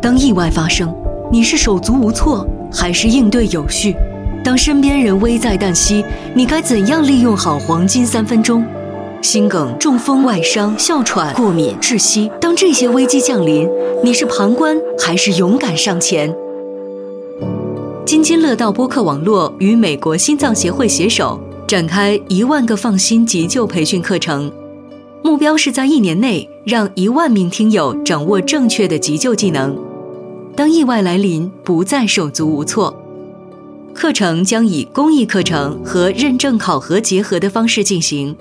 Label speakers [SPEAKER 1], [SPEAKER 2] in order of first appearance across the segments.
[SPEAKER 1] 当意外发生，你是手足无措，还是应对有序？当身边人危在旦夕，你该怎样利用好黄金三分钟？心梗、中风、外伤、哮喘、过敏、窒息，当这些危机降临，你是旁观还是勇敢上前？津津乐道播客网络与美国心脏协会携手展开一万个放心急救培训课程，目标是在一年内让一万名听友掌握正确的急救技能，当意外来临不再手足无措。课程将以公益课程和认证考核结合的方式进行。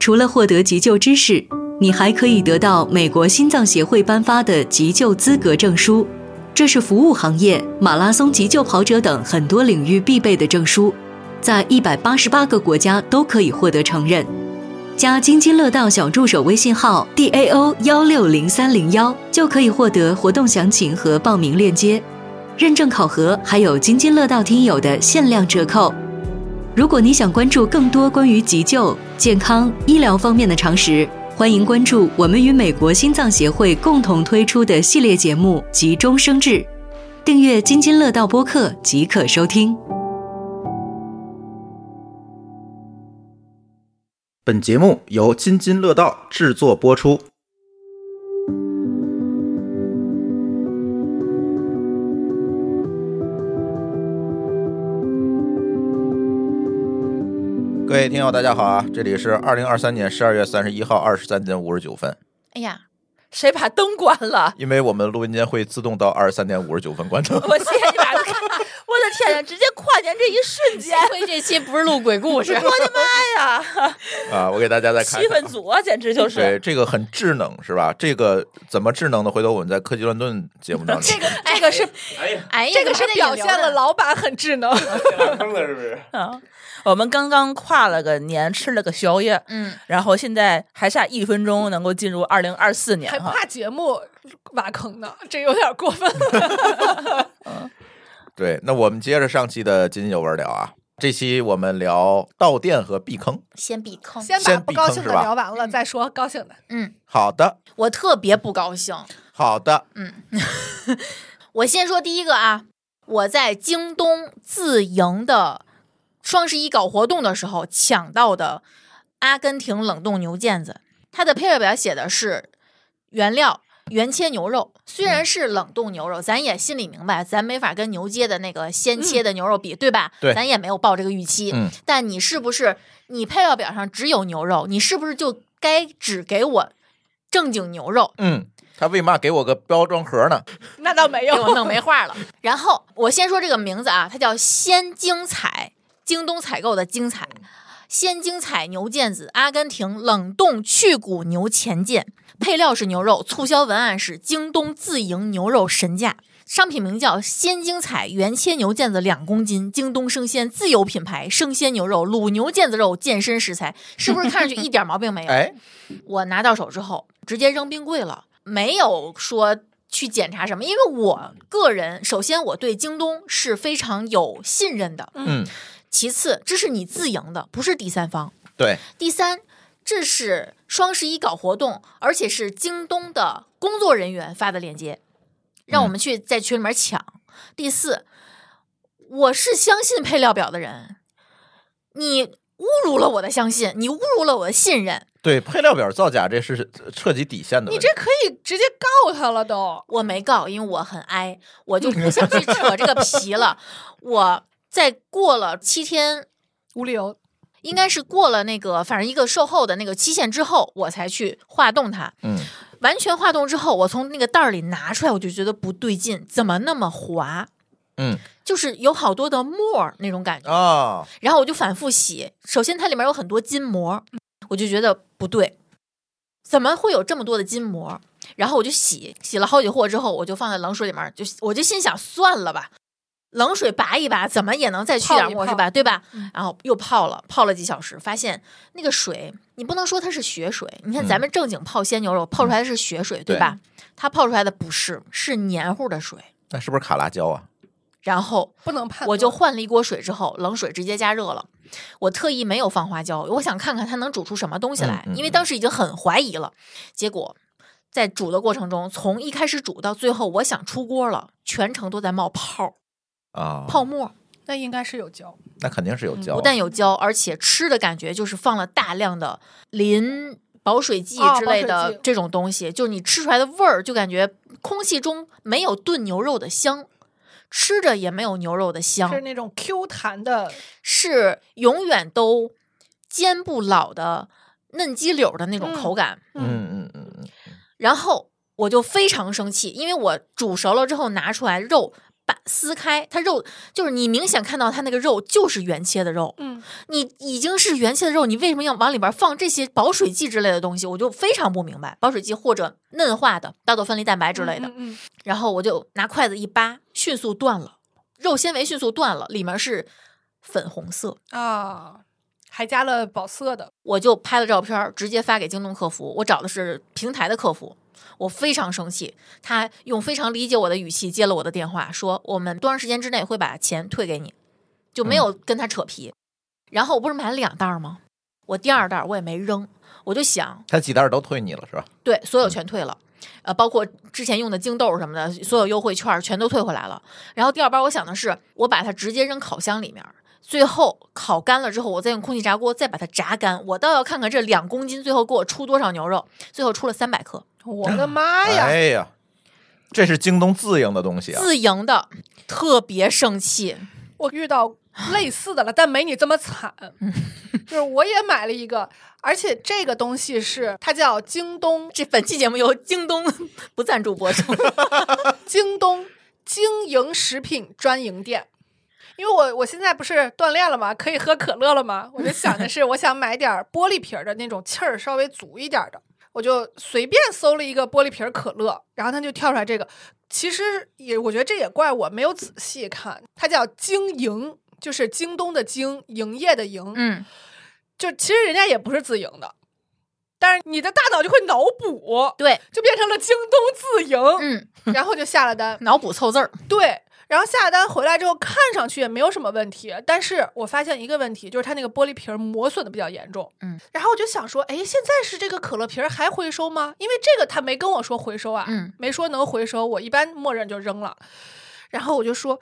[SPEAKER 1] 除了获得急救知识，你还可以得到美国心脏协会颁发的急救资格证书。这是服务行业、马拉松急救跑者等很多领域必备的证书，在一百八十八个国家都可以获得承认。加津津乐道小助手微信号 d a o 幺六零三零幺就可以获得活动详情和报名链接。认证考核还有津津乐道听友的限量折扣。如果你想关注更多关于急救、健康、医疗方面的常识，欢迎关注我们与美国心脏协会共同推出的系列节目《急中生智》，订阅津津乐道播客即可收听。
[SPEAKER 2] 本节目由津津乐道制作播出。各位听友，大家好啊！这里是二零二三年十二月三十一号二十三点五十九分，
[SPEAKER 3] 哎呀，谁把灯关了？
[SPEAKER 2] 因为我们录音间会自动到二十三点五十九分关灯。
[SPEAKER 3] 我谢谢你把灯 开，我的天啊呀！直接跨年这一瞬间，
[SPEAKER 4] 幸亏这期不是录鬼故事
[SPEAKER 3] 我， 的妈呀！
[SPEAKER 2] 啊，我给大家再看
[SPEAKER 3] 气
[SPEAKER 2] 一看
[SPEAKER 3] 氛组啊，简直就是
[SPEAKER 2] 对，这个很智能是吧？这个怎么智能的？回头我们在科技乱炖节目当中，
[SPEAKER 3] 这个是
[SPEAKER 4] 哎呀，
[SPEAKER 5] 这个是表现了
[SPEAKER 4] 老
[SPEAKER 5] 老板很智能。
[SPEAKER 6] 打坑了是不是？
[SPEAKER 3] 啊，我们刚刚跨了个年，吃了个宵夜，
[SPEAKER 4] 嗯，
[SPEAKER 3] 然后现在还差一分钟能够进入二零二四年
[SPEAKER 5] 还
[SPEAKER 3] 哈。
[SPEAKER 5] 跨节目挖坑呢，这有点 过分了。
[SPEAKER 2] 对，那我们接着上期的津津有味聊啊，这期我们聊到店和避坑。
[SPEAKER 4] 先避坑。
[SPEAKER 5] 先把
[SPEAKER 2] 先
[SPEAKER 5] 不
[SPEAKER 2] 避
[SPEAKER 5] 高
[SPEAKER 2] 坑
[SPEAKER 5] 兴
[SPEAKER 2] 是
[SPEAKER 5] 的
[SPEAKER 2] 吧
[SPEAKER 5] 聊完了，再说高兴的。
[SPEAKER 4] 嗯，
[SPEAKER 2] 好的，
[SPEAKER 4] 我特别不高兴。
[SPEAKER 2] 好的，
[SPEAKER 4] 我先说第一个啊，我在京东自营的双十一搞活动的时候抢到的阿根廷冷冻牛腱子，它的配料表写的是原料。原切牛肉虽
[SPEAKER 2] 嗯
[SPEAKER 4] 然是冷冻牛肉，咱也心里明白，咱没法跟牛街的那个先切的牛肉比，对吧？
[SPEAKER 2] 嗯对
[SPEAKER 4] 咱也没有抱这个预期。
[SPEAKER 2] 嗯
[SPEAKER 4] 但你是不是你配料表上只有牛肉，你是不是就该只给我正经牛肉？
[SPEAKER 2] 嗯，他为嘛给我个包装盒呢？
[SPEAKER 5] 那倒没有，
[SPEAKER 4] 给我弄没话了。 然后我先说这个名字啊，它叫鲜精彩，京东采购的精彩，鲜精彩牛腱子，阿根廷冷冻去骨牛前腱，配料是牛肉，促销文案是京东自营牛肉神价。商品名叫“鲜精彩原切牛腱子两公斤”，京东生鲜自有品牌，生鲜牛肉、卤牛腱子肉，健身食材，是不是看上去一点毛病没有？
[SPEAKER 2] 哎，
[SPEAKER 4] 我拿到手之后直接扔冰柜了，没有说去检查什么，因为我个人首先我对京东是非常有信任的，
[SPEAKER 2] 嗯，
[SPEAKER 4] 其次这是你自营的，不是第三方，
[SPEAKER 2] 对，
[SPEAKER 4] 第三这是双十一搞活动，而且是京东的工作人员发的链接，让我们去在群里面抢。第四，我是相信配料表的人，你侮辱了我的相信，你侮辱了我的信任。
[SPEAKER 2] 对，配料表造假这是彻底底线的
[SPEAKER 5] 你
[SPEAKER 2] 问题
[SPEAKER 5] 这。可以直接告他了都。
[SPEAKER 4] 我没告，因为我很哀，我就不想去扯这个皮了。我在过了七天，
[SPEAKER 5] 无理由，
[SPEAKER 4] 应该是过了那个，反正一个售后的那个期限之后，我才去化冻它。
[SPEAKER 2] 嗯，
[SPEAKER 4] 完全化冻之后，我从那个袋儿里拿出来，我就觉得不对劲，怎么那么滑？
[SPEAKER 2] 嗯
[SPEAKER 4] 就是有好多的沫儿那种感觉。
[SPEAKER 2] 啊，
[SPEAKER 4] 然后我就反复洗，首先它里面有很多筋膜，我就觉得不对，怎么会有这么多的筋膜？然后我就洗，洗了好几货之后，我就放在冷水里面，就我就心想算了吧，冷水拔一拔，怎么也能再去点
[SPEAKER 5] 泡一
[SPEAKER 4] 沫
[SPEAKER 5] 泡
[SPEAKER 4] 是吧？对吧
[SPEAKER 5] 嗯？
[SPEAKER 4] 然后又泡了，泡了几小时，发现那个水，你不能说它是血水，你看咱们正经泡鲜牛肉，泡出来的是血水，对吧？它泡出来的不是，是黏糊的水。
[SPEAKER 2] 那是不是卡辣椒啊？
[SPEAKER 4] 然后
[SPEAKER 5] 不能判断。
[SPEAKER 4] 我就换了一锅水之后，冷水直接加热了。我特意没有放花椒，我想看看它能煮出什么东西来，
[SPEAKER 2] 嗯嗯
[SPEAKER 4] 因为当时已经很怀疑了。结果在煮的过程中，从一开始煮到最后，我想出锅了，全程都在冒泡
[SPEAKER 2] 啊，
[SPEAKER 4] 泡沫，
[SPEAKER 5] 那应该是有胶，
[SPEAKER 2] 那肯定是有胶啊，
[SPEAKER 4] 不但有胶，而且吃的感觉就是放了大量的磷、保水剂
[SPEAKER 5] 哦
[SPEAKER 4] 之类
[SPEAKER 5] 保
[SPEAKER 4] 的
[SPEAKER 5] 水剂
[SPEAKER 4] 这种东西，就是你吃出来的味儿，就感觉空气中没有炖牛肉的香，吃着也没有牛肉的香，
[SPEAKER 5] 是那种 Q 弹的，
[SPEAKER 4] 是永远都煎不老的嫩鸡柳的那种口感。
[SPEAKER 2] 嗯嗯嗯嗯，
[SPEAKER 4] 然后我就非常生气，因为我煮熟了之后拿出来肉。把撕开，它肉就是你明显看到它那个肉就是原切的肉，
[SPEAKER 5] 嗯，
[SPEAKER 4] 你已经是原切的肉，你为什么要往里边放这些保水剂之类的东西？我就非常不明白，保水剂或者嫩化的大豆分离蛋白之类的。
[SPEAKER 5] 嗯，嗯
[SPEAKER 4] 然后我就拿筷子一扒，迅速断了，肉纤维迅速断了，里面是粉红色。
[SPEAKER 5] 嗯啊，还加了保色的，
[SPEAKER 4] 我就拍了照片儿，直接发给京东客服。我找的是平台的客服，我非常生气。他用非常理解我的语气接了我的电话，说我们多长时间之内会把钱退给你，就没有跟他扯皮。然后我不是买了两袋儿吗？我第二袋儿我也没扔，我就想，
[SPEAKER 2] 他几袋儿都退你了是吧？
[SPEAKER 4] 对，所
[SPEAKER 5] 嗯
[SPEAKER 4] 有全退了。呃，包括之前用的京豆什么的，所有优惠券儿全都退回来了。然后第二包，我想的是，我把它直接扔烤箱里面儿，最后烤干了之后，我再用空气炸锅再把它炸干。我倒要看看这两公斤最后给我出多少牛肉，最后出了三百克，
[SPEAKER 5] 我的妈呀，
[SPEAKER 2] 哎呀，这是京东自营的东
[SPEAKER 5] 哎
[SPEAKER 2] 西啊，
[SPEAKER 4] 自营的，特别生气。
[SPEAKER 5] 我遇到类似的了，但没你这么 惨，就是我也买了一个，而且这个东西是它叫京东
[SPEAKER 4] 这本期节目由京东 不赞助播出。
[SPEAKER 5] 京东经营食品专营店。因为我我现在不是锻炼了吗？可以喝可乐了吗？我就想 的是，我想买点儿玻璃瓶儿的那种气儿稍微足一点儿的，我就随便搜了一个玻璃瓶儿可乐，然后它就跳出来这个。其实也我觉得这也怪我没有仔细看，它叫经营，就是京东的经，营业的营。
[SPEAKER 4] 嗯，
[SPEAKER 5] 就其实人家也不是自营的，但是你的大脑就会脑补，
[SPEAKER 4] 对，
[SPEAKER 5] 就变成了京东自营，
[SPEAKER 4] 嗯，
[SPEAKER 5] 然后就下了单。
[SPEAKER 4] 脑补凑字儿。
[SPEAKER 5] 对，然后下单回来之后，看上去也没有什么问题，但是我发现一个问题，就是它那个玻璃瓶儿磨损的比较严重。
[SPEAKER 4] 嗯，
[SPEAKER 5] 然后我就想说，哎，现在是这个可乐瓶儿还回收吗？因为这个他没跟我说回收啊，
[SPEAKER 4] 嗯
[SPEAKER 5] 没说能回收，我一般默认就扔了。然后我就说，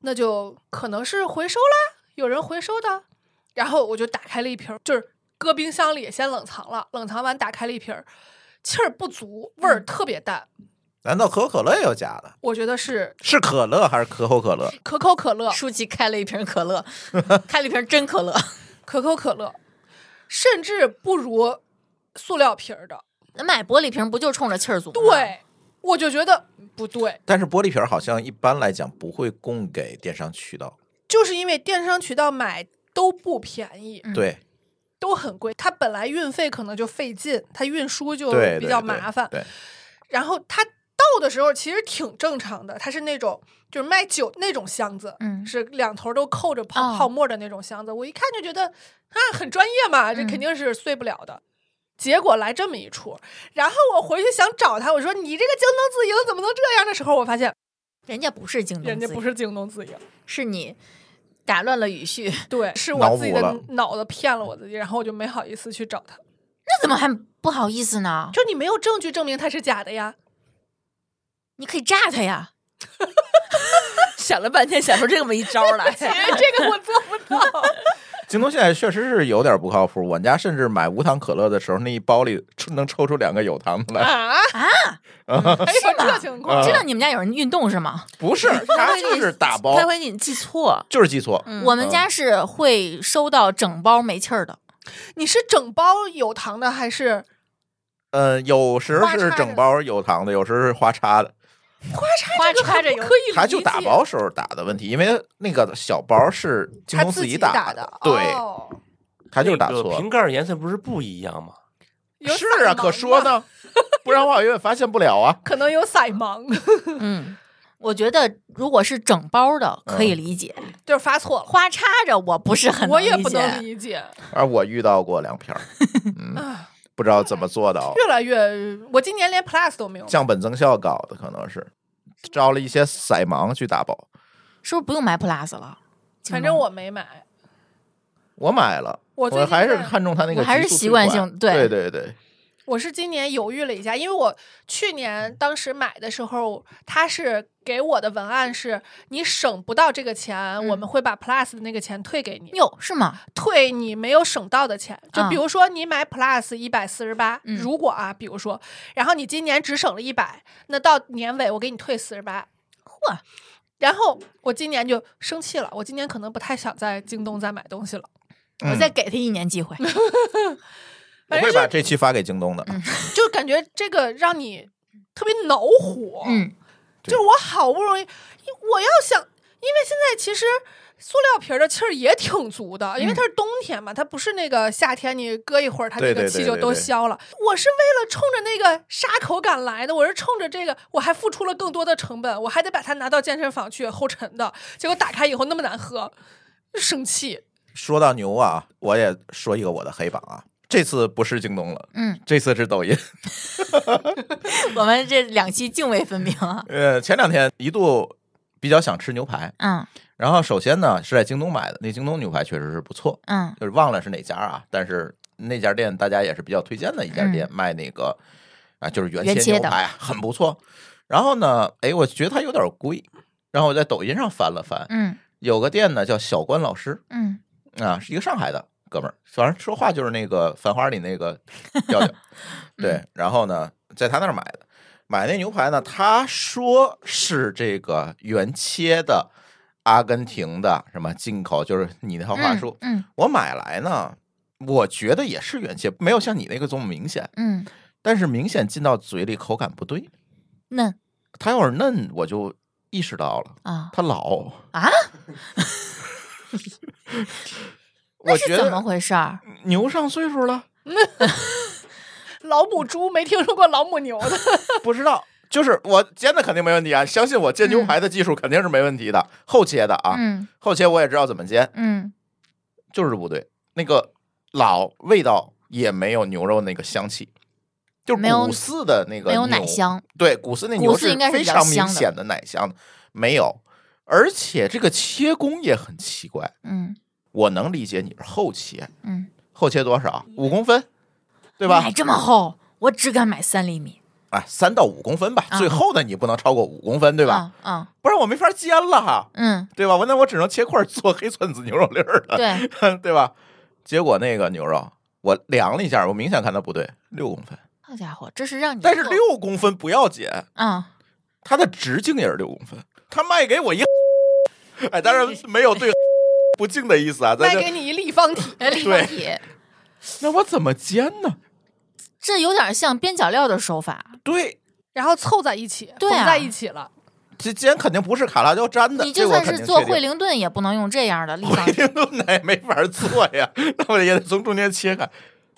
[SPEAKER 5] 那就可能是回收啦，有人回收的。然后我就打开了一瓶儿，就是搁冰箱里先冷藏了，冷藏完打开了一瓶儿，气儿不足，味
[SPEAKER 4] 嗯
[SPEAKER 5] 儿特别淡。
[SPEAKER 2] 难道可口可乐也有假的？
[SPEAKER 5] 我觉得是
[SPEAKER 2] 是可乐还是可口可乐？
[SPEAKER 5] 可口可乐，
[SPEAKER 4] 嗯舒淇开了一瓶可 乐，开了一瓶真可乐。
[SPEAKER 5] 可口可乐，甚至不如塑料瓶儿的。
[SPEAKER 4] 买玻璃瓶不就冲着气儿足
[SPEAKER 2] 啊
[SPEAKER 4] 吗？
[SPEAKER 5] 对，我就觉得不对，
[SPEAKER 2] 但是玻璃瓶儿好像一般来讲不会供给电商渠道，
[SPEAKER 5] 就是因为电商渠道买都不便宜，
[SPEAKER 4] 嗯
[SPEAKER 2] 对
[SPEAKER 5] 都很贵。它本来运费可能就费劲，它运输就
[SPEAKER 2] 对，
[SPEAKER 5] 比
[SPEAKER 2] 对
[SPEAKER 5] 较
[SPEAKER 2] 对
[SPEAKER 5] 麻烦。
[SPEAKER 2] 对，
[SPEAKER 5] 然后它到的时候其实挺正常的，它是那种就是卖酒那种箱子，
[SPEAKER 4] 嗯
[SPEAKER 5] 是两头都扣着泡、
[SPEAKER 4] 哦
[SPEAKER 5] 泡沫的那种箱子。我一看就觉得啊，很专业嘛，这
[SPEAKER 4] 嗯
[SPEAKER 5] 肯定是碎不了的。结果来这么一出，然后我回去想找他，我说你这个京东自营怎么能这样的时候，我发现
[SPEAKER 4] 人家不是京东自营，
[SPEAKER 5] 人家不是京东自营，
[SPEAKER 4] 是你打乱了语序，
[SPEAKER 5] 对，是
[SPEAKER 2] 脑
[SPEAKER 5] 我
[SPEAKER 2] 补
[SPEAKER 5] 自己的
[SPEAKER 2] 了
[SPEAKER 5] 脑子骗了我自己，然后我就没好意思去找他。
[SPEAKER 4] 那怎么还不好意思呢？
[SPEAKER 5] 就你没有证据证明它是假的呀，
[SPEAKER 4] 你可以炸他呀！
[SPEAKER 3] 想了半天想出这么一招来，
[SPEAKER 5] 哎这个我做不 到。
[SPEAKER 2] 京东现在确实是有点不靠谱。我家甚至买无糖可乐的时候，那一包里抽能抽出两个有糖的来。
[SPEAKER 5] 啊
[SPEAKER 4] 啊，
[SPEAKER 5] 还有
[SPEAKER 4] 是吗
[SPEAKER 5] 这情况
[SPEAKER 2] 啊
[SPEAKER 4] 知道你们家有人运动是吗？
[SPEAKER 2] 不是，
[SPEAKER 3] 他
[SPEAKER 2] 它
[SPEAKER 3] 会
[SPEAKER 2] 就是打包，
[SPEAKER 3] 他会给你记错，
[SPEAKER 2] 就是记错。
[SPEAKER 3] 嗯
[SPEAKER 4] 我们家是会收到整包没气儿的，
[SPEAKER 5] 你是整包有糖的还是
[SPEAKER 2] 呃，有时
[SPEAKER 5] 花
[SPEAKER 2] 是
[SPEAKER 5] 叉
[SPEAKER 2] 整
[SPEAKER 5] 的
[SPEAKER 2] 包有糖的，有时是花叉的。
[SPEAKER 4] 花
[SPEAKER 5] 这个
[SPEAKER 4] 插
[SPEAKER 5] 很
[SPEAKER 4] 着
[SPEAKER 5] 不
[SPEAKER 4] 有
[SPEAKER 5] 可以理解？
[SPEAKER 2] 它就打包时候打的问题，因为那个小包是京
[SPEAKER 5] 他
[SPEAKER 2] 东
[SPEAKER 5] 自己
[SPEAKER 2] 己
[SPEAKER 5] 打
[SPEAKER 2] 的，对，
[SPEAKER 5] 哦
[SPEAKER 2] 它就是打
[SPEAKER 6] 那个
[SPEAKER 2] 错
[SPEAKER 6] 瓶。盖儿颜色不是不一样吗？
[SPEAKER 5] 有
[SPEAKER 2] 是
[SPEAKER 5] 色
[SPEAKER 2] 啊，
[SPEAKER 5] 盲
[SPEAKER 2] 可说
[SPEAKER 5] 吧，
[SPEAKER 2] 呢， 不然我永远发现不了啊。
[SPEAKER 5] 可能有色盲，
[SPEAKER 4] 嗯。我觉得如果是整包的
[SPEAKER 2] 嗯
[SPEAKER 4] 可以理解，
[SPEAKER 5] 就是发错了，
[SPEAKER 4] 花插着我不是很
[SPEAKER 5] 我
[SPEAKER 4] 能
[SPEAKER 5] 也不
[SPEAKER 4] 理解
[SPEAKER 5] 能理解。
[SPEAKER 2] 而我遇到过两瓶儿，嗯，
[SPEAKER 5] 啊
[SPEAKER 2] 不知道怎么做到，
[SPEAKER 5] 越来越，我今年连 Plus 都没有。
[SPEAKER 2] 降本增效搞的可能是招了一些色盲去打包。
[SPEAKER 4] 是不是不用买 Plus 了？
[SPEAKER 5] 反正我没买，
[SPEAKER 2] 我买了，
[SPEAKER 5] 我
[SPEAKER 2] 我
[SPEAKER 5] 最近
[SPEAKER 2] 还是
[SPEAKER 5] 在
[SPEAKER 2] 看中它那个，
[SPEAKER 4] 我还是习惯性
[SPEAKER 2] 对
[SPEAKER 4] 对
[SPEAKER 2] 对对，
[SPEAKER 5] 我是今年犹豫了一下，因为我去年当时买的时候，他是给我的文案是你省不到这个钱，我们会把 Plus 的那个钱退给你，
[SPEAKER 4] 哟，是吗？
[SPEAKER 5] 退你没有省到的钱。就
[SPEAKER 4] 啊
[SPEAKER 5] 比如说你买 Plus 一百四十八，
[SPEAKER 4] 嗯
[SPEAKER 5] 如果啊，比如说，然后你今年只省了一百，那到年尾我给你退四十八，
[SPEAKER 4] 嚯！
[SPEAKER 5] 然后我今年就生气了，我今年可能不太想在京东再买东西了。
[SPEAKER 2] 嗯
[SPEAKER 4] 我再给他一年机会。
[SPEAKER 2] 我会把这期发给京东的。
[SPEAKER 5] 就感觉这个让你特别恼火。
[SPEAKER 4] 嗯，
[SPEAKER 5] 就是我好不容易，我要想，因为现在其实塑料瓶儿的气儿也挺足的，因为它是冬天嘛，它不是那个夏天你搁一会儿它
[SPEAKER 2] 对
[SPEAKER 5] 那
[SPEAKER 2] 对
[SPEAKER 5] 个
[SPEAKER 2] 对
[SPEAKER 5] 气就
[SPEAKER 2] 对
[SPEAKER 5] 都
[SPEAKER 2] 对
[SPEAKER 5] 消了。我是为了冲着那个沙口感来的，我是冲着这个，我还付出了更多的成本，我还得把它拿到健身房去后沉的，结果打开以后那么难喝，生气。
[SPEAKER 2] 说到牛啊，我也说一个我的黑榜啊，这次不是京东了，
[SPEAKER 4] 嗯，
[SPEAKER 2] 这次是抖音。
[SPEAKER 4] 我们这两期泾渭分明啊。
[SPEAKER 2] 呃，前两天一度比较想吃牛排，
[SPEAKER 4] 嗯
[SPEAKER 2] 然后首先呢是在京东买的，那京东牛排确实是不错，
[SPEAKER 4] 嗯
[SPEAKER 2] 就是忘了是哪家啊，但是那家店大家也是比较推荐的一家店，卖那个啊就是原
[SPEAKER 4] 嗯原切
[SPEAKER 2] 切牛
[SPEAKER 4] 的
[SPEAKER 2] 排啊，很不错。然后呢，哎，我觉得它有点贵，然后我在抖音上翻了翻，
[SPEAKER 4] 嗯
[SPEAKER 2] 有个店呢叫小关老师
[SPEAKER 4] 嗯，
[SPEAKER 2] 啊，是一个上海的哥们儿，反正说话就是那个《繁花》里那个调 调，对。
[SPEAKER 4] 嗯
[SPEAKER 2] 然后呢，在他那儿买的，买那牛排呢，他说是这个原切的。阿根廷的什么进口，就是你那套话术，
[SPEAKER 4] 嗯
[SPEAKER 2] 我买来呢，我觉得也是原切，没有像你那个这么明显，
[SPEAKER 4] 嗯，
[SPEAKER 2] 但是明显进到嘴里口感不对。
[SPEAKER 4] 嫩
[SPEAKER 2] 它要是嫩，我就意识到了
[SPEAKER 4] 啊
[SPEAKER 2] 它老。
[SPEAKER 4] 啊，
[SPEAKER 2] 我
[SPEAKER 4] 那
[SPEAKER 2] 觉
[SPEAKER 4] 是怎么
[SPEAKER 2] 得
[SPEAKER 4] 回事儿？
[SPEAKER 2] 牛上岁数了，
[SPEAKER 5] 老母猪没听说过老母牛的，
[SPEAKER 2] 不知道。就是我煎的肯定没问题啊，相信我煎牛排的技术肯定是没问题的。后切的啊，
[SPEAKER 4] 嗯
[SPEAKER 2] 后切我也知道怎么煎，
[SPEAKER 4] 嗯
[SPEAKER 2] 就是不对。那个老味道也没有牛肉那个香气，就是
[SPEAKER 4] 没有
[SPEAKER 2] 古寺的那个
[SPEAKER 4] 没
[SPEAKER 2] 牛
[SPEAKER 4] 有奶香。
[SPEAKER 2] 对，古斯那
[SPEAKER 4] 古
[SPEAKER 2] 牛
[SPEAKER 4] 斯应该是
[SPEAKER 2] 非
[SPEAKER 4] 比较
[SPEAKER 2] 常明
[SPEAKER 4] 香的
[SPEAKER 2] 显的奶香的，没有。而且这个切工也很奇怪，
[SPEAKER 4] 嗯
[SPEAKER 2] 我能理解你是后切，
[SPEAKER 4] 嗯，
[SPEAKER 2] 后切多少？五公分，对吧
[SPEAKER 4] 买？这么厚，我只敢买三厘米，
[SPEAKER 2] 啊，三到五公分吧，
[SPEAKER 4] 啊
[SPEAKER 2] 最厚的你不能超过五公分，对
[SPEAKER 4] 对
[SPEAKER 2] 吧？？
[SPEAKER 4] 嗯
[SPEAKER 2] 不然我没法煎了，
[SPEAKER 4] 嗯，
[SPEAKER 2] 对吧？我那我只能切块做黑蒜子牛肉粒儿了，
[SPEAKER 4] 对，
[SPEAKER 2] 对吧？结果那个牛肉我量了一下，我明显看它不对，六公分，
[SPEAKER 4] 好家伙，这是让你
[SPEAKER 2] 但是
[SPEAKER 4] 做
[SPEAKER 2] 六公分不要紧，
[SPEAKER 4] 嗯，
[SPEAKER 2] 它的直径也是六公分，他卖给我一，哎，当然
[SPEAKER 4] 嗯
[SPEAKER 2] 没有对不敬的意思啊，咱
[SPEAKER 5] 卖
[SPEAKER 2] 就
[SPEAKER 5] 给你一立方体。
[SPEAKER 4] 立
[SPEAKER 2] 对
[SPEAKER 4] 方体，
[SPEAKER 2] 那我怎么煎呢？
[SPEAKER 4] 这有点像边角料的手法，
[SPEAKER 2] 对，
[SPEAKER 5] 然后凑在一起，
[SPEAKER 4] 对
[SPEAKER 5] 缝
[SPEAKER 4] 啊
[SPEAKER 5] 在一起了。
[SPEAKER 2] 这煎肯定不是卡拉椒粘的，
[SPEAKER 4] 你
[SPEAKER 2] 这
[SPEAKER 4] 就
[SPEAKER 2] 我
[SPEAKER 4] 算
[SPEAKER 2] 肯
[SPEAKER 4] 是
[SPEAKER 2] 定
[SPEAKER 4] 做
[SPEAKER 2] 确定
[SPEAKER 4] 惠灵顿也不能用这样的立方
[SPEAKER 2] 惠
[SPEAKER 4] 体，
[SPEAKER 2] 灵顿那也没法做呀， 那我也得从中间切开，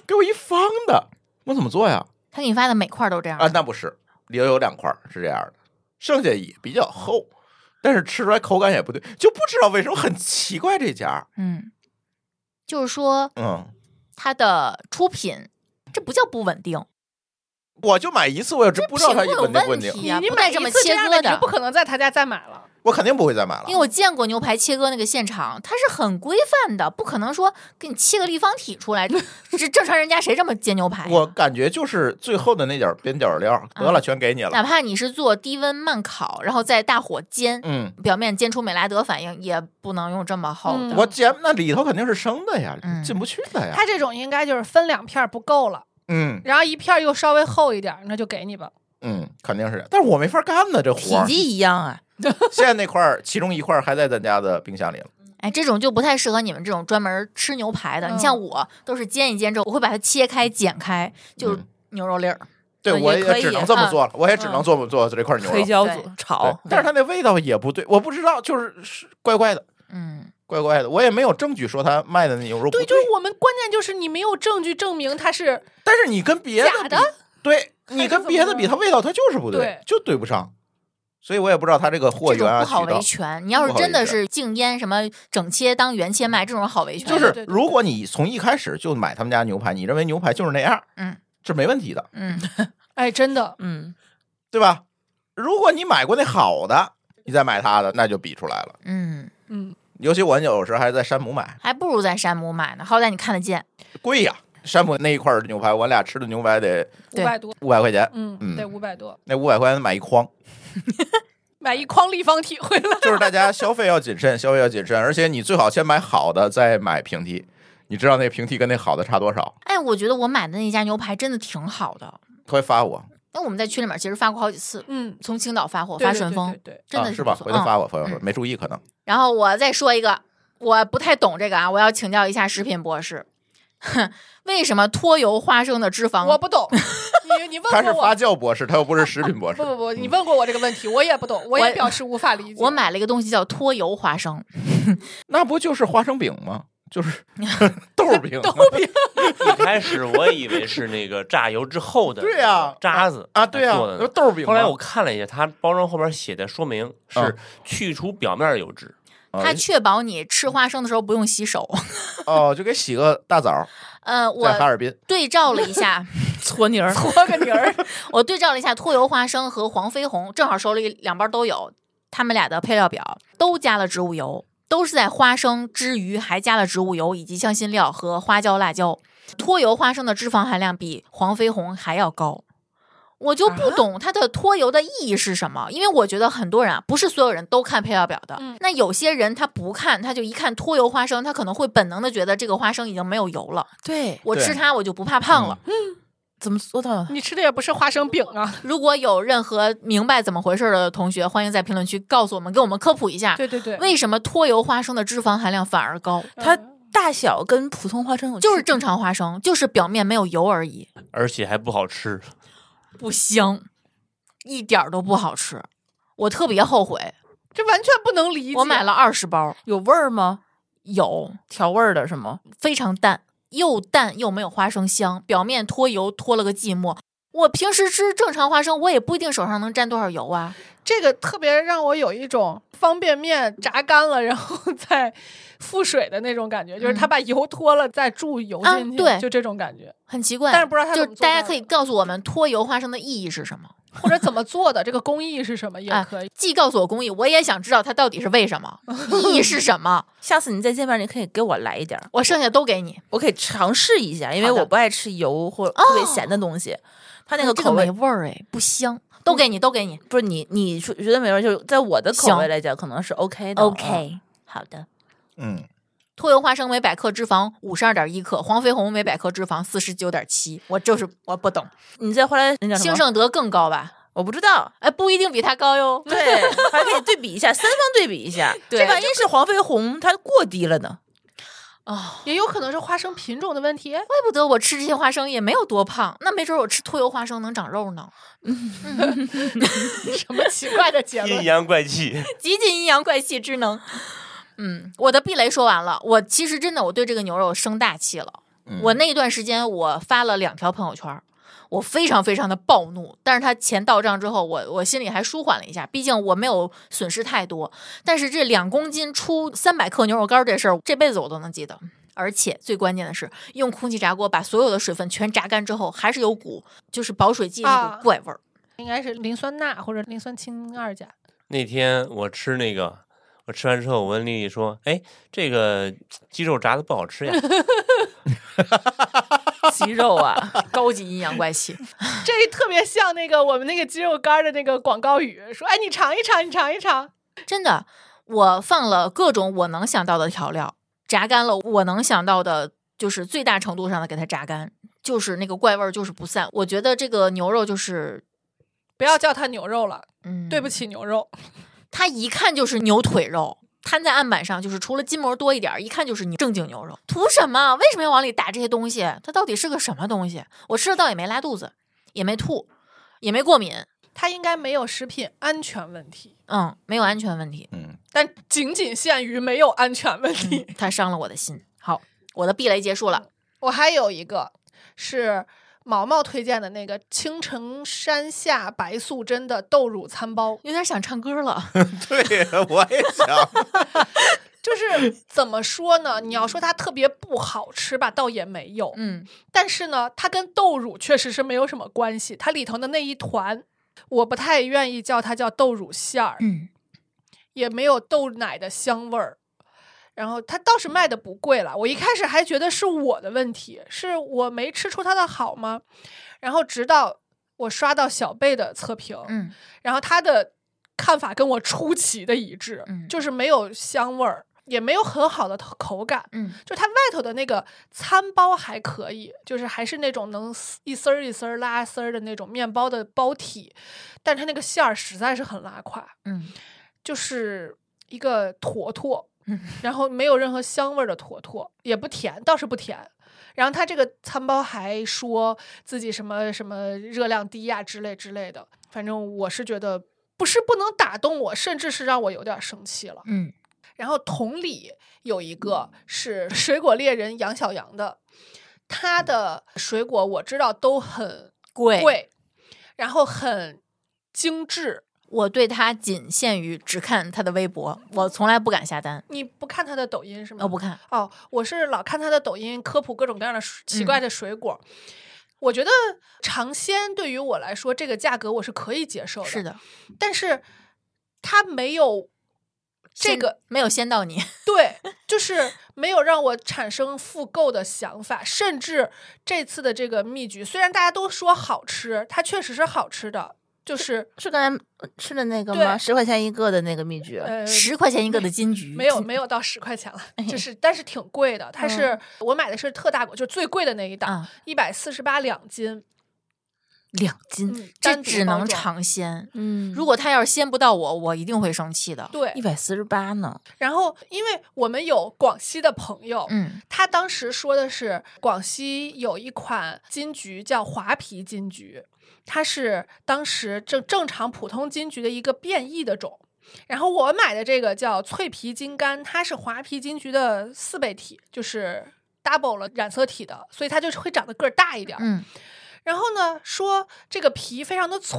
[SPEAKER 2] 给我一方的，我怎么做呀？
[SPEAKER 4] 他给你发的每块都这样
[SPEAKER 2] 啊，那不是，里头有两块儿是这样的，剩下也比较厚，但是吃出来口感也不对，就不知道为什么很奇怪这家，
[SPEAKER 4] 嗯，就是说
[SPEAKER 2] 嗯。
[SPEAKER 4] 它的出品，这不叫不稳定，
[SPEAKER 2] 我就买一次，我也真不知道它
[SPEAKER 4] 品
[SPEAKER 2] 稳定
[SPEAKER 4] 控有
[SPEAKER 2] 不稳
[SPEAKER 4] 问
[SPEAKER 2] 定，
[SPEAKER 4] 题呀，
[SPEAKER 5] 你
[SPEAKER 4] 不
[SPEAKER 5] 买
[SPEAKER 4] 带啊
[SPEAKER 5] 一
[SPEAKER 4] 这么
[SPEAKER 5] 次
[SPEAKER 4] 切
[SPEAKER 5] 样
[SPEAKER 4] 割
[SPEAKER 5] 的，你
[SPEAKER 4] 的
[SPEAKER 5] 就不。可能在他家再买了。
[SPEAKER 2] 我肯定不会再买了。
[SPEAKER 4] 因为我见过牛排切割那个现场，它是很规范的，不可能说给你切个立方体出来，这正常人家谁这么煎牛排呀？
[SPEAKER 2] 我感觉就是最后的那点儿边角
[SPEAKER 4] 啊
[SPEAKER 2] 料，得了，全给你了。
[SPEAKER 4] 哪怕你是做低温慢烤，然后在大火煎，
[SPEAKER 2] 嗯，
[SPEAKER 4] 表面煎出美拉德反应，也不能用这么厚的。
[SPEAKER 5] 嗯
[SPEAKER 2] 我煎那里头肯定是生的呀
[SPEAKER 4] 嗯，
[SPEAKER 2] 进不去的呀
[SPEAKER 5] 他。这种应该就是分两片儿不够了，
[SPEAKER 2] 嗯
[SPEAKER 5] 然后一片儿又稍微厚一点儿，那就给你吧。
[SPEAKER 2] 嗯，肯定是。但是我没法干呢，这活儿。
[SPEAKER 4] 一样啊。
[SPEAKER 2] 现在那块儿，其中一块儿还在咱家的冰箱里了。
[SPEAKER 4] 哎，这种就不太适合你们这种专门吃牛排的。
[SPEAKER 5] 嗯
[SPEAKER 4] 你像我，都是煎一煎之后，我会把它切开、剪开，就是
[SPEAKER 2] 嗯
[SPEAKER 4] 牛肉粒儿。
[SPEAKER 2] 对，
[SPEAKER 4] 嗯
[SPEAKER 2] 我
[SPEAKER 4] 也可
[SPEAKER 2] 也只
[SPEAKER 4] 以
[SPEAKER 2] 能这么
[SPEAKER 4] 嗯
[SPEAKER 2] 做了，我也只能做不做这块牛
[SPEAKER 7] 黑
[SPEAKER 2] 肉。
[SPEAKER 7] 椒
[SPEAKER 4] 对
[SPEAKER 7] 组
[SPEAKER 2] 对
[SPEAKER 7] 炒，，
[SPEAKER 2] 但是它那味道也不对，我不知道，就是是怪怪的，
[SPEAKER 4] 嗯，
[SPEAKER 2] 怪怪的。我也没有证据说他卖的那牛肉不
[SPEAKER 5] 对，就是我们关键就是你没有证据证明它是
[SPEAKER 2] 但是你跟别的
[SPEAKER 5] 假
[SPEAKER 2] 比
[SPEAKER 5] 的
[SPEAKER 2] 对
[SPEAKER 5] 还
[SPEAKER 2] 你
[SPEAKER 5] 是
[SPEAKER 2] 跟
[SPEAKER 5] 怎
[SPEAKER 2] 别
[SPEAKER 5] 么
[SPEAKER 2] 的比，
[SPEAKER 5] 着
[SPEAKER 2] 它味道它就是不
[SPEAKER 5] 对
[SPEAKER 2] 就对不上。所以我也不知道它这个货
[SPEAKER 4] 这
[SPEAKER 2] 源
[SPEAKER 4] 种
[SPEAKER 2] 啊
[SPEAKER 4] 不好
[SPEAKER 2] 渠道
[SPEAKER 4] 维。权。你要是
[SPEAKER 2] 不好维
[SPEAKER 4] 真的
[SPEAKER 2] 权
[SPEAKER 4] 是净腌什么整切当原切卖，这种好维权。
[SPEAKER 2] 就
[SPEAKER 5] 哎对
[SPEAKER 2] 是
[SPEAKER 5] 对对
[SPEAKER 2] 如果你从一开始就买他们家牛排，你认为牛排就是那样，
[SPEAKER 4] 嗯，
[SPEAKER 2] 这没问题的，
[SPEAKER 4] 嗯，
[SPEAKER 5] 哎，真的
[SPEAKER 7] 嗯，
[SPEAKER 2] 对吧？如果你买过那好的，你再买它的，那就比出来了。
[SPEAKER 4] 嗯，
[SPEAKER 5] 嗯，
[SPEAKER 2] 尤其我有时候还在山姆买，
[SPEAKER 4] 还不如在山姆买呢，好歹你看得见。
[SPEAKER 2] 贵呀，山姆那一块儿牛排，我俩吃的牛排得
[SPEAKER 5] 五百多，
[SPEAKER 2] 五百块钱，
[SPEAKER 5] 嗯，得五百多，
[SPEAKER 2] 那五百块钱买一筐。
[SPEAKER 5] 买一筐立方体回来。
[SPEAKER 2] 就是大家消费要谨慎，消费要谨慎，而且你最好先买好的，再买平替。你知道那平替跟那好的差多少？
[SPEAKER 4] 哎，我觉得我买的那家牛排真的挺好的。
[SPEAKER 2] 他会发我，
[SPEAKER 4] 那我们在群里面其实发过好几次，
[SPEAKER 5] 嗯，
[SPEAKER 4] 从青岛发货，
[SPEAKER 5] 对
[SPEAKER 4] 发
[SPEAKER 5] 对
[SPEAKER 4] 顺
[SPEAKER 5] 对
[SPEAKER 4] 丰
[SPEAKER 5] 对，对，
[SPEAKER 4] 真的
[SPEAKER 2] 啊、是
[SPEAKER 4] 不
[SPEAKER 2] 吧？
[SPEAKER 4] 错
[SPEAKER 2] 回头
[SPEAKER 4] 嗯
[SPEAKER 2] 发我朋友说没注意，可能
[SPEAKER 4] 然后我再说一个，我不太懂这个啊，我要请教一下食品博士，哼，为什么脱油花生的脂肪？
[SPEAKER 5] 我不 懂，你你
[SPEAKER 2] 啊他
[SPEAKER 5] 问
[SPEAKER 2] 是
[SPEAKER 5] 过
[SPEAKER 2] 发
[SPEAKER 5] 我，
[SPEAKER 2] 酵博士，他又不是食品博士
[SPEAKER 5] 不。不不，你问过我这个 问题，我也不懂，我
[SPEAKER 4] 我
[SPEAKER 5] 也表示无法理解。
[SPEAKER 4] 我买了一个东西叫脱油花生，
[SPEAKER 2] 那不就是花生饼吗？就是豆儿饼，
[SPEAKER 5] 豆饼，
[SPEAKER 6] 一开始我以为是那个榨油之后的
[SPEAKER 2] 对呀
[SPEAKER 6] 渣子
[SPEAKER 2] 啊，对呀、
[SPEAKER 6] 做的
[SPEAKER 2] 啊，
[SPEAKER 6] 呢
[SPEAKER 2] 就豆儿饼嘛。
[SPEAKER 6] 后来我看了一下，它包装后边写的说明
[SPEAKER 2] 嗯
[SPEAKER 6] 是去除表面油脂，
[SPEAKER 2] 呃
[SPEAKER 4] 它确保你吃花生的时候不用洗手。
[SPEAKER 2] 哦，就给洗个大澡儿，
[SPEAKER 4] 呃，
[SPEAKER 2] 在哈
[SPEAKER 4] 我
[SPEAKER 2] 尔滨
[SPEAKER 4] 对照了一下搓泥儿，
[SPEAKER 5] 搓个泥儿，
[SPEAKER 4] 我对照了一下脱油花生和黄飞鸿，正好手里两包都有，他们俩的配料表都加了植物油，都是在花生之余还加了植物油以及香辛料和花椒、辣椒。脱油花生的脂肪含量比黄飞鸿还要高，我就不懂它的脱油的意义是什么，因为我觉得很多人啊，不是所有人都看配料表的，
[SPEAKER 5] 嗯
[SPEAKER 4] 那有些人他不看，他就一看脱油花生，他可能会本能的觉得这个花生已经没有油了，
[SPEAKER 3] 对，
[SPEAKER 4] 我
[SPEAKER 2] 对
[SPEAKER 4] 吃它我就不怕胖了。
[SPEAKER 3] 怎么做到的？
[SPEAKER 5] 你吃的也不是花生饼 啊。
[SPEAKER 4] 如果有任何明白怎么回事的同学，欢迎在评论区告诉我们，给我们科普一下，
[SPEAKER 5] 对对对，
[SPEAKER 4] 为什么脱油花生的脂肪含量反而高？
[SPEAKER 5] 它
[SPEAKER 3] 它大小跟普通花生有
[SPEAKER 4] 就是
[SPEAKER 3] 区别
[SPEAKER 4] 正常花生，就是表面没有油而已，
[SPEAKER 6] 而且还不好 吃。
[SPEAKER 4] 不香，一点儿都不好吃。我特别后悔，
[SPEAKER 5] 这完全不能理解。
[SPEAKER 4] 我买了二十包，
[SPEAKER 3] 有味儿吗？
[SPEAKER 4] 有
[SPEAKER 3] 调味儿的是吗？
[SPEAKER 4] 非常淡，又淡又没有花生香，表面脱油脱了个寂寞。我平时吃正常花生，我也不一定手上能沾多少油啊。
[SPEAKER 5] 这个，特别让我有一种方便面炸干了然后 再复水的那种感觉，就是他把油脱了再注油
[SPEAKER 4] 嗯啊
[SPEAKER 5] 进去，
[SPEAKER 4] 对
[SPEAKER 5] 就这种感觉，
[SPEAKER 4] 很奇怪，
[SPEAKER 5] 但是不知道它
[SPEAKER 4] 就
[SPEAKER 5] 怎么做
[SPEAKER 4] 大家
[SPEAKER 5] 到
[SPEAKER 4] 可以
[SPEAKER 5] 的
[SPEAKER 4] 告诉我们脱油花生的意义是什么？
[SPEAKER 5] 或者怎么做的，这个工艺是什么也
[SPEAKER 4] 啊
[SPEAKER 5] 可以。
[SPEAKER 4] 既告诉我工艺，我也想知道它到底是为什么，意义是什么。
[SPEAKER 3] 下次你再见面，你可以给我来一点儿，
[SPEAKER 4] 我剩下都给你。
[SPEAKER 3] 我可以尝试一下，因为
[SPEAKER 4] 好的哦
[SPEAKER 3] 我不爱吃油或特别咸的东西。它那个
[SPEAKER 4] 这个
[SPEAKER 3] 口味
[SPEAKER 4] 没味儿哎，不香，都给你，都给你。
[SPEAKER 3] 不是你你说觉得没味儿，就是在我的口
[SPEAKER 4] 行
[SPEAKER 3] 味来讲，可能是 OK 的。嗯
[SPEAKER 4] OK，好的。
[SPEAKER 2] 嗯，
[SPEAKER 4] 脱油花生每百克脂肪五十二点一克，黄飞鸿每百克脂肪四十九点七。我就是我不懂，
[SPEAKER 3] 你再后来那叫什
[SPEAKER 4] 兴
[SPEAKER 3] 么？
[SPEAKER 4] 盛德更高吧？
[SPEAKER 3] 我不知道。
[SPEAKER 4] 哎，不一定比它高哟。
[SPEAKER 3] 对，还可以对比一下，三方对比一下。
[SPEAKER 4] 对
[SPEAKER 3] 这万一是黄飞鸿，它过低了呢？
[SPEAKER 4] 哦，
[SPEAKER 5] 也有可能是花生品种的问题，哎
[SPEAKER 4] 怪不得我吃这些花生也没有多胖，那没准我吃脱油花生能长肉呢。
[SPEAKER 5] 什么奇怪的结
[SPEAKER 6] 阴
[SPEAKER 5] 论？
[SPEAKER 6] 阳怪气，
[SPEAKER 4] 极尽阴阳怪气之能。嗯，我的避雷说完了。我其实真的我对这个牛肉生大气了。
[SPEAKER 2] 嗯
[SPEAKER 4] 我那一段时间我发了两条朋友圈儿，我非常非常的暴怒。但是他钱到账之后，我我心里还舒缓了一下，毕竟我没有损失太多。但是这两公斤出三百克牛肉干儿这事儿，这辈子我都能记得。而且最关键的是，用空气炸锅把所有的水分全榨干之后，还是有股就是保水剂那
[SPEAKER 5] 啊
[SPEAKER 4] 股怪味儿。
[SPEAKER 5] 应该是磷酸钠或者磷酸氢二钾。
[SPEAKER 6] 那天我吃那个，我吃完之后，我问丽丽说：“哎，这个鸡肉炸的不好吃呀
[SPEAKER 3] 鸡肉啊，
[SPEAKER 4] 高级阴阳怪气，
[SPEAKER 5] 这特别像那个我们那个鸡肉干儿的那个广告语，说：“哎，你尝一尝，你尝一尝。
[SPEAKER 4] 真的，我放了各种我能想到的调料，榨干了我能想到的，就是最大程度上的给它榨干，就是那个怪味儿就是不散。我觉得这个牛肉就是，”
[SPEAKER 5] 不要叫它牛肉了，
[SPEAKER 4] 嗯，
[SPEAKER 5] 对不，起牛肉。
[SPEAKER 4] 它一看就是牛腿肉。摊在案板上，就是除了筋膜多一点儿，一看就是牛正经牛肉。图什么？为什么要往里打这些东西？它到底是个什么东西？我吃了倒也没拉肚子，也没吐，也没过敏，
[SPEAKER 5] 它应该没有食品安全问题，
[SPEAKER 4] 嗯，没有安全问题。
[SPEAKER 2] 嗯，
[SPEAKER 5] 但仅仅限于没有安全问题。
[SPEAKER 4] 嗯它伤了我的心。好，我的避雷结束了。
[SPEAKER 5] 我还有一个是毛毛推荐的那个青城山下白素贞的豆乳餐包，
[SPEAKER 4] 有点想唱歌了。
[SPEAKER 2] 对，我也想，
[SPEAKER 5] 就是怎么说呢？你要说它特别不好吃吧，倒也没有，
[SPEAKER 4] 嗯，
[SPEAKER 5] 但是呢，它跟豆乳确实是没有什么关系，它里头的那一团。我不太愿意叫它叫豆乳馅儿，
[SPEAKER 4] 嗯，
[SPEAKER 5] 也没有豆奶的香味儿。然后它倒是卖的不贵了，我一开始还觉得是我的问题，是我没吃出它的好吗？然后直到我刷到小贝的测评，
[SPEAKER 4] 嗯，
[SPEAKER 5] 然后他的看法跟我出奇的一致，
[SPEAKER 4] 嗯
[SPEAKER 5] 就是没有香味儿，也没有很好的口感，
[SPEAKER 4] 嗯，
[SPEAKER 5] 就它外头的那个餐包还可以，就是还是那种能撕一丝儿一丝儿拉丝儿的那种面包的包体，但是它那个馅儿实在是很拉胯，
[SPEAKER 4] 嗯
[SPEAKER 5] 就是一个坨坨
[SPEAKER 4] 嗯，
[SPEAKER 5] 然后没有任何香味儿的坨坨，也不甜，倒是不甜。然后他这个餐包还说自己什么什么热量低呀、之类之类的，反正我是觉得不是不能打动我，甚至是让我有点生气了。
[SPEAKER 4] 嗯
[SPEAKER 5] 然后同理有一个是水果猎人杨小杨的，
[SPEAKER 4] 嗯
[SPEAKER 5] 他的水果我知道都很
[SPEAKER 4] 贵
[SPEAKER 5] 贵，然后很精致。
[SPEAKER 4] 我对它仅限于只看它的微博，我从来不敢下单，
[SPEAKER 5] 你不看他的抖音是吗？
[SPEAKER 4] 我不看。
[SPEAKER 5] 哦，我是老看他的抖音科普各种各样的水奇
[SPEAKER 4] 嗯
[SPEAKER 5] 怪的水果。我觉得尝鲜对于我来说，这个价格我是可以接受的。
[SPEAKER 4] 是，的，
[SPEAKER 5] 但是它没有这
[SPEAKER 4] 先
[SPEAKER 5] 个
[SPEAKER 4] 没有先到你，
[SPEAKER 5] 对，就是没有让我产生复购的想法，甚至这次的这个蜜橘，虽然大家都说好吃，它确实是好吃的，就是
[SPEAKER 7] 是刚才吃的那个
[SPEAKER 5] 对
[SPEAKER 7] 吗？十块钱一个的那个蜜橘，
[SPEAKER 5] 呃，
[SPEAKER 4] 十块钱一个的金桔，
[SPEAKER 5] 没有没有到十块钱了，
[SPEAKER 4] 哎
[SPEAKER 5] 就是但是挺贵的，它是、
[SPEAKER 4] 嗯
[SPEAKER 5] 我买的是特大果，就是最贵的那一档，
[SPEAKER 4] 啊，
[SPEAKER 5] 一百四十八两斤，
[SPEAKER 4] 两斤，
[SPEAKER 5] 嗯，
[SPEAKER 4] 这
[SPEAKER 5] 单独
[SPEAKER 4] 只
[SPEAKER 5] 包
[SPEAKER 4] 能
[SPEAKER 5] 装。
[SPEAKER 4] 尝鲜。
[SPEAKER 7] 嗯
[SPEAKER 4] 如果他要是鲜不到我，我一定会生气的。
[SPEAKER 7] 一
[SPEAKER 5] 对，
[SPEAKER 7] 百四十八呢，
[SPEAKER 5] 然后因为我们有广西的朋友，
[SPEAKER 4] 嗯
[SPEAKER 5] 他当时说的是广西有一款金桔叫华皮金桔，它是当时正正常普通金桔的一个变异的种。然后我买的这个叫脆皮金柑，它是华皮金桔的四倍体，就是 double 了染色体的，所以它就会长得个儿大一点儿。
[SPEAKER 4] 嗯，
[SPEAKER 5] 然后呢，说这个皮非常的脆，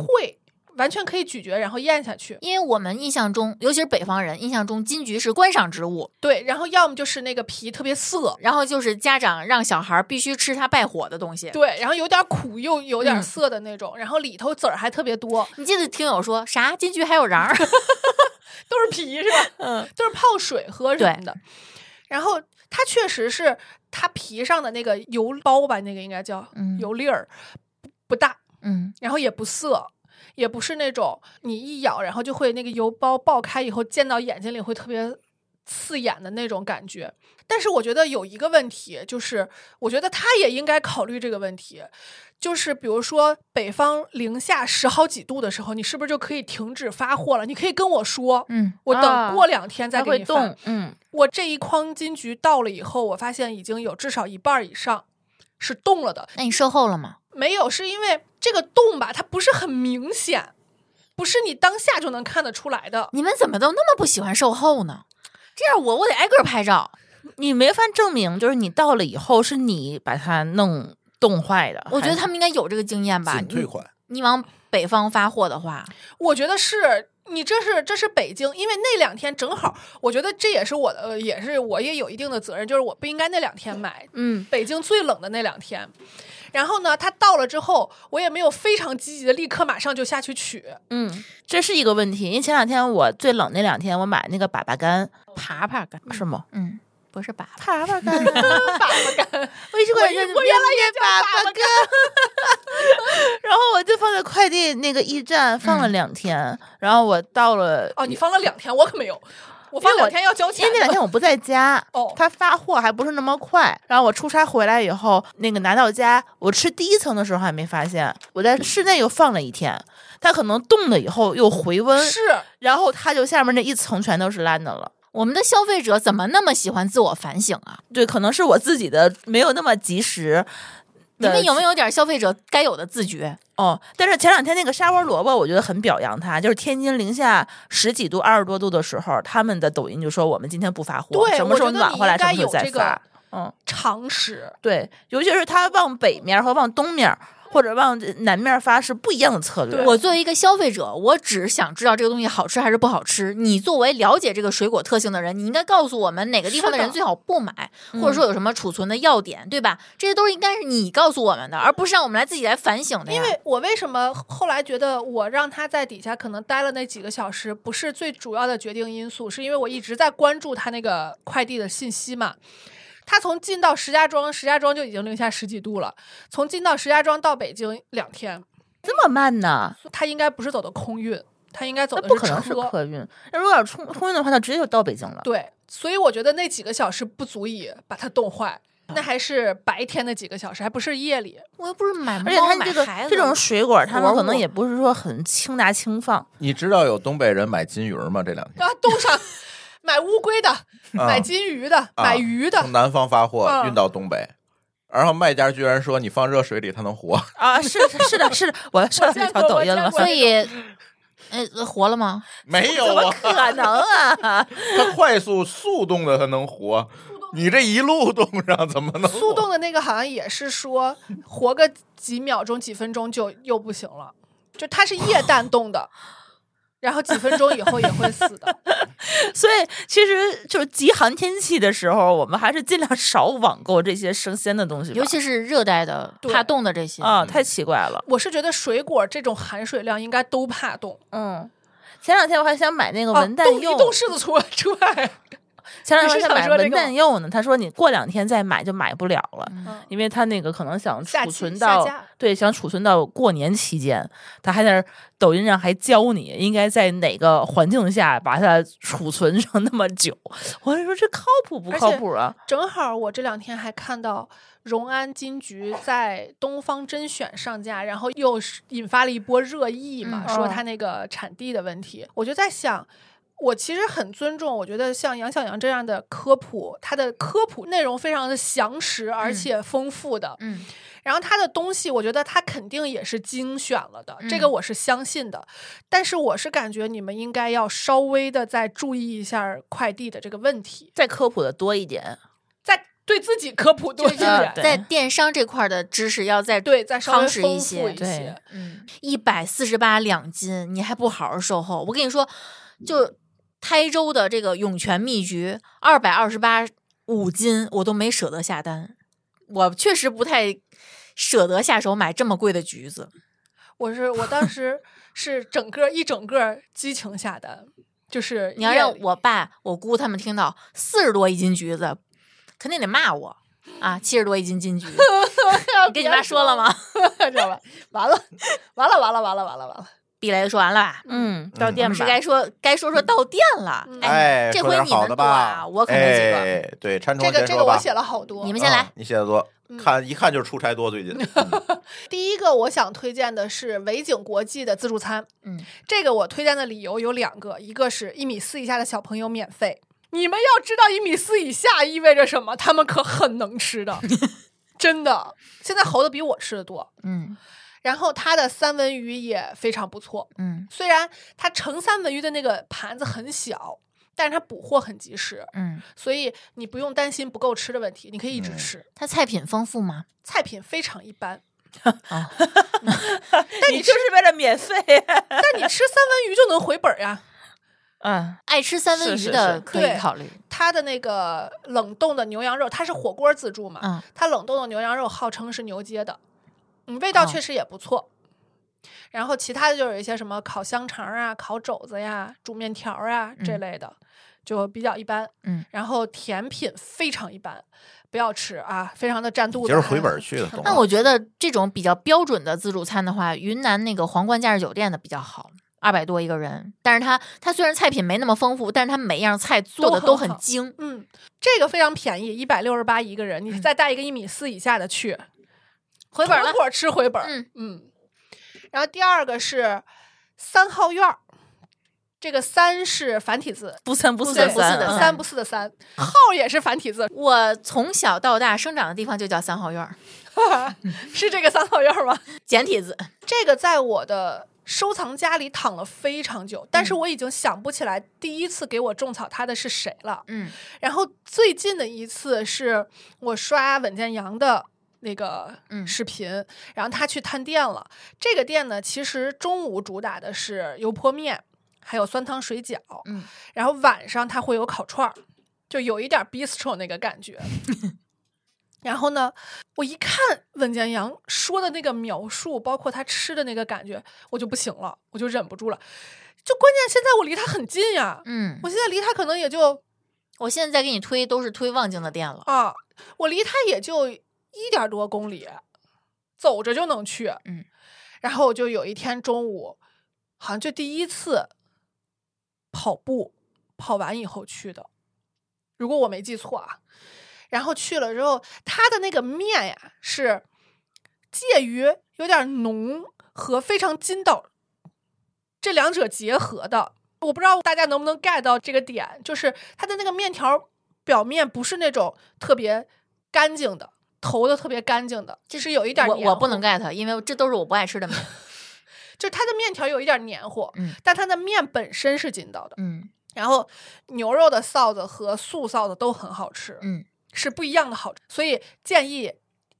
[SPEAKER 5] 完全可以咀嚼，然后咽下去。
[SPEAKER 4] 因为我们印象中，尤其是北方人印象中，金桔是观赏植物，
[SPEAKER 5] 对，然后要么就是那个皮特别涩，
[SPEAKER 4] 然后就是家长让小孩儿必须吃它败火的东西。
[SPEAKER 5] 对，然后有点苦又有点
[SPEAKER 4] 嗯
[SPEAKER 5] 涩的那种，然后里头籽儿还特别多，
[SPEAKER 4] 你记得听友说啥金桔还有瓤儿？
[SPEAKER 5] 都是皮是吧？嗯，都是泡水喝什么的。然后它确实是它皮上的那个油包吧，那个应该叫、
[SPEAKER 4] 嗯
[SPEAKER 5] 油粒儿不不大，
[SPEAKER 4] 嗯
[SPEAKER 5] 然后也不涩，也不是那种你一咬然后就会那个油包爆开以后溅到眼睛里会特别刺眼的那种感觉。但是我觉得有一个问题，就是我觉得他也应该考虑这个问题，就是比如说北方零下十好几度的时候，你是不是就可以停止发货了？你可以跟我说，
[SPEAKER 4] 嗯，
[SPEAKER 5] 我
[SPEAKER 7] 啊
[SPEAKER 5] 等过两天再
[SPEAKER 7] 它
[SPEAKER 5] 给
[SPEAKER 7] 会
[SPEAKER 5] 你发。
[SPEAKER 7] 动，嗯，
[SPEAKER 5] 我这一筐金桔到了以后，我发现已经有至少一半儿以上是冻了的，
[SPEAKER 4] 那你售后了吗？
[SPEAKER 5] 没有，是因为这个洞吧，它不是很明显，不是你当下就能看得出来的。
[SPEAKER 4] 你们怎么都那么不喜欢售后呢？这样我我得挨个儿拍照，
[SPEAKER 7] 你没法证明，就是你到了以后是你把它弄冻坏的。
[SPEAKER 4] 我觉得
[SPEAKER 7] 还
[SPEAKER 4] 他们应该有这个经验
[SPEAKER 6] 嗯
[SPEAKER 4] 吧。
[SPEAKER 2] 仅退
[SPEAKER 4] 你
[SPEAKER 2] 款，
[SPEAKER 4] 你往北方发货的话，
[SPEAKER 5] 我觉得是你这是这是北京，因为那两天正好，我觉得这也是我的，呃也是我也有一定的责任，就是我不应该那两天买，
[SPEAKER 7] 嗯，
[SPEAKER 5] 北京最冷的那两天。然后呢，它到了之后，我也没有非常积极的立刻马上就下去取，
[SPEAKER 7] 嗯，这是一个问题。因为前两天我最冷那两天，我买那个粑粑干、爬爬干是吗？
[SPEAKER 4] 嗯，不是吧？
[SPEAKER 7] 粑粑干，粑粑干，我一直管
[SPEAKER 5] 我
[SPEAKER 7] 这
[SPEAKER 5] 我原来也叫
[SPEAKER 7] 粑粑干，然后我就放在快递那个驿站放了
[SPEAKER 4] 嗯
[SPEAKER 7] 两天，然后我到了
[SPEAKER 5] 哦，你放了两天，我可没有，我放
[SPEAKER 7] 因为我
[SPEAKER 5] 两天要交
[SPEAKER 7] 因
[SPEAKER 5] 钱
[SPEAKER 7] 为
[SPEAKER 5] 的，
[SPEAKER 7] 那两天我不在家，
[SPEAKER 5] 哦
[SPEAKER 7] 他发货还不是那么快。然后我出差回来以后，那个拿到家，我吃第一层的时候还没发现，我在室内又放了一天，它可能冻了以后又回温，
[SPEAKER 5] 是
[SPEAKER 7] 然后它就下面那一层全都是烂的了。
[SPEAKER 4] 我们的消费者怎么那么喜欢自我反省啊？
[SPEAKER 7] 对，可能是我自己的没有那么及时。
[SPEAKER 4] 你们有没有点消费者该有的自觉？
[SPEAKER 7] 哦，但是前两天那个沙窝萝卜，我觉得很表扬他，就是天津零下十几度、二十多度的时候，他们的抖音就说我们今天不发货，
[SPEAKER 5] 对
[SPEAKER 7] 什么时候
[SPEAKER 5] 我觉得
[SPEAKER 7] 暖
[SPEAKER 5] 你
[SPEAKER 7] 和来，
[SPEAKER 5] 应
[SPEAKER 7] 什么
[SPEAKER 5] 该
[SPEAKER 7] 时候
[SPEAKER 5] 有
[SPEAKER 7] 再
[SPEAKER 5] 这个
[SPEAKER 7] 发。嗯，
[SPEAKER 5] 常识。
[SPEAKER 7] 对，尤其是它往北面和往东面，
[SPEAKER 3] 或者往南面发是不一样的策略。
[SPEAKER 4] 我作为一个消费者，我只想知道这个东西好吃还是不好吃。你作为了解这个水果特性的人，你应该告诉我们哪个地方的人
[SPEAKER 5] 是的
[SPEAKER 4] 最好不买，或者说有什么储存的要点，对吧？这些都是应该是你告诉我们的，而不是让我们来自己来反省的呀。
[SPEAKER 5] 因为我为什么后来觉得我让他在底下可能待了那几个小时，不是最主要的决定因素，是因为我一直在关注他那个快递的信息嘛。他从进到石家庄，石家庄就已经零下十几度了。从进到石家庄到北京两天，
[SPEAKER 3] 这么慢呢？
[SPEAKER 5] 他应该不是走的空运，他应该走
[SPEAKER 3] 那
[SPEAKER 5] 的
[SPEAKER 3] 不可能是
[SPEAKER 5] 车。
[SPEAKER 3] 客运。那如果要是空空运的话，那直接就到北京了。
[SPEAKER 5] 对，所以我觉得那几个小时不足以把他冻坏，那还是白天的几个小时，还不是夜里。
[SPEAKER 4] 我又不是买猫
[SPEAKER 3] 而且它这
[SPEAKER 4] 买
[SPEAKER 3] 个
[SPEAKER 4] 孩子，
[SPEAKER 3] 这种水果，他们
[SPEAKER 4] 活
[SPEAKER 3] 可能
[SPEAKER 4] 物
[SPEAKER 3] 也不是说很轻拿轻 放。
[SPEAKER 2] 你知道有东北人买金鱼儿吗？这两天
[SPEAKER 5] 然后啊冻上买乌龟的，
[SPEAKER 2] 啊
[SPEAKER 5] 买金鱼的，
[SPEAKER 2] 啊
[SPEAKER 5] 买鱼的
[SPEAKER 2] 从，南方发货
[SPEAKER 5] 嗯
[SPEAKER 2] 运到东北，然后卖家居然说你放热水里它能活，
[SPEAKER 3] 啊，是的是的，是的，我上
[SPEAKER 5] 见
[SPEAKER 3] 那条
[SPEAKER 5] 过
[SPEAKER 3] 抖
[SPEAKER 5] 我
[SPEAKER 3] 音
[SPEAKER 5] 见
[SPEAKER 3] 了，
[SPEAKER 5] 过
[SPEAKER 4] 所以。呃，活了吗？
[SPEAKER 2] 没有啊，
[SPEAKER 3] 可能啊，
[SPEAKER 2] 它快速速冻的它能活，你这一路冻上怎么能活
[SPEAKER 5] 速冻的那个好像也是说活个几秒钟、几分钟就又不行了，就它是液氮冻的，然后几分钟以后也会死的。
[SPEAKER 3] 所以其实就是极寒天气的时候，我们还是尽量少网购这些生鲜的东西吧，
[SPEAKER 4] 尤其是热带的、
[SPEAKER 5] 对
[SPEAKER 4] 怕冻的这些，
[SPEAKER 3] 啊，太奇怪了。
[SPEAKER 5] 我是觉得水果这种含水量应该都怕冻，
[SPEAKER 3] 嗯，前两天我还想买那个
[SPEAKER 5] 啊，
[SPEAKER 3] 哦文旦
[SPEAKER 5] 冻一
[SPEAKER 3] 柚，
[SPEAKER 5] 冻柿子出出来。
[SPEAKER 3] 前两天
[SPEAKER 5] 你是
[SPEAKER 3] 想
[SPEAKER 5] 想
[SPEAKER 3] 买
[SPEAKER 5] 说这
[SPEAKER 3] 文
[SPEAKER 5] 个
[SPEAKER 3] 旦
[SPEAKER 5] 吗
[SPEAKER 3] 柚呢，他说你过两天再买就买不了了。
[SPEAKER 5] 嗯
[SPEAKER 3] 因为他那个可能想
[SPEAKER 5] 下
[SPEAKER 3] 储
[SPEAKER 5] 期
[SPEAKER 3] 存
[SPEAKER 5] 下
[SPEAKER 3] 到
[SPEAKER 5] 架
[SPEAKER 3] 对，想储存到过年期间，他还在那儿抖音上还教你应该在哪个环境下把它储存成那么久。 我就说这靠谱不
[SPEAKER 5] 而且
[SPEAKER 3] 靠谱啊？
[SPEAKER 5] 正好我这两天还看到荣安金桔在东方甄选上架，然后又是引发了一波热议嘛，
[SPEAKER 3] 嗯嗯
[SPEAKER 5] 说
[SPEAKER 4] 哦
[SPEAKER 5] 它那个产地的问题。我就在想，我其实很尊重，我觉得像杨小洋这样的科普，它的科普内容非常的详实而且丰富的。
[SPEAKER 4] 嗯，
[SPEAKER 5] 然后它的东西，我觉得它肯定也是精选了的，这
[SPEAKER 4] 嗯
[SPEAKER 5] 个我是相信的。但是我是感觉你们应该要稍微的再注意一下快递的这个问题，
[SPEAKER 3] 再科普的多一点，
[SPEAKER 5] 再对自己科普多
[SPEAKER 4] 就
[SPEAKER 5] 一
[SPEAKER 4] 是
[SPEAKER 5] 点。
[SPEAKER 3] 对
[SPEAKER 4] 在电商这块儿的知识要再
[SPEAKER 5] 对，再稍微
[SPEAKER 4] 夯实一
[SPEAKER 5] 丰富
[SPEAKER 4] 些
[SPEAKER 5] 一
[SPEAKER 3] 对
[SPEAKER 5] 些。
[SPEAKER 4] 嗯，一百四十八两斤，你还不好好售后？我跟你说，就台州的这个涌泉蜜桔，二百二十八五斤，我都没舍得下单。我确实不太舍得下手买这么贵的橘子。
[SPEAKER 5] 我是我当时是整个一整个激情下单，就是
[SPEAKER 4] 你要
[SPEAKER 5] 夜
[SPEAKER 4] 让
[SPEAKER 5] 里
[SPEAKER 4] 我爸、我姑他们听到四十多一斤橘子，肯定得骂我啊！七十多一斤金桔，你跟你妈说了吗？
[SPEAKER 5] 知道吧？完了，完了，完了，完了，完了，完了。
[SPEAKER 4] 避雷说完了吧？
[SPEAKER 3] 嗯，到
[SPEAKER 2] 嗯
[SPEAKER 4] 我
[SPEAKER 3] 店
[SPEAKER 4] 们是
[SPEAKER 3] 吧。
[SPEAKER 4] 该说该说说到店了。
[SPEAKER 5] 嗯
[SPEAKER 2] 哎，
[SPEAKER 4] 这
[SPEAKER 2] 说
[SPEAKER 4] 回
[SPEAKER 2] 点
[SPEAKER 4] 你
[SPEAKER 2] 好
[SPEAKER 4] 们
[SPEAKER 2] 的
[SPEAKER 4] 多啊，
[SPEAKER 2] 吧，
[SPEAKER 4] 我可能几个。
[SPEAKER 2] 哎，对，馋
[SPEAKER 5] 这
[SPEAKER 2] 虫
[SPEAKER 5] 个
[SPEAKER 2] 先
[SPEAKER 5] 这个
[SPEAKER 2] 说
[SPEAKER 5] 我
[SPEAKER 2] 吧。
[SPEAKER 5] 写了好多。
[SPEAKER 4] 你们先来
[SPEAKER 2] 啊你写的多，看一看就是出差多，最近。嗯
[SPEAKER 5] 第一个我想推荐的是维景国际的自助餐，
[SPEAKER 4] 嗯，
[SPEAKER 5] 这个我推荐的理由有两个，一个是一米四以下的小朋友免费。你们要知道一米四以下意味着什么，他们可很能吃的，真的。现在猴子比我吃的多。
[SPEAKER 4] 嗯
[SPEAKER 5] 然后它的三文鱼也非常不错，
[SPEAKER 4] 嗯
[SPEAKER 5] 虽然它盛三文鱼的那个盘子很小，但是它补货很及时，
[SPEAKER 4] 嗯，
[SPEAKER 5] 所以你不用担心不够吃的问题，你可以一直
[SPEAKER 2] 嗯
[SPEAKER 5] 吃。
[SPEAKER 4] 它菜品丰富吗？
[SPEAKER 5] 菜品非常一般，
[SPEAKER 4] 啊，
[SPEAKER 3] 但你就是为了免 费，
[SPEAKER 5] 但你吃三文鱼就能回本儿呀。
[SPEAKER 3] 嗯，
[SPEAKER 4] 爱吃三文
[SPEAKER 3] 是
[SPEAKER 4] 鱼
[SPEAKER 3] 是是
[SPEAKER 4] 的可以
[SPEAKER 5] 对
[SPEAKER 4] 考虑。
[SPEAKER 5] 它的那个冷冻的牛羊肉，它是火锅自助嘛，
[SPEAKER 4] 嗯
[SPEAKER 5] 它冷冻的牛羊肉号称是牛街的，嗯，味道
[SPEAKER 4] 哦
[SPEAKER 5] 确实也不错。然后其他的就有一些什么烤香肠啊、烤肘子呀、煮面条啊这
[SPEAKER 4] 嗯
[SPEAKER 5] 类的，就比较一般。
[SPEAKER 4] 嗯，
[SPEAKER 5] 然后甜品非常一般，不要吃啊，非常的占肚
[SPEAKER 2] 今
[SPEAKER 5] 子。
[SPEAKER 2] 儿回本儿去的，懂吗
[SPEAKER 4] 那我觉得这种比较标准的自助餐的话，云南那个皇冠假日酒店的比较好，二百多一个人。但是它它虽然菜品没那么丰富，但是它每样菜做的
[SPEAKER 5] 都
[SPEAKER 4] 都
[SPEAKER 5] 很
[SPEAKER 4] 很
[SPEAKER 5] 好
[SPEAKER 4] 精。
[SPEAKER 5] 嗯，这个非常便宜，一百六十八一个人，你再带一个一米四以下的去，
[SPEAKER 4] 回本儿了
[SPEAKER 5] 妥妥吃回本儿。
[SPEAKER 4] 嗯
[SPEAKER 5] 嗯，然后第二个是三号院儿，这个三是繁体字，
[SPEAKER 3] 不三不四
[SPEAKER 5] 对
[SPEAKER 4] 不三
[SPEAKER 3] 三
[SPEAKER 4] 不四的
[SPEAKER 7] 啊
[SPEAKER 3] 嗯
[SPEAKER 5] 三不四的三，号也是繁体字，
[SPEAKER 4] 我从小到大生长的地方就叫三号院儿，
[SPEAKER 5] 是这个三号院儿吗？
[SPEAKER 4] 简体字。
[SPEAKER 5] 这个在我的收藏夹里躺了非常久，但
[SPEAKER 3] 嗯
[SPEAKER 5] 是我已经想不起来第一次给我种草它的是谁了。
[SPEAKER 4] 嗯
[SPEAKER 5] 然后最近的一次是我刷稳健洋的那个
[SPEAKER 4] 嗯
[SPEAKER 5] 视频，然后他去探店了。这个店呢，其实中午主打的是油泼面，还有酸汤水饺，
[SPEAKER 4] 嗯，
[SPEAKER 5] 然后晚上它会有烤串儿，就有一点 bistro 那个感 觉。然后呢，我一看温江阳说的那个描述，包括他吃的那个感觉，我就不行了，我就忍不住了。就关键现在我离他很近呀，
[SPEAKER 4] 嗯，
[SPEAKER 5] 我现在离他可能也就
[SPEAKER 4] 我现在给你推都是推望京的店了，
[SPEAKER 5] 啊，我离他也就一点多公里，走着就能去。
[SPEAKER 4] 嗯，
[SPEAKER 5] 然后我就有一天中午，好像就第一次跑步，跑完以后去的，如果我没记错啊。然后去了之后，他的那个面呀是介于有点浓和非常筋道这两者结合的。我不知道大家能不能 get 到这个点，就是它的那个面条表面不是那种特别干净的，投的特别干净的，就是有一点
[SPEAKER 4] 我
[SPEAKER 5] 黏
[SPEAKER 4] 我不
[SPEAKER 5] 糊
[SPEAKER 4] 能 get，因为这都是我不爱 吃的面。
[SPEAKER 5] 就是它的面条有一点黏糊，
[SPEAKER 4] 嗯
[SPEAKER 5] 但它的面本身是筋道的。
[SPEAKER 4] 嗯
[SPEAKER 5] 然后牛肉的臊子和素臊子都很好吃，
[SPEAKER 4] 嗯，
[SPEAKER 5] 是不一样的好吃，所以建议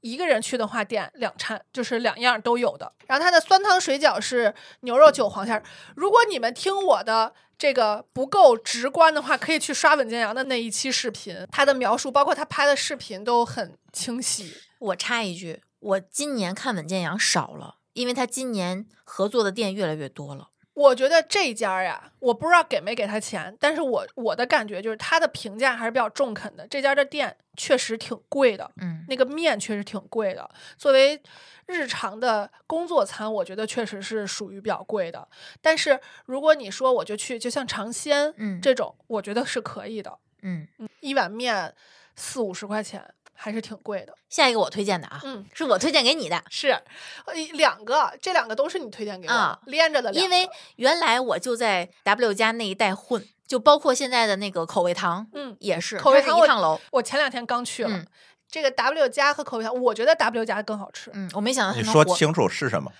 [SPEAKER 5] 一个人去的话点两餐，就是两样都有的。然后它的酸汤水饺是牛肉韭黄馅儿。如果你们听我的。这个不够直观的话，可以去刷文建阳的那一期视频，他的描述包括他拍的视频都很清晰。
[SPEAKER 4] 我插一句，我今年看稳健羊少了，因为他今年合作的店越来越多了。
[SPEAKER 5] 我觉得这家呀，我不知道给没给他钱，但是我我的感觉就是他的评价还是比较中肯的。这家的店确实挺贵的，
[SPEAKER 4] 嗯
[SPEAKER 5] 那个面确实挺贵的。作为日常的工作餐，我觉得确实是属于比较贵的。但是如果你说我就去，就像尝鲜，
[SPEAKER 4] 嗯
[SPEAKER 5] 这种我觉得是可以的，
[SPEAKER 4] 嗯，
[SPEAKER 5] 一碗面四五十块钱还是挺贵的。
[SPEAKER 4] 下一个我推荐的啊，
[SPEAKER 5] 嗯，
[SPEAKER 4] 是我推荐给你的，
[SPEAKER 5] 是，呃两个，这两个都是你推荐给我的，
[SPEAKER 4] 啊
[SPEAKER 5] 连着的两
[SPEAKER 4] 因
[SPEAKER 5] 个，
[SPEAKER 4] 为原来我就在 W 家那一带混，就包括现在的那个口味堂，
[SPEAKER 5] 嗯
[SPEAKER 4] 也是
[SPEAKER 5] 口味
[SPEAKER 4] 它是
[SPEAKER 5] 堂
[SPEAKER 4] 一
[SPEAKER 5] 我
[SPEAKER 4] 趟楼。
[SPEAKER 5] 我前两天刚去了。
[SPEAKER 4] 嗯
[SPEAKER 5] 这个 W 加和口味堂，我觉得 W 加更好吃。
[SPEAKER 4] 嗯，我没想到它
[SPEAKER 2] 你
[SPEAKER 4] 能
[SPEAKER 2] 说
[SPEAKER 4] 活，
[SPEAKER 2] 清楚是什么？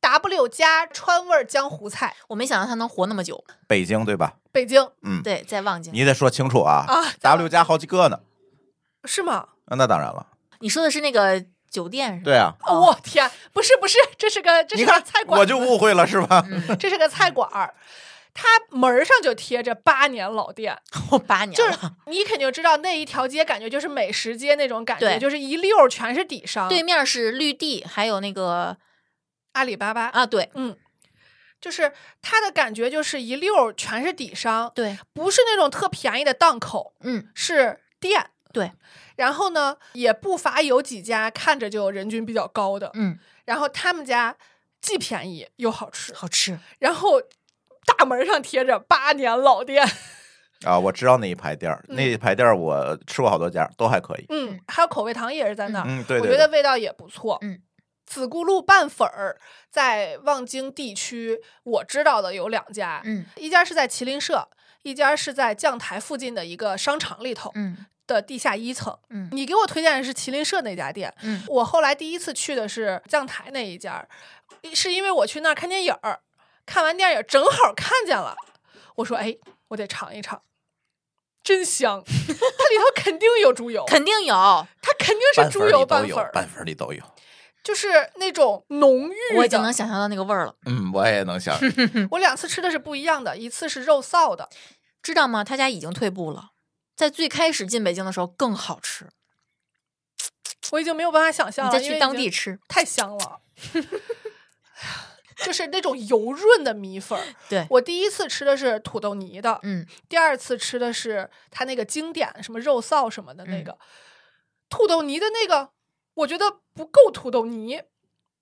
[SPEAKER 5] W 加川味儿江湖菜，
[SPEAKER 4] 我没想到它能活那么久。
[SPEAKER 2] 北京对吧？
[SPEAKER 5] 北京
[SPEAKER 2] 嗯，
[SPEAKER 4] 对，在望京，
[SPEAKER 2] 你得说清楚啊。
[SPEAKER 5] 啊
[SPEAKER 2] W 加好几个呢，
[SPEAKER 5] 是吗？
[SPEAKER 2] 啊那当然了。
[SPEAKER 4] 你说的是那个酒店是吧？
[SPEAKER 2] 对啊，
[SPEAKER 5] 哦我、天，不是不是，这是个这
[SPEAKER 2] 你
[SPEAKER 5] 是个
[SPEAKER 2] 看
[SPEAKER 5] 菜馆，
[SPEAKER 2] 我就误会了是吧？
[SPEAKER 4] 嗯，
[SPEAKER 5] 这是个菜馆儿，它门儿上就贴着八年老店，
[SPEAKER 4] 我八年
[SPEAKER 5] 就是
[SPEAKER 4] 了，
[SPEAKER 5] 你肯定知道那一条街，感觉就是美食街那种感觉，
[SPEAKER 4] 对
[SPEAKER 5] 就是一溜儿全是底商，
[SPEAKER 4] 对，面是绿地，还有那个
[SPEAKER 5] 阿里巴巴，
[SPEAKER 4] 啊，对
[SPEAKER 5] 嗯，就是它的感觉就是一溜儿全是底商，
[SPEAKER 4] 对，
[SPEAKER 5] 不是那种特便宜的档口，
[SPEAKER 4] 嗯，
[SPEAKER 5] 是店。
[SPEAKER 4] 对，
[SPEAKER 5] 然后呢，也不乏有几家看着就人均比较高的，
[SPEAKER 4] 嗯，
[SPEAKER 5] 然后他们家既便宜又好吃，
[SPEAKER 4] 好吃，
[SPEAKER 5] 然后大门上贴着八年老店，
[SPEAKER 2] 啊，我知道那一排店儿，那一排店儿我吃过好多家，都还可以。
[SPEAKER 5] 嗯，还有口味堂也是在那儿，
[SPEAKER 2] 嗯，对
[SPEAKER 5] 我
[SPEAKER 2] 对
[SPEAKER 5] 觉得
[SPEAKER 2] 对，
[SPEAKER 5] 味道也不错，
[SPEAKER 4] 嗯。
[SPEAKER 5] 子固路拌粉儿在望京地区，我知道的有两家，
[SPEAKER 4] 嗯
[SPEAKER 5] 一家是在麒麟社，一家是在将台附近的一个商场里头
[SPEAKER 4] 嗯
[SPEAKER 5] 的地下一层。
[SPEAKER 4] 嗯
[SPEAKER 5] 你给我推荐的是麒麟社那家店，
[SPEAKER 4] 嗯
[SPEAKER 5] 我后来第一次去的是将台那一家儿，是因为我去那儿看电影儿，看完电影儿正好看见了，我说哎，我得尝一尝，真香，它里头肯定有猪油，
[SPEAKER 4] 肯定有，
[SPEAKER 5] 它肯定是
[SPEAKER 2] 拌粉
[SPEAKER 5] 猪
[SPEAKER 2] 儿
[SPEAKER 5] 油
[SPEAKER 2] 里
[SPEAKER 5] 拌
[SPEAKER 2] 都
[SPEAKER 5] 粉
[SPEAKER 2] 有，
[SPEAKER 5] 儿
[SPEAKER 2] 拌，粉儿里都有。
[SPEAKER 5] 就是那种浓郁的。
[SPEAKER 4] 我已经能想象到那个味儿了，
[SPEAKER 2] 嗯，我也能 想，
[SPEAKER 5] 我两次吃的是不一样的，一次是肉臊的，
[SPEAKER 4] 知道吗？他家已经退步了，在最开始进北京的时候更好吃，
[SPEAKER 5] 我已经没有办法想象
[SPEAKER 4] 你再
[SPEAKER 5] 了，因为
[SPEAKER 4] 去
[SPEAKER 5] 已
[SPEAKER 4] 当
[SPEAKER 5] 经
[SPEAKER 4] 地吃，
[SPEAKER 5] 太 香了， 就是那种油润的米粉儿。
[SPEAKER 4] 对
[SPEAKER 5] 我第一次吃的是土豆泥的，
[SPEAKER 4] 嗯
[SPEAKER 5] 第二次吃的是它那个经典什么肉臊什么的
[SPEAKER 4] 嗯
[SPEAKER 5] 那个、土豆泥的那个，我觉得不够土豆泥，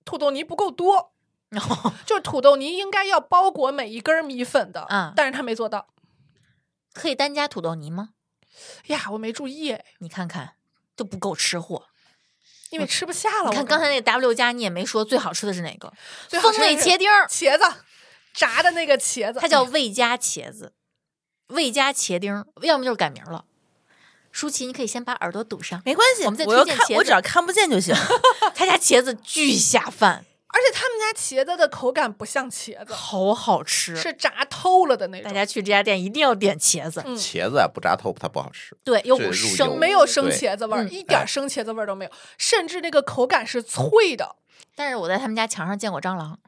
[SPEAKER 5] 土豆泥不够多，
[SPEAKER 4] 然后
[SPEAKER 5] 就是土豆泥应该要包裹每一根儿米粉的，
[SPEAKER 4] 啊
[SPEAKER 5] 但是他没做到。
[SPEAKER 4] 可以单加土豆泥吗？
[SPEAKER 5] 呀，我没注意哎，
[SPEAKER 4] 你看看都不够吃货。
[SPEAKER 5] 因为吃不下了。
[SPEAKER 4] 你看
[SPEAKER 5] 我
[SPEAKER 4] 刚才那个 W 加，你也没说最好吃的是哪个，
[SPEAKER 5] 最好
[SPEAKER 4] 风
[SPEAKER 5] 吃的
[SPEAKER 4] 味
[SPEAKER 5] 是
[SPEAKER 4] 茄丁儿，
[SPEAKER 5] 茄子炸的那个茄子，
[SPEAKER 4] 它叫魏家茄子，魏家茄丁儿，要么就是改名儿了。舒淇，你可以先把耳 朵堵上。
[SPEAKER 3] 没关系，
[SPEAKER 4] 我们再
[SPEAKER 3] 要
[SPEAKER 4] 推荐
[SPEAKER 3] 看，
[SPEAKER 4] 茄
[SPEAKER 3] 我
[SPEAKER 4] 子
[SPEAKER 3] 只要看不见就行。
[SPEAKER 4] 他家茄子巨下饭，
[SPEAKER 5] 而且他们家茄子的口感不像茄子，
[SPEAKER 4] 好好吃。
[SPEAKER 5] 是炸透了的那
[SPEAKER 4] 大
[SPEAKER 5] 种，
[SPEAKER 4] 家去这家店一定要点茄子，
[SPEAKER 5] 嗯
[SPEAKER 2] 茄子啊不炸透它不好吃，
[SPEAKER 4] 对，有
[SPEAKER 2] 这
[SPEAKER 4] 股
[SPEAKER 2] 入
[SPEAKER 4] 生
[SPEAKER 2] 油
[SPEAKER 5] 没有生
[SPEAKER 2] 对哎
[SPEAKER 5] 茄子味儿，
[SPEAKER 4] 嗯
[SPEAKER 5] 一点儿生茄子味儿都没有，甚至那个口感是脆的。
[SPEAKER 4] 但是我在他们家墙上见过蟑螂，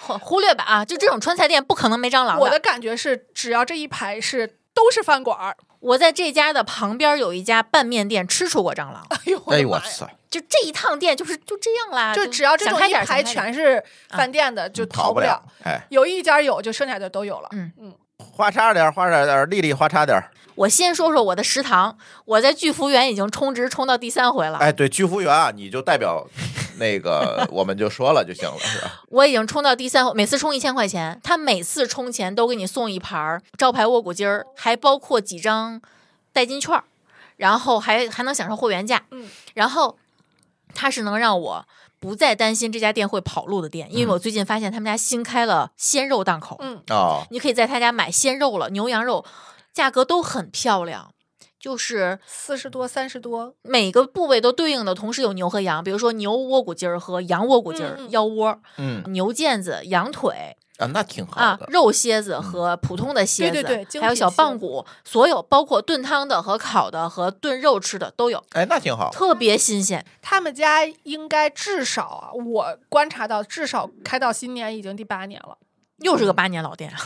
[SPEAKER 4] 忽忽略吧啊，就这种川菜店不可能没蟑螂
[SPEAKER 5] 我的感觉是，只要这一排是都是饭馆儿，
[SPEAKER 4] 我在这家的旁边有一家拌面店吃出过蟑螂，
[SPEAKER 5] 哎呦
[SPEAKER 2] 哎
[SPEAKER 5] 的
[SPEAKER 2] 呦我
[SPEAKER 5] 妈呀！
[SPEAKER 2] 操，
[SPEAKER 4] 就这一趟店就是就这样啦，
[SPEAKER 5] 就只要这
[SPEAKER 4] 啊想
[SPEAKER 5] 种
[SPEAKER 4] 开
[SPEAKER 5] 一
[SPEAKER 4] 点儿
[SPEAKER 5] 排，
[SPEAKER 4] 想开点儿啊
[SPEAKER 5] 全是饭店的，就逃
[SPEAKER 2] 嗯不
[SPEAKER 5] 不了。。
[SPEAKER 2] 哎，
[SPEAKER 5] 有一家有，就剩下的都有了。
[SPEAKER 4] 嗯
[SPEAKER 5] 嗯，
[SPEAKER 2] 花叉点儿，花叉点儿，丽丽花叉点儿。
[SPEAKER 4] 我先说说我的食堂，我在巨服务员已经充值充到第三回了，
[SPEAKER 2] 哎，对，居服员啊，你就代 表那个，我们就说了就行了，是吧？
[SPEAKER 4] 我已经充到第三回，每次充一千块钱，他每次充钱都给你送一盘儿招牌窝骨鸡儿，还包括几张代金券儿，然后还还能享受会员价。
[SPEAKER 5] 嗯，
[SPEAKER 4] 然后他是能让我不再担心这家店会跑路的店，因为我最近发现他们家新开了鲜肉档口，
[SPEAKER 5] 嗯，
[SPEAKER 2] 哦，
[SPEAKER 4] 你可以在他家买鲜肉了，牛羊肉价格都很漂亮，就是
[SPEAKER 5] 四十多、三十多，
[SPEAKER 4] 每个部位都对应的同时有牛和羊，比如说牛窝骨筋儿和羊窝骨筋儿、
[SPEAKER 5] 嗯嗯
[SPEAKER 4] 腰窝、
[SPEAKER 2] 嗯
[SPEAKER 4] 牛腱子、羊腿
[SPEAKER 2] 啊，那挺好
[SPEAKER 4] 啊
[SPEAKER 2] 的，。
[SPEAKER 4] 肉蝎子和普通的蝎子，
[SPEAKER 5] 对对对
[SPEAKER 4] 还有
[SPEAKER 5] 精
[SPEAKER 4] 小
[SPEAKER 5] 品
[SPEAKER 4] 棒
[SPEAKER 5] 蝎
[SPEAKER 4] 骨，所有包括炖汤的和烤的和炖肉吃的都有，
[SPEAKER 2] 哎，那挺好。
[SPEAKER 4] 特别新鲜。
[SPEAKER 5] 他们家应该至少啊，我观察到至少开到新年已经第八年了，
[SPEAKER 4] 又是个八年老店，啊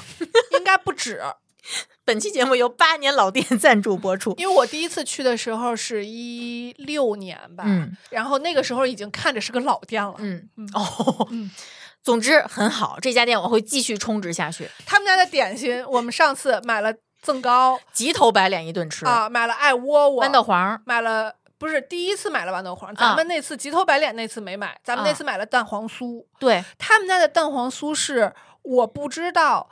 [SPEAKER 5] 应该不止。
[SPEAKER 4] 本期节目由八年老店 赞助播出。
[SPEAKER 5] 因为我第一次去的时候是一六年吧，
[SPEAKER 4] 嗯
[SPEAKER 5] 然后那个时候已经看着是个老店了。
[SPEAKER 4] 嗯
[SPEAKER 5] 嗯
[SPEAKER 4] 哦
[SPEAKER 5] 嗯，
[SPEAKER 4] 总之很好，这家店我会继续充值下去，
[SPEAKER 5] 他们家的点心，我们上次买了赠糕
[SPEAKER 4] 急头白脸一顿吃。
[SPEAKER 5] 啊，买了爱窝窝，
[SPEAKER 4] 豌豆黄，啊
[SPEAKER 5] 买了。不是第一次买了豌豆黄，咱们那次急头白脸那次没买，咱们那次买了蛋黄酥。
[SPEAKER 4] 对，
[SPEAKER 5] 他们家的蛋黄酥是我不知道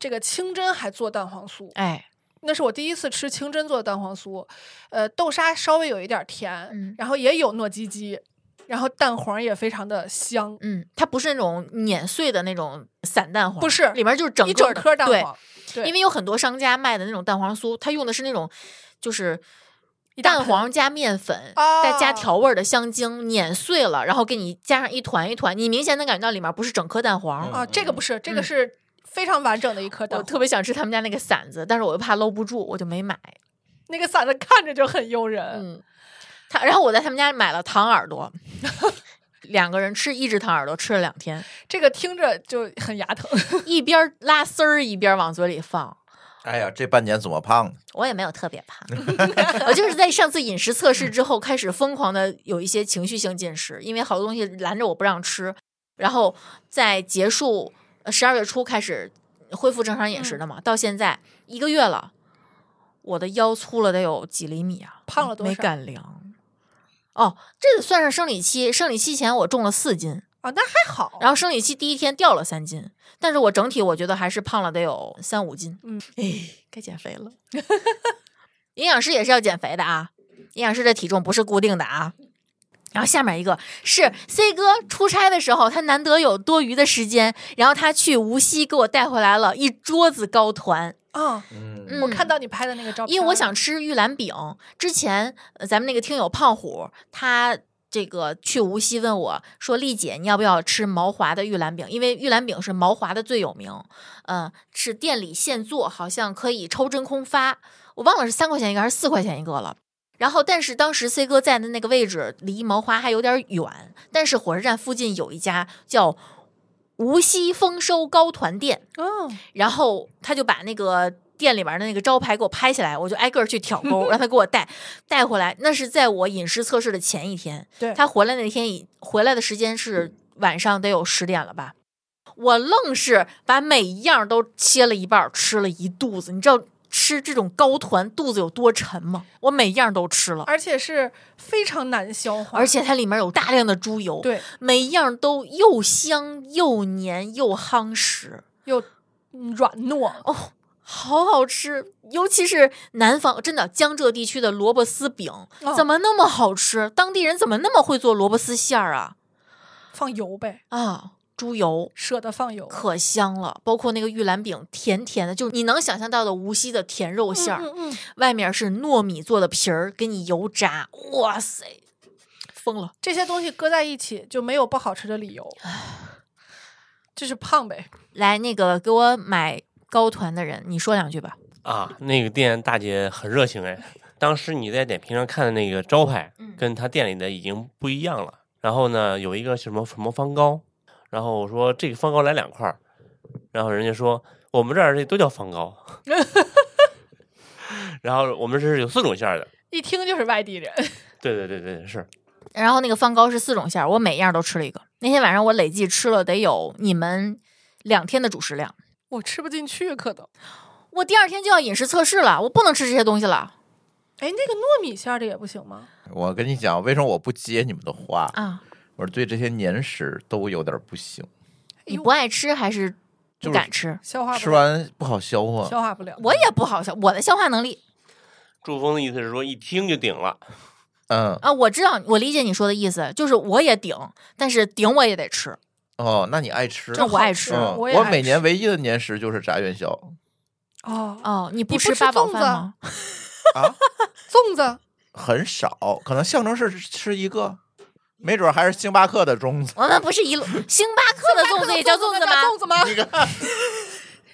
[SPEAKER 5] 这个清真还做蛋黄酥，
[SPEAKER 4] 哎，
[SPEAKER 5] 那是我第一次吃清真做的蛋黄酥，呃，豆沙稍微有一点甜，
[SPEAKER 4] 嗯
[SPEAKER 5] 然后也有糯叽叽，然后蛋黄也非常的香，
[SPEAKER 4] 嗯，它不是那种碾碎的那种散蛋黄，
[SPEAKER 5] 不是
[SPEAKER 4] 里面就是整
[SPEAKER 5] 一
[SPEAKER 4] 个
[SPEAKER 5] 整
[SPEAKER 4] 的
[SPEAKER 5] 颗蛋
[SPEAKER 4] 对，
[SPEAKER 5] 黄，对，
[SPEAKER 4] 因为有很多商家卖的那种蛋黄酥，它用的是那种就是
[SPEAKER 5] 一大
[SPEAKER 4] 蛋
[SPEAKER 5] 盆
[SPEAKER 4] 黄加面粉，
[SPEAKER 5] 哦
[SPEAKER 4] 再加调味儿的香精，碾碎了，然后给你加上一团一团，你明显能感觉到里面不是整颗蛋黄。
[SPEAKER 5] 啊，这个不是，这
[SPEAKER 4] 嗯
[SPEAKER 5] 个是非常完整的一颗蛋
[SPEAKER 4] 我
[SPEAKER 5] 黄，
[SPEAKER 4] 特别想吃他们家那个馓子，但是我又怕搂不住，我就没买。
[SPEAKER 5] 那个伞子看着就很诱人，
[SPEAKER 4] 嗯，他然后我在他们家买了糖耳朵，两个人吃一只糖耳朵，吃了两天，
[SPEAKER 5] 这个听着就很牙疼。
[SPEAKER 4] 一边拉丝儿一边往嘴里放。
[SPEAKER 2] 哎呀，这半年怎么胖呢？
[SPEAKER 4] 我也没有特别胖， 我就是在上次饮食测试之后开始疯狂的有一些情绪性进食，因为好多东西拦着我不让吃，然后在结束呃十二月初开始恢复正常饮
[SPEAKER 5] 嗯
[SPEAKER 4] 食的嘛，到现在一个月了，我的腰粗了得有几厘米啊，
[SPEAKER 5] 胖了多少
[SPEAKER 4] 没敢量。哦，这算上生理期，生理期前我重了四斤，
[SPEAKER 5] 啊，那还好。
[SPEAKER 4] 然后生理期第一天掉了三斤，但是我整体我觉得还是胖了得有三五斤。
[SPEAKER 5] 嗯，
[SPEAKER 4] 哎，该减肥了。 营养师也是要减肥的啊，营养师的体重不是固定的啊。然后下面一个是 C 哥出差的时候，他难得有多余的时间，然后他去无锡给我带回来了一桌子糕团。
[SPEAKER 5] 啊，
[SPEAKER 2] 嗯
[SPEAKER 4] 嗯、
[SPEAKER 5] 我看到你拍的那个照片，
[SPEAKER 4] 因为我想吃玉兰饼。之前呃咱们那个听友胖虎，他这个去无锡问我说：“丽姐，你要不要吃毛华的玉兰饼？因为玉兰饼是毛华的最有名，呃，是店里现做，好像可以抽真空发。我忘了是三块钱一个还是四块钱一个了。”然后，但是当时 C 哥在的那个位置离毛华还有点远，但是火车站附近有一家叫无锡丰收糕团店，
[SPEAKER 5] 嗯，
[SPEAKER 4] 然后他就把那个店里边的那个招牌给我拍下来，我就挨个儿去 挑钩，让他给我带带回来。那是在我饮食测试的前一天，
[SPEAKER 5] 对
[SPEAKER 4] 他回来那天已回来的时间是晚上得有十点了吧。我愣是把每一样都切了一半儿，吃了一肚子。你知道吃这种糕团肚子有多沉吗？我每一样都吃了，
[SPEAKER 5] 而且是非常难消化，
[SPEAKER 4] 而且它里面有大量的猪油，
[SPEAKER 5] 对
[SPEAKER 4] 每一样都又香又黏又夯实。
[SPEAKER 5] 又嗯软糯，
[SPEAKER 4] 哦，好好吃，尤其是南方，真的江浙地区的萝卜丝饼、
[SPEAKER 5] 哦
[SPEAKER 4] 怎么那么好吃？当地人怎么那么会做萝卜丝馅儿啊？
[SPEAKER 5] 放油呗，
[SPEAKER 4] 啊，猪油
[SPEAKER 5] 舍得放油，
[SPEAKER 4] 可香了，包括那个玉兰饼，甜甜的，就是你能想象到的无锡的甜肉馅儿、
[SPEAKER 5] 嗯嗯嗯
[SPEAKER 4] 外面是糯米做的皮儿，给你油炸，哇塞，疯了。
[SPEAKER 5] 这些东西搁在一起就没有不好吃的理由，就是胖呗。
[SPEAKER 4] 来，那个给我买糕团的人，你说两句吧。
[SPEAKER 6] 啊，那个店大姐很热情哎。当时你在点评上看的那个招牌
[SPEAKER 4] 嗯，
[SPEAKER 6] 跟她店里的已经不一样了。然后呢，有一个什么什么方糕，然后我说这个方糕来两块儿，然后人家说我们这儿这都叫方糕，然后我们这是有四种馅儿的。
[SPEAKER 5] 一听就是外地人，
[SPEAKER 6] 对对对对，是
[SPEAKER 4] 然后那个方糕是四种馅儿，我每一样都吃了一个。那天晚上我累计吃了得有你们两天的主食量，
[SPEAKER 5] 我吃不进去，可能。
[SPEAKER 4] 我第二天就要饮食测试了，我不能吃这些东西了
[SPEAKER 5] 哎，那个糯米馅儿的也不行吗？
[SPEAKER 2] 我跟你讲，为什么我不接你们的话？
[SPEAKER 4] 啊！
[SPEAKER 2] 我对这些年食都有点不行，
[SPEAKER 4] 你不爱吃还是不敢吃？
[SPEAKER 5] 消化不
[SPEAKER 2] 吃
[SPEAKER 5] 了，
[SPEAKER 2] 完不好消化。
[SPEAKER 5] 消化不了。
[SPEAKER 4] 我也不好消，我的消化能力
[SPEAKER 6] 祝峰的意思是说一听就顶了。
[SPEAKER 2] 嗯，
[SPEAKER 4] 啊，我知道，我理解你说的意思，就是我也顶，但是顶我也得吃。
[SPEAKER 2] 哦，那你爱吃？
[SPEAKER 4] 这我爱吃
[SPEAKER 2] 嗯，
[SPEAKER 5] 我
[SPEAKER 2] 我
[SPEAKER 5] 也爱
[SPEAKER 2] 每年
[SPEAKER 5] 吃
[SPEAKER 2] 唯一的年食就是炸元宵
[SPEAKER 5] 哦，
[SPEAKER 4] 哦，你
[SPEAKER 5] 你
[SPEAKER 4] 不
[SPEAKER 5] 不
[SPEAKER 4] 吃
[SPEAKER 5] 吃
[SPEAKER 4] 八宝
[SPEAKER 5] 粽
[SPEAKER 4] 饭
[SPEAKER 5] 子
[SPEAKER 4] 吗？
[SPEAKER 2] 啊，
[SPEAKER 5] 粽子
[SPEAKER 2] 很少，可能象征式吃一个，没准还是星巴克的粽子。
[SPEAKER 4] 我们不是一路，星巴克的粽子也叫粽子吗？
[SPEAKER 5] 粽子吗？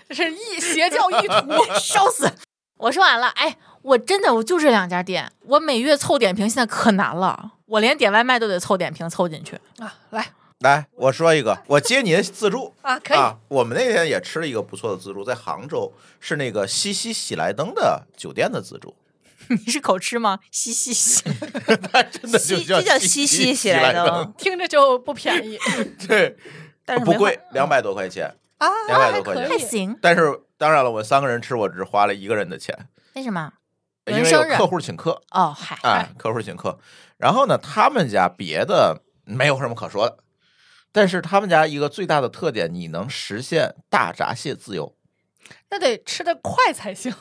[SPEAKER 5] 这 是异邪教 意图，
[SPEAKER 4] 烧死！我说完了，哎，我真的我就这两家店，我每月凑点评现在可难了，我连点外卖都得凑点评凑进去。
[SPEAKER 5] 啊！来。
[SPEAKER 2] 来，我说一个，我接你的自助
[SPEAKER 5] 啊，可以，
[SPEAKER 2] 啊，我们那天也吃了一个不错的自助，在杭州是那个西西喜来登的酒店的自助，
[SPEAKER 4] 你是口吃吗？嘻嘻 嘻，
[SPEAKER 2] 它真的就
[SPEAKER 7] 西这叫
[SPEAKER 2] 西
[SPEAKER 7] 西西
[SPEAKER 2] 喜
[SPEAKER 7] 喜来
[SPEAKER 2] 登
[SPEAKER 7] 登，，
[SPEAKER 5] 听着就不便 宜
[SPEAKER 2] 对，
[SPEAKER 7] 但是
[SPEAKER 2] 不
[SPEAKER 7] 没花
[SPEAKER 2] 贵，两百多块钱。
[SPEAKER 5] 啊，
[SPEAKER 2] 200
[SPEAKER 5] 还
[SPEAKER 2] 多块
[SPEAKER 5] 可
[SPEAKER 2] 钱
[SPEAKER 4] 还
[SPEAKER 5] 以。
[SPEAKER 4] 行。
[SPEAKER 2] 但是当然了，我三个人吃，我只花了一个人的钱，
[SPEAKER 4] 为什么？有
[SPEAKER 2] 因
[SPEAKER 4] 人
[SPEAKER 2] 为有
[SPEAKER 4] 生日
[SPEAKER 2] 客户请客，
[SPEAKER 4] 哦，嗨，
[SPEAKER 2] 哎，客户请客。然后呢，他们家别的没有什么可说的，但是他们家一个最大的特点，你能实现大闸蟹自由，
[SPEAKER 5] 那得吃的快才行。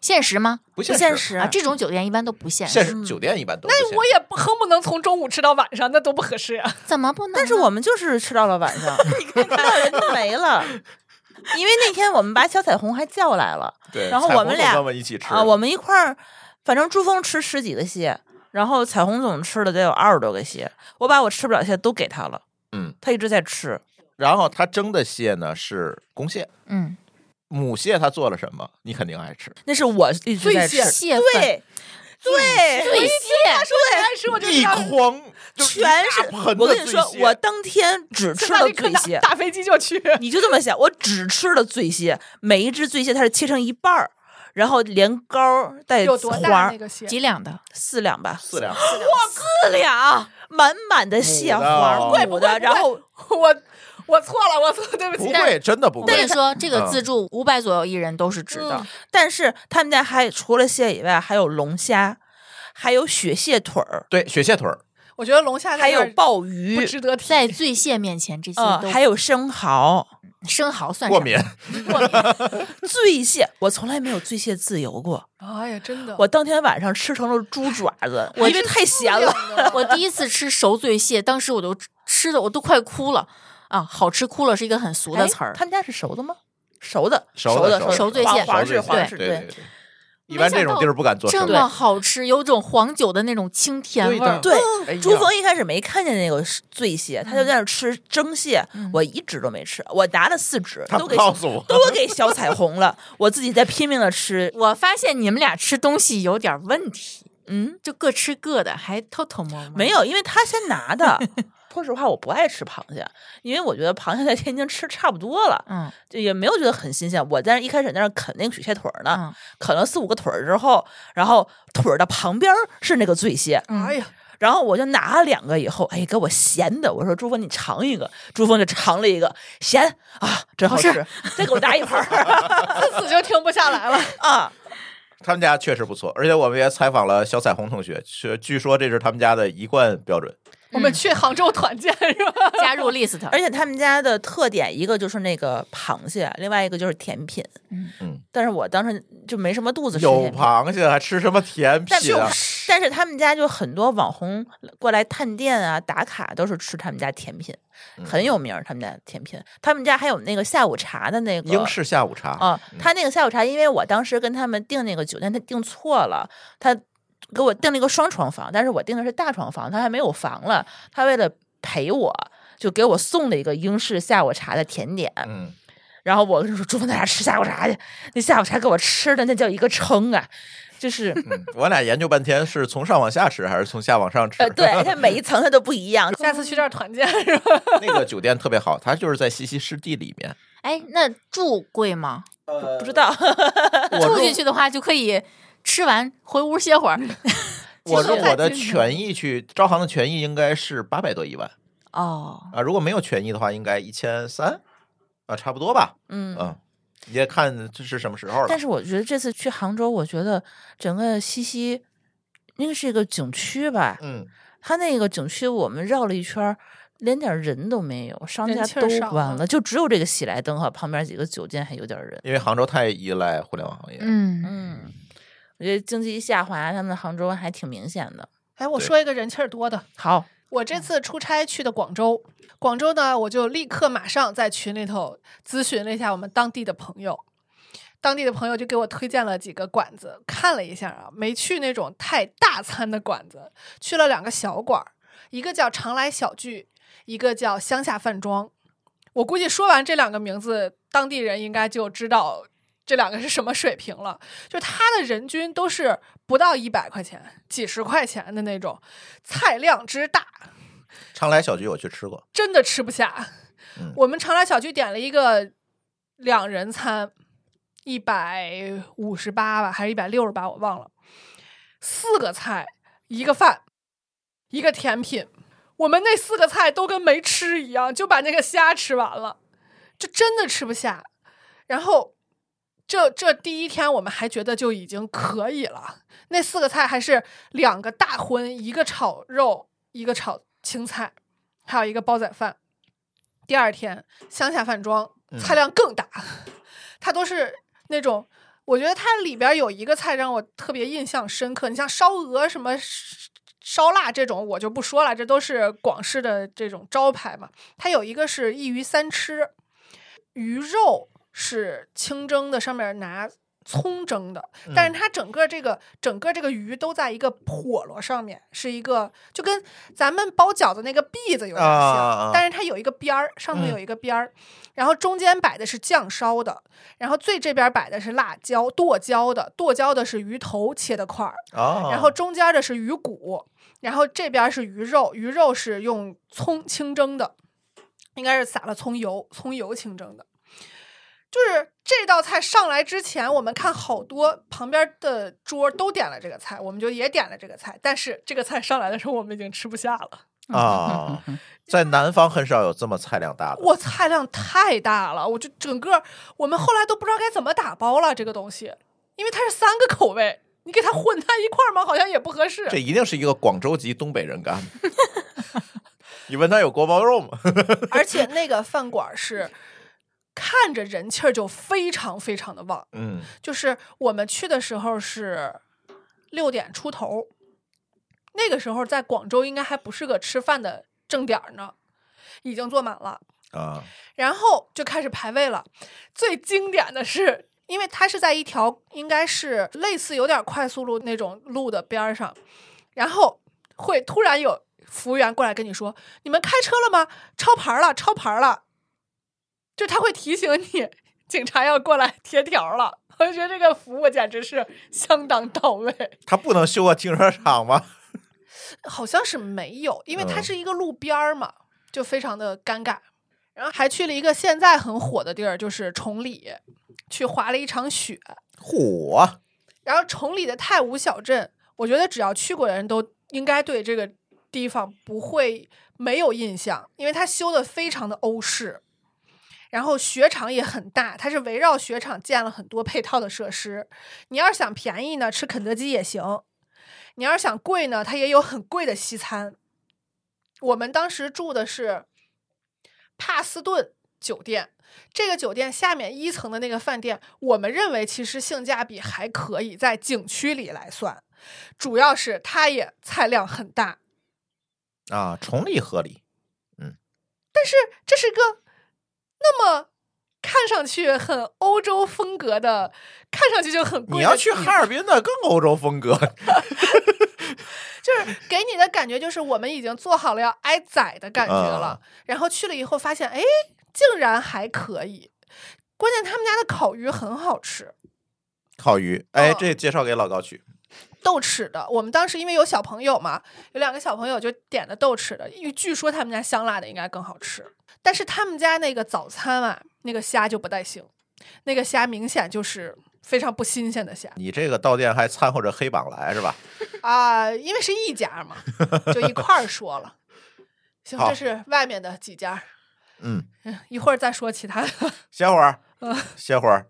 [SPEAKER 4] 限时吗？
[SPEAKER 2] 不
[SPEAKER 7] 不
[SPEAKER 2] 现
[SPEAKER 7] 现
[SPEAKER 2] 实。
[SPEAKER 7] 实
[SPEAKER 4] 啊，这种酒店一般都不限
[SPEAKER 2] 现
[SPEAKER 4] 时，
[SPEAKER 2] 实酒店一般都不
[SPEAKER 5] 那
[SPEAKER 2] 现
[SPEAKER 5] 我
[SPEAKER 2] 实
[SPEAKER 5] 也不恨不能从中午吃到晚上，那多不合适啊！
[SPEAKER 4] 怎么不能呢？
[SPEAKER 7] 但是我们就是吃到了晚上，看到 人就没了。因为那天我们把小彩虹还叫来了
[SPEAKER 2] 对，
[SPEAKER 7] 然后
[SPEAKER 2] 彩
[SPEAKER 7] 我
[SPEAKER 2] 虹
[SPEAKER 7] 们
[SPEAKER 2] 总
[SPEAKER 7] 俩
[SPEAKER 2] 跟一起吃
[SPEAKER 7] 啊，我们一块儿，反正珠峰吃十几个蟹，然后彩虹总吃了得有二十多个蟹，我把我吃不了蟹都给他了，
[SPEAKER 2] 嗯，
[SPEAKER 7] 他一直在吃，
[SPEAKER 2] 然后他蒸的蟹呢是公蟹，
[SPEAKER 4] 嗯，
[SPEAKER 2] 母蟹他做了什么？你肯定爱吃。
[SPEAKER 7] 那是我一直在吃
[SPEAKER 5] 醉蟹，
[SPEAKER 4] 蟹粉、
[SPEAKER 7] 对对，
[SPEAKER 4] 醉 蟹，
[SPEAKER 5] 说你爱吃，我就
[SPEAKER 2] 一
[SPEAKER 5] 知道
[SPEAKER 2] 筐就是一
[SPEAKER 7] 全
[SPEAKER 2] 大盆
[SPEAKER 7] 是我
[SPEAKER 2] 的
[SPEAKER 7] 跟你
[SPEAKER 2] 醉
[SPEAKER 7] 说，
[SPEAKER 2] 蟹
[SPEAKER 7] 我当天只吃
[SPEAKER 5] 现在
[SPEAKER 7] 了
[SPEAKER 5] 立刻
[SPEAKER 7] 醉
[SPEAKER 5] 打
[SPEAKER 7] 蟹，
[SPEAKER 5] 打飞机就去。
[SPEAKER 7] 你就这么想，我只吃了醉蟹，每一只醉蟹它是切成一半儿，然后连膏儿带
[SPEAKER 5] 有多
[SPEAKER 7] 黄
[SPEAKER 5] 大
[SPEAKER 7] 儿
[SPEAKER 5] 那，个蟹？
[SPEAKER 4] 几两的？
[SPEAKER 7] 四两吧，
[SPEAKER 2] 四两，
[SPEAKER 7] 四两，满满的蟹
[SPEAKER 2] 母的哦
[SPEAKER 7] 黄，
[SPEAKER 5] 不
[SPEAKER 7] 母
[SPEAKER 5] 会不
[SPEAKER 7] 的，
[SPEAKER 5] 会
[SPEAKER 7] 然后
[SPEAKER 5] 我我错了，我错，对不
[SPEAKER 2] 不
[SPEAKER 5] 起。
[SPEAKER 2] 会，真的不
[SPEAKER 4] 我
[SPEAKER 2] 会
[SPEAKER 4] 跟你。说，这个
[SPEAKER 2] 嗯
[SPEAKER 4] 自助五百左右一人都是值的
[SPEAKER 5] 嗯。
[SPEAKER 7] 但是他们家还除了蟹以外，还有龙虾，还有雪蟹腿儿，
[SPEAKER 2] 对，雪蟹腿儿，
[SPEAKER 5] 我觉得龙虾
[SPEAKER 7] 还有
[SPEAKER 5] 鲍
[SPEAKER 7] 鲍
[SPEAKER 5] 不
[SPEAKER 7] 鱼，
[SPEAKER 5] 值得提，
[SPEAKER 4] 在醉蟹面前，这些
[SPEAKER 7] 呃，
[SPEAKER 4] 都
[SPEAKER 7] 还有生蚝、
[SPEAKER 4] 生蚝算
[SPEAKER 2] 过
[SPEAKER 4] 什么？
[SPEAKER 2] 敏。
[SPEAKER 7] 醉蟹，我从来没有醉蟹自由过。
[SPEAKER 5] 哎呀，真的，
[SPEAKER 7] 我当天晚上吃成了猪爪子，
[SPEAKER 5] 我
[SPEAKER 7] 因为太咸了。
[SPEAKER 5] 了
[SPEAKER 4] 我第一次吃熟醉蟹，当时我都吃吃的我都快哭了啊！好吃哭了是一个很俗的词儿
[SPEAKER 7] 哎。他们家是熟的吗？熟的，
[SPEAKER 2] 熟
[SPEAKER 7] 的，
[SPEAKER 2] 的
[SPEAKER 7] 的
[SPEAKER 4] 熟的熟的
[SPEAKER 7] 黄黄
[SPEAKER 2] 熟的
[SPEAKER 7] 氏，黄氏，
[SPEAKER 2] 对对
[SPEAKER 7] 对
[SPEAKER 2] 对，一般这种地儿不敢做
[SPEAKER 4] 这
[SPEAKER 2] 生
[SPEAKER 4] 么
[SPEAKER 2] 意。
[SPEAKER 4] 好吃，有种黄酒的那种清甜味儿。
[SPEAKER 7] 对。
[SPEAKER 2] 哎呀
[SPEAKER 7] 朱峰一开始没看见那个醉蟹，他就在那儿吃蒸蟹
[SPEAKER 4] 嗯，
[SPEAKER 7] 我一直都没吃，我拿了四只，
[SPEAKER 2] 他
[SPEAKER 7] 都
[SPEAKER 2] 不
[SPEAKER 7] 给
[SPEAKER 2] 告诉我，
[SPEAKER 7] 都给小彩虹了，我自己在拼命的吃，
[SPEAKER 4] 我发现你们俩吃东西有点问题，
[SPEAKER 7] 嗯，
[SPEAKER 4] 就各吃各的，还偷偷摸摸。
[SPEAKER 7] 没，有，因为他先 拿的。说实话，我不爱吃螃蟹，因为我觉得螃蟹在天津吃差不多了，
[SPEAKER 4] 嗯，
[SPEAKER 7] 就也没有觉得很新鲜。我在那一开始在那儿啃那个雪蟹腿儿呢，
[SPEAKER 4] 嗯
[SPEAKER 7] 啃了四五个腿儿之后，然后腿儿的旁边儿是那个醉蟹，
[SPEAKER 4] 嗯
[SPEAKER 5] 哎呀，
[SPEAKER 7] 然后我就拿了两个以后，哎，给我咸的，我说朱峰你尝一个，朱峰就尝了一个咸啊，真好吃，再给我拿一盘儿
[SPEAKER 5] 自此就停不下来了。
[SPEAKER 7] 啊，
[SPEAKER 2] 他们家确实不错，而且我们也采访了小彩虹同学，据据说这是他们家的一贯标准。
[SPEAKER 5] 我们去杭州团建是吧？
[SPEAKER 4] 加入 list，
[SPEAKER 7] 而且他们家的特点一个就是那个螃蟹，另外一个就是甜品，
[SPEAKER 4] 嗯
[SPEAKER 2] 嗯，
[SPEAKER 7] 但是我当时就没什么肚子吃
[SPEAKER 2] 有
[SPEAKER 7] 甜品。
[SPEAKER 2] 螃蟹还吃什么甜
[SPEAKER 7] 但
[SPEAKER 2] 品啊？
[SPEAKER 7] 但是他们家就很多网红过来探店啊、打卡，都是吃他们家甜品，
[SPEAKER 2] 嗯
[SPEAKER 7] 很有名儿。他们家的甜品，他们家还有那个下午茶的那个
[SPEAKER 2] 英式下午茶
[SPEAKER 7] 啊
[SPEAKER 2] 嗯，
[SPEAKER 7] 他那个下午茶，因为我当时跟他们订那个酒店，他订错了，他给我订了一个双床房，但是我订的是大床房，他还没有房了，他为了陪我。就给我送了一个英式下午茶的甜点，
[SPEAKER 2] 嗯，
[SPEAKER 7] 然后我就说：“朱峰，咱俩吃下午茶去。”那下午茶给我吃的那叫一个撑啊！就是
[SPEAKER 2] 嗯我俩研究半天是从上往下吃还是从下往上吃？
[SPEAKER 7] 呃，对， 它每一层它都不一样。
[SPEAKER 5] 下次去这儿团建是吧？
[SPEAKER 2] 那个酒店特别好，它就是在西溪湿地里面。
[SPEAKER 4] 哎，那住贵吗？
[SPEAKER 7] 不知道，
[SPEAKER 2] 我
[SPEAKER 4] 住
[SPEAKER 2] 入
[SPEAKER 4] 进去的话就可以吃完回屋歇会儿。
[SPEAKER 2] 我
[SPEAKER 5] 其
[SPEAKER 2] 入
[SPEAKER 5] 实
[SPEAKER 2] 我的
[SPEAKER 5] 在
[SPEAKER 2] 权益去招行的权益应该是八百多一晚
[SPEAKER 4] 哦，
[SPEAKER 2] 啊，如果没有权益的话，应该一千三啊，差不多吧。
[SPEAKER 7] 嗯。
[SPEAKER 2] 嗯，也看这是什么时候了。
[SPEAKER 7] 但是我觉得这次去杭州，我觉得整个西溪，那个是一个景区吧，
[SPEAKER 2] 嗯，
[SPEAKER 7] 它那个景区我们绕了一圈儿，连点儿人都没有，商
[SPEAKER 5] 人
[SPEAKER 7] 家
[SPEAKER 5] 气儿
[SPEAKER 7] 都
[SPEAKER 5] 少
[SPEAKER 7] 关
[SPEAKER 5] 了
[SPEAKER 7] 了，就只有这个喜来登和旁边几个酒店还有点儿人。
[SPEAKER 2] 因为杭州太依赖互联网行业。
[SPEAKER 4] 嗯，
[SPEAKER 7] 嗯，我觉得经济一下滑，他们的杭州还挺明显的。
[SPEAKER 5] 哎，我
[SPEAKER 2] 对
[SPEAKER 5] 说一个人气儿多的，
[SPEAKER 7] 好，
[SPEAKER 5] 我这次出差去的广州，广州呢，我就立刻马上在群里头咨询了一下我们当地的朋友，当地的朋友就给我推荐了几个馆子，看了一下啊，没去那种太大餐的馆子，去了两个小馆儿，一个叫常来小聚，一个叫乡下饭庄。我估计说完这两个名字，当地人应该就知道这两个是什么水平了。就它的人均都是不到一百块钱，几十块钱的那种，菜量之大，
[SPEAKER 2] 常来小聚我去吃过，
[SPEAKER 5] 真的吃不下。
[SPEAKER 2] 嗯
[SPEAKER 5] 我们常来小区点了一个两人餐，一百五十八吧，还是一百六十八，我忘了。四个菜，一个饭，一个甜品。我们那四个菜都跟没吃一样，就把那个虾吃完了，就真的吃不下。然后，这这第一天我们还觉得就已经可以了。那四个菜还是两个大荤，一个炒肉，一个炒青菜，还有一个煲仔饭。第二天，乡下饭庄
[SPEAKER 2] 嗯
[SPEAKER 5] 菜量更大，它都是那种，我觉得它里边有一个菜让我特别印象深刻。你像烧鹅、什么烧腊这种，我就不说了，这都是广式的这种招牌嘛。它有一个是一鱼三吃，鱼肉是清蒸的，上面拿葱蒸的，但是它整个这个整个这个鱼都在一个火炉上面，是一个就跟咱们包饺子那个篦子有点像，
[SPEAKER 2] 啊嗯啊啊
[SPEAKER 5] 但是它有一个边儿，上头有一个边儿，然后中间摆的是酱烧的，然后最这边摆的是辣椒剁椒的，剁椒的是鱼头切的块儿，
[SPEAKER 2] 啊，
[SPEAKER 5] 然后中间的是鱼骨，然后这边是鱼肉，鱼肉是用葱清蒸的，应该是撒了葱油，葱油清蒸的。就是这道菜上来之前，我们看好多旁边的桌都点了这个菜，我们就也点了这个菜，但是这个菜上来的时候，我们已经吃不下了。
[SPEAKER 2] 啊，在南方很少有这么菜量大的。
[SPEAKER 5] 我菜量太大了，我就整个我们后来都不知道该怎么打包了这个东西，因为它是三个口味，你给它混在一块儿吗？好像也不合适。
[SPEAKER 2] 这一定是一个广州籍东北人干的。 你问他有锅包肉吗？
[SPEAKER 5] 而且那个饭馆儿是看着人气儿就非常非常的旺，
[SPEAKER 2] 嗯，
[SPEAKER 5] 就是我们去的时候是六点出头，那个时候在广州应该还不是个吃饭的正点儿呢，已经坐满了，
[SPEAKER 2] 啊，
[SPEAKER 5] 然后就开始排位了。最经典的是。因为它是在一条应该是类似有点快速路那种路的边儿上，然后会突然有服务员过来跟你说：“你们开车了吗？超牌了，超牌了。”就他会提醒你， 警察要过来贴条了。我就觉得这个服务简直是相当到位。
[SPEAKER 2] 他不能修个停车场吗？
[SPEAKER 5] 好像是没有，因为它
[SPEAKER 2] 嗯
[SPEAKER 5] 是一个路边儿嘛，就非常的尴尬。然后还去了一个现在很火的地儿，就是崇礼，去滑了一场雪。
[SPEAKER 2] 火，
[SPEAKER 5] 然后崇礼的太武小镇，我觉得只要去过的人都应该对这个地方不会没有印象，因为它修的非常的欧式。然后雪场也很大，它是围绕雪场建了很多配套的设施。你要是想便宜呢，吃肯德基也行；你要是想贵呢，它也有很贵的西餐。我们当时住的是帕斯顿酒店，这个酒店下面一层的那个饭店，我们认为其实性价比还可以，在景区里来算，主要是它也菜量很大，
[SPEAKER 2] 啊，崇礼合理。
[SPEAKER 5] 但是这是个那么看上去很欧洲风格的，看上去就很贵。
[SPEAKER 2] 你要去哈尔滨的更欧洲风格，
[SPEAKER 5] 就是给你的感觉就是我们已经做好了要挨宰的感觉了，然后去了以后发现，哎，竟然还可以。关键他们家的烤鱼很好吃，
[SPEAKER 2] 烤鱼，哎，
[SPEAKER 5] 嗯
[SPEAKER 2] 这介绍给老高去，
[SPEAKER 5] 豆豉的。我们当时因为有小朋友嘛，有两个小朋友就点的豆豉的，因为据说他们家香辣的应该更好吃。但是他们家那个早餐啊，那个虾就不带腥，那个虾明显就是非常不新鲜的虾。
[SPEAKER 2] 你这个到店还掺和着黑榜来是吧？
[SPEAKER 5] 啊、因为是一家嘛，就一块儿说了。行，
[SPEAKER 2] 好
[SPEAKER 5] 这是外面的几家，
[SPEAKER 2] 嗯，
[SPEAKER 5] 一会儿再说其他的。
[SPEAKER 2] 歇会儿，
[SPEAKER 5] 呃
[SPEAKER 2] 歇会儿，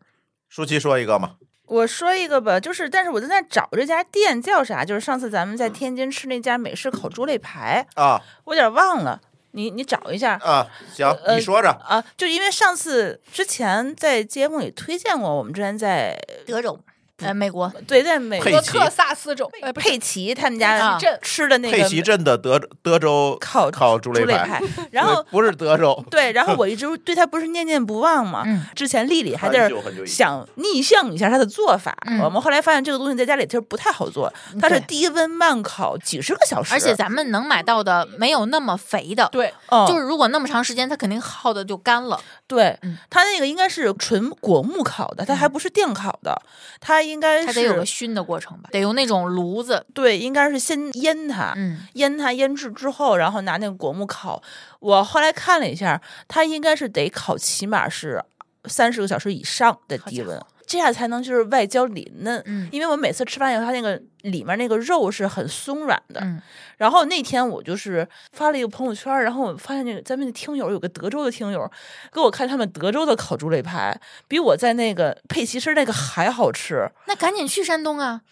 [SPEAKER 2] 舒淇说一个嘛，
[SPEAKER 7] 我说一个吧，就是，但是我正在找这家店叫啥，就是上次咱们在天津吃那家美式烤猪肋排，
[SPEAKER 2] 啊
[SPEAKER 7] 我有点忘了，你你找一下。
[SPEAKER 2] 啊，行，
[SPEAKER 5] 呃
[SPEAKER 2] 你说着，
[SPEAKER 7] 啊，就因为上次之前在节目里推荐过，我们之前在
[SPEAKER 4] 德州，呃，美国，
[SPEAKER 7] 对在美
[SPEAKER 2] 佩
[SPEAKER 7] 国
[SPEAKER 5] 德
[SPEAKER 2] 奇
[SPEAKER 5] 克萨斯州，哎，不是
[SPEAKER 7] 佩奇他们家
[SPEAKER 4] 呃啊
[SPEAKER 7] 吃的那个
[SPEAKER 2] 佩奇镇的德德州
[SPEAKER 7] 烤
[SPEAKER 2] 烤猪
[SPEAKER 7] 猪
[SPEAKER 2] 肋
[SPEAKER 7] 肋
[SPEAKER 2] 排，
[SPEAKER 7] 排，然 后
[SPEAKER 2] 对不是德州，
[SPEAKER 7] 对，然后我一直对他不是念念不忘嘛。
[SPEAKER 4] 嗯
[SPEAKER 7] 之前丽丽还
[SPEAKER 2] 很
[SPEAKER 7] 在
[SPEAKER 2] 久很久以前
[SPEAKER 7] 想逆向一下他的做法，
[SPEAKER 4] 嗯
[SPEAKER 7] 我们后来发现这个东西在家里其实不太好做，它是
[SPEAKER 4] 对
[SPEAKER 7] 低温慢烤几十个小时，
[SPEAKER 4] 而且咱们能买到的没有那么肥的，
[SPEAKER 5] 对，
[SPEAKER 7] 哦
[SPEAKER 4] 就是如果那么长时间，它肯定耗的就干了。
[SPEAKER 7] 对
[SPEAKER 4] 嗯
[SPEAKER 7] 它那个应该是纯果木烤的，它还不是电烤的，它应该
[SPEAKER 4] 它
[SPEAKER 7] 是
[SPEAKER 4] 得有个熏的过程吧，得用那种炉子，
[SPEAKER 7] 对，应该是先腌它，
[SPEAKER 4] 嗯，
[SPEAKER 7] 腌它腌制之后，然后拿那个果木烤。我后来看了一下，它应该是得烤起码是三十个小时以上的低温，这样才能就是外焦里嫩。
[SPEAKER 4] 嗯
[SPEAKER 7] 因为我每次吃饭以后，它那个里面那个肉是很松软的。
[SPEAKER 4] 嗯
[SPEAKER 7] 然后那天我就是发了一个朋友圈，然后我发现那个咱们的听友有个德州的听友给我看他们德州的烤猪肋排，比我在那个佩奇吃那个还好吃。
[SPEAKER 4] 那赶紧去山东啊！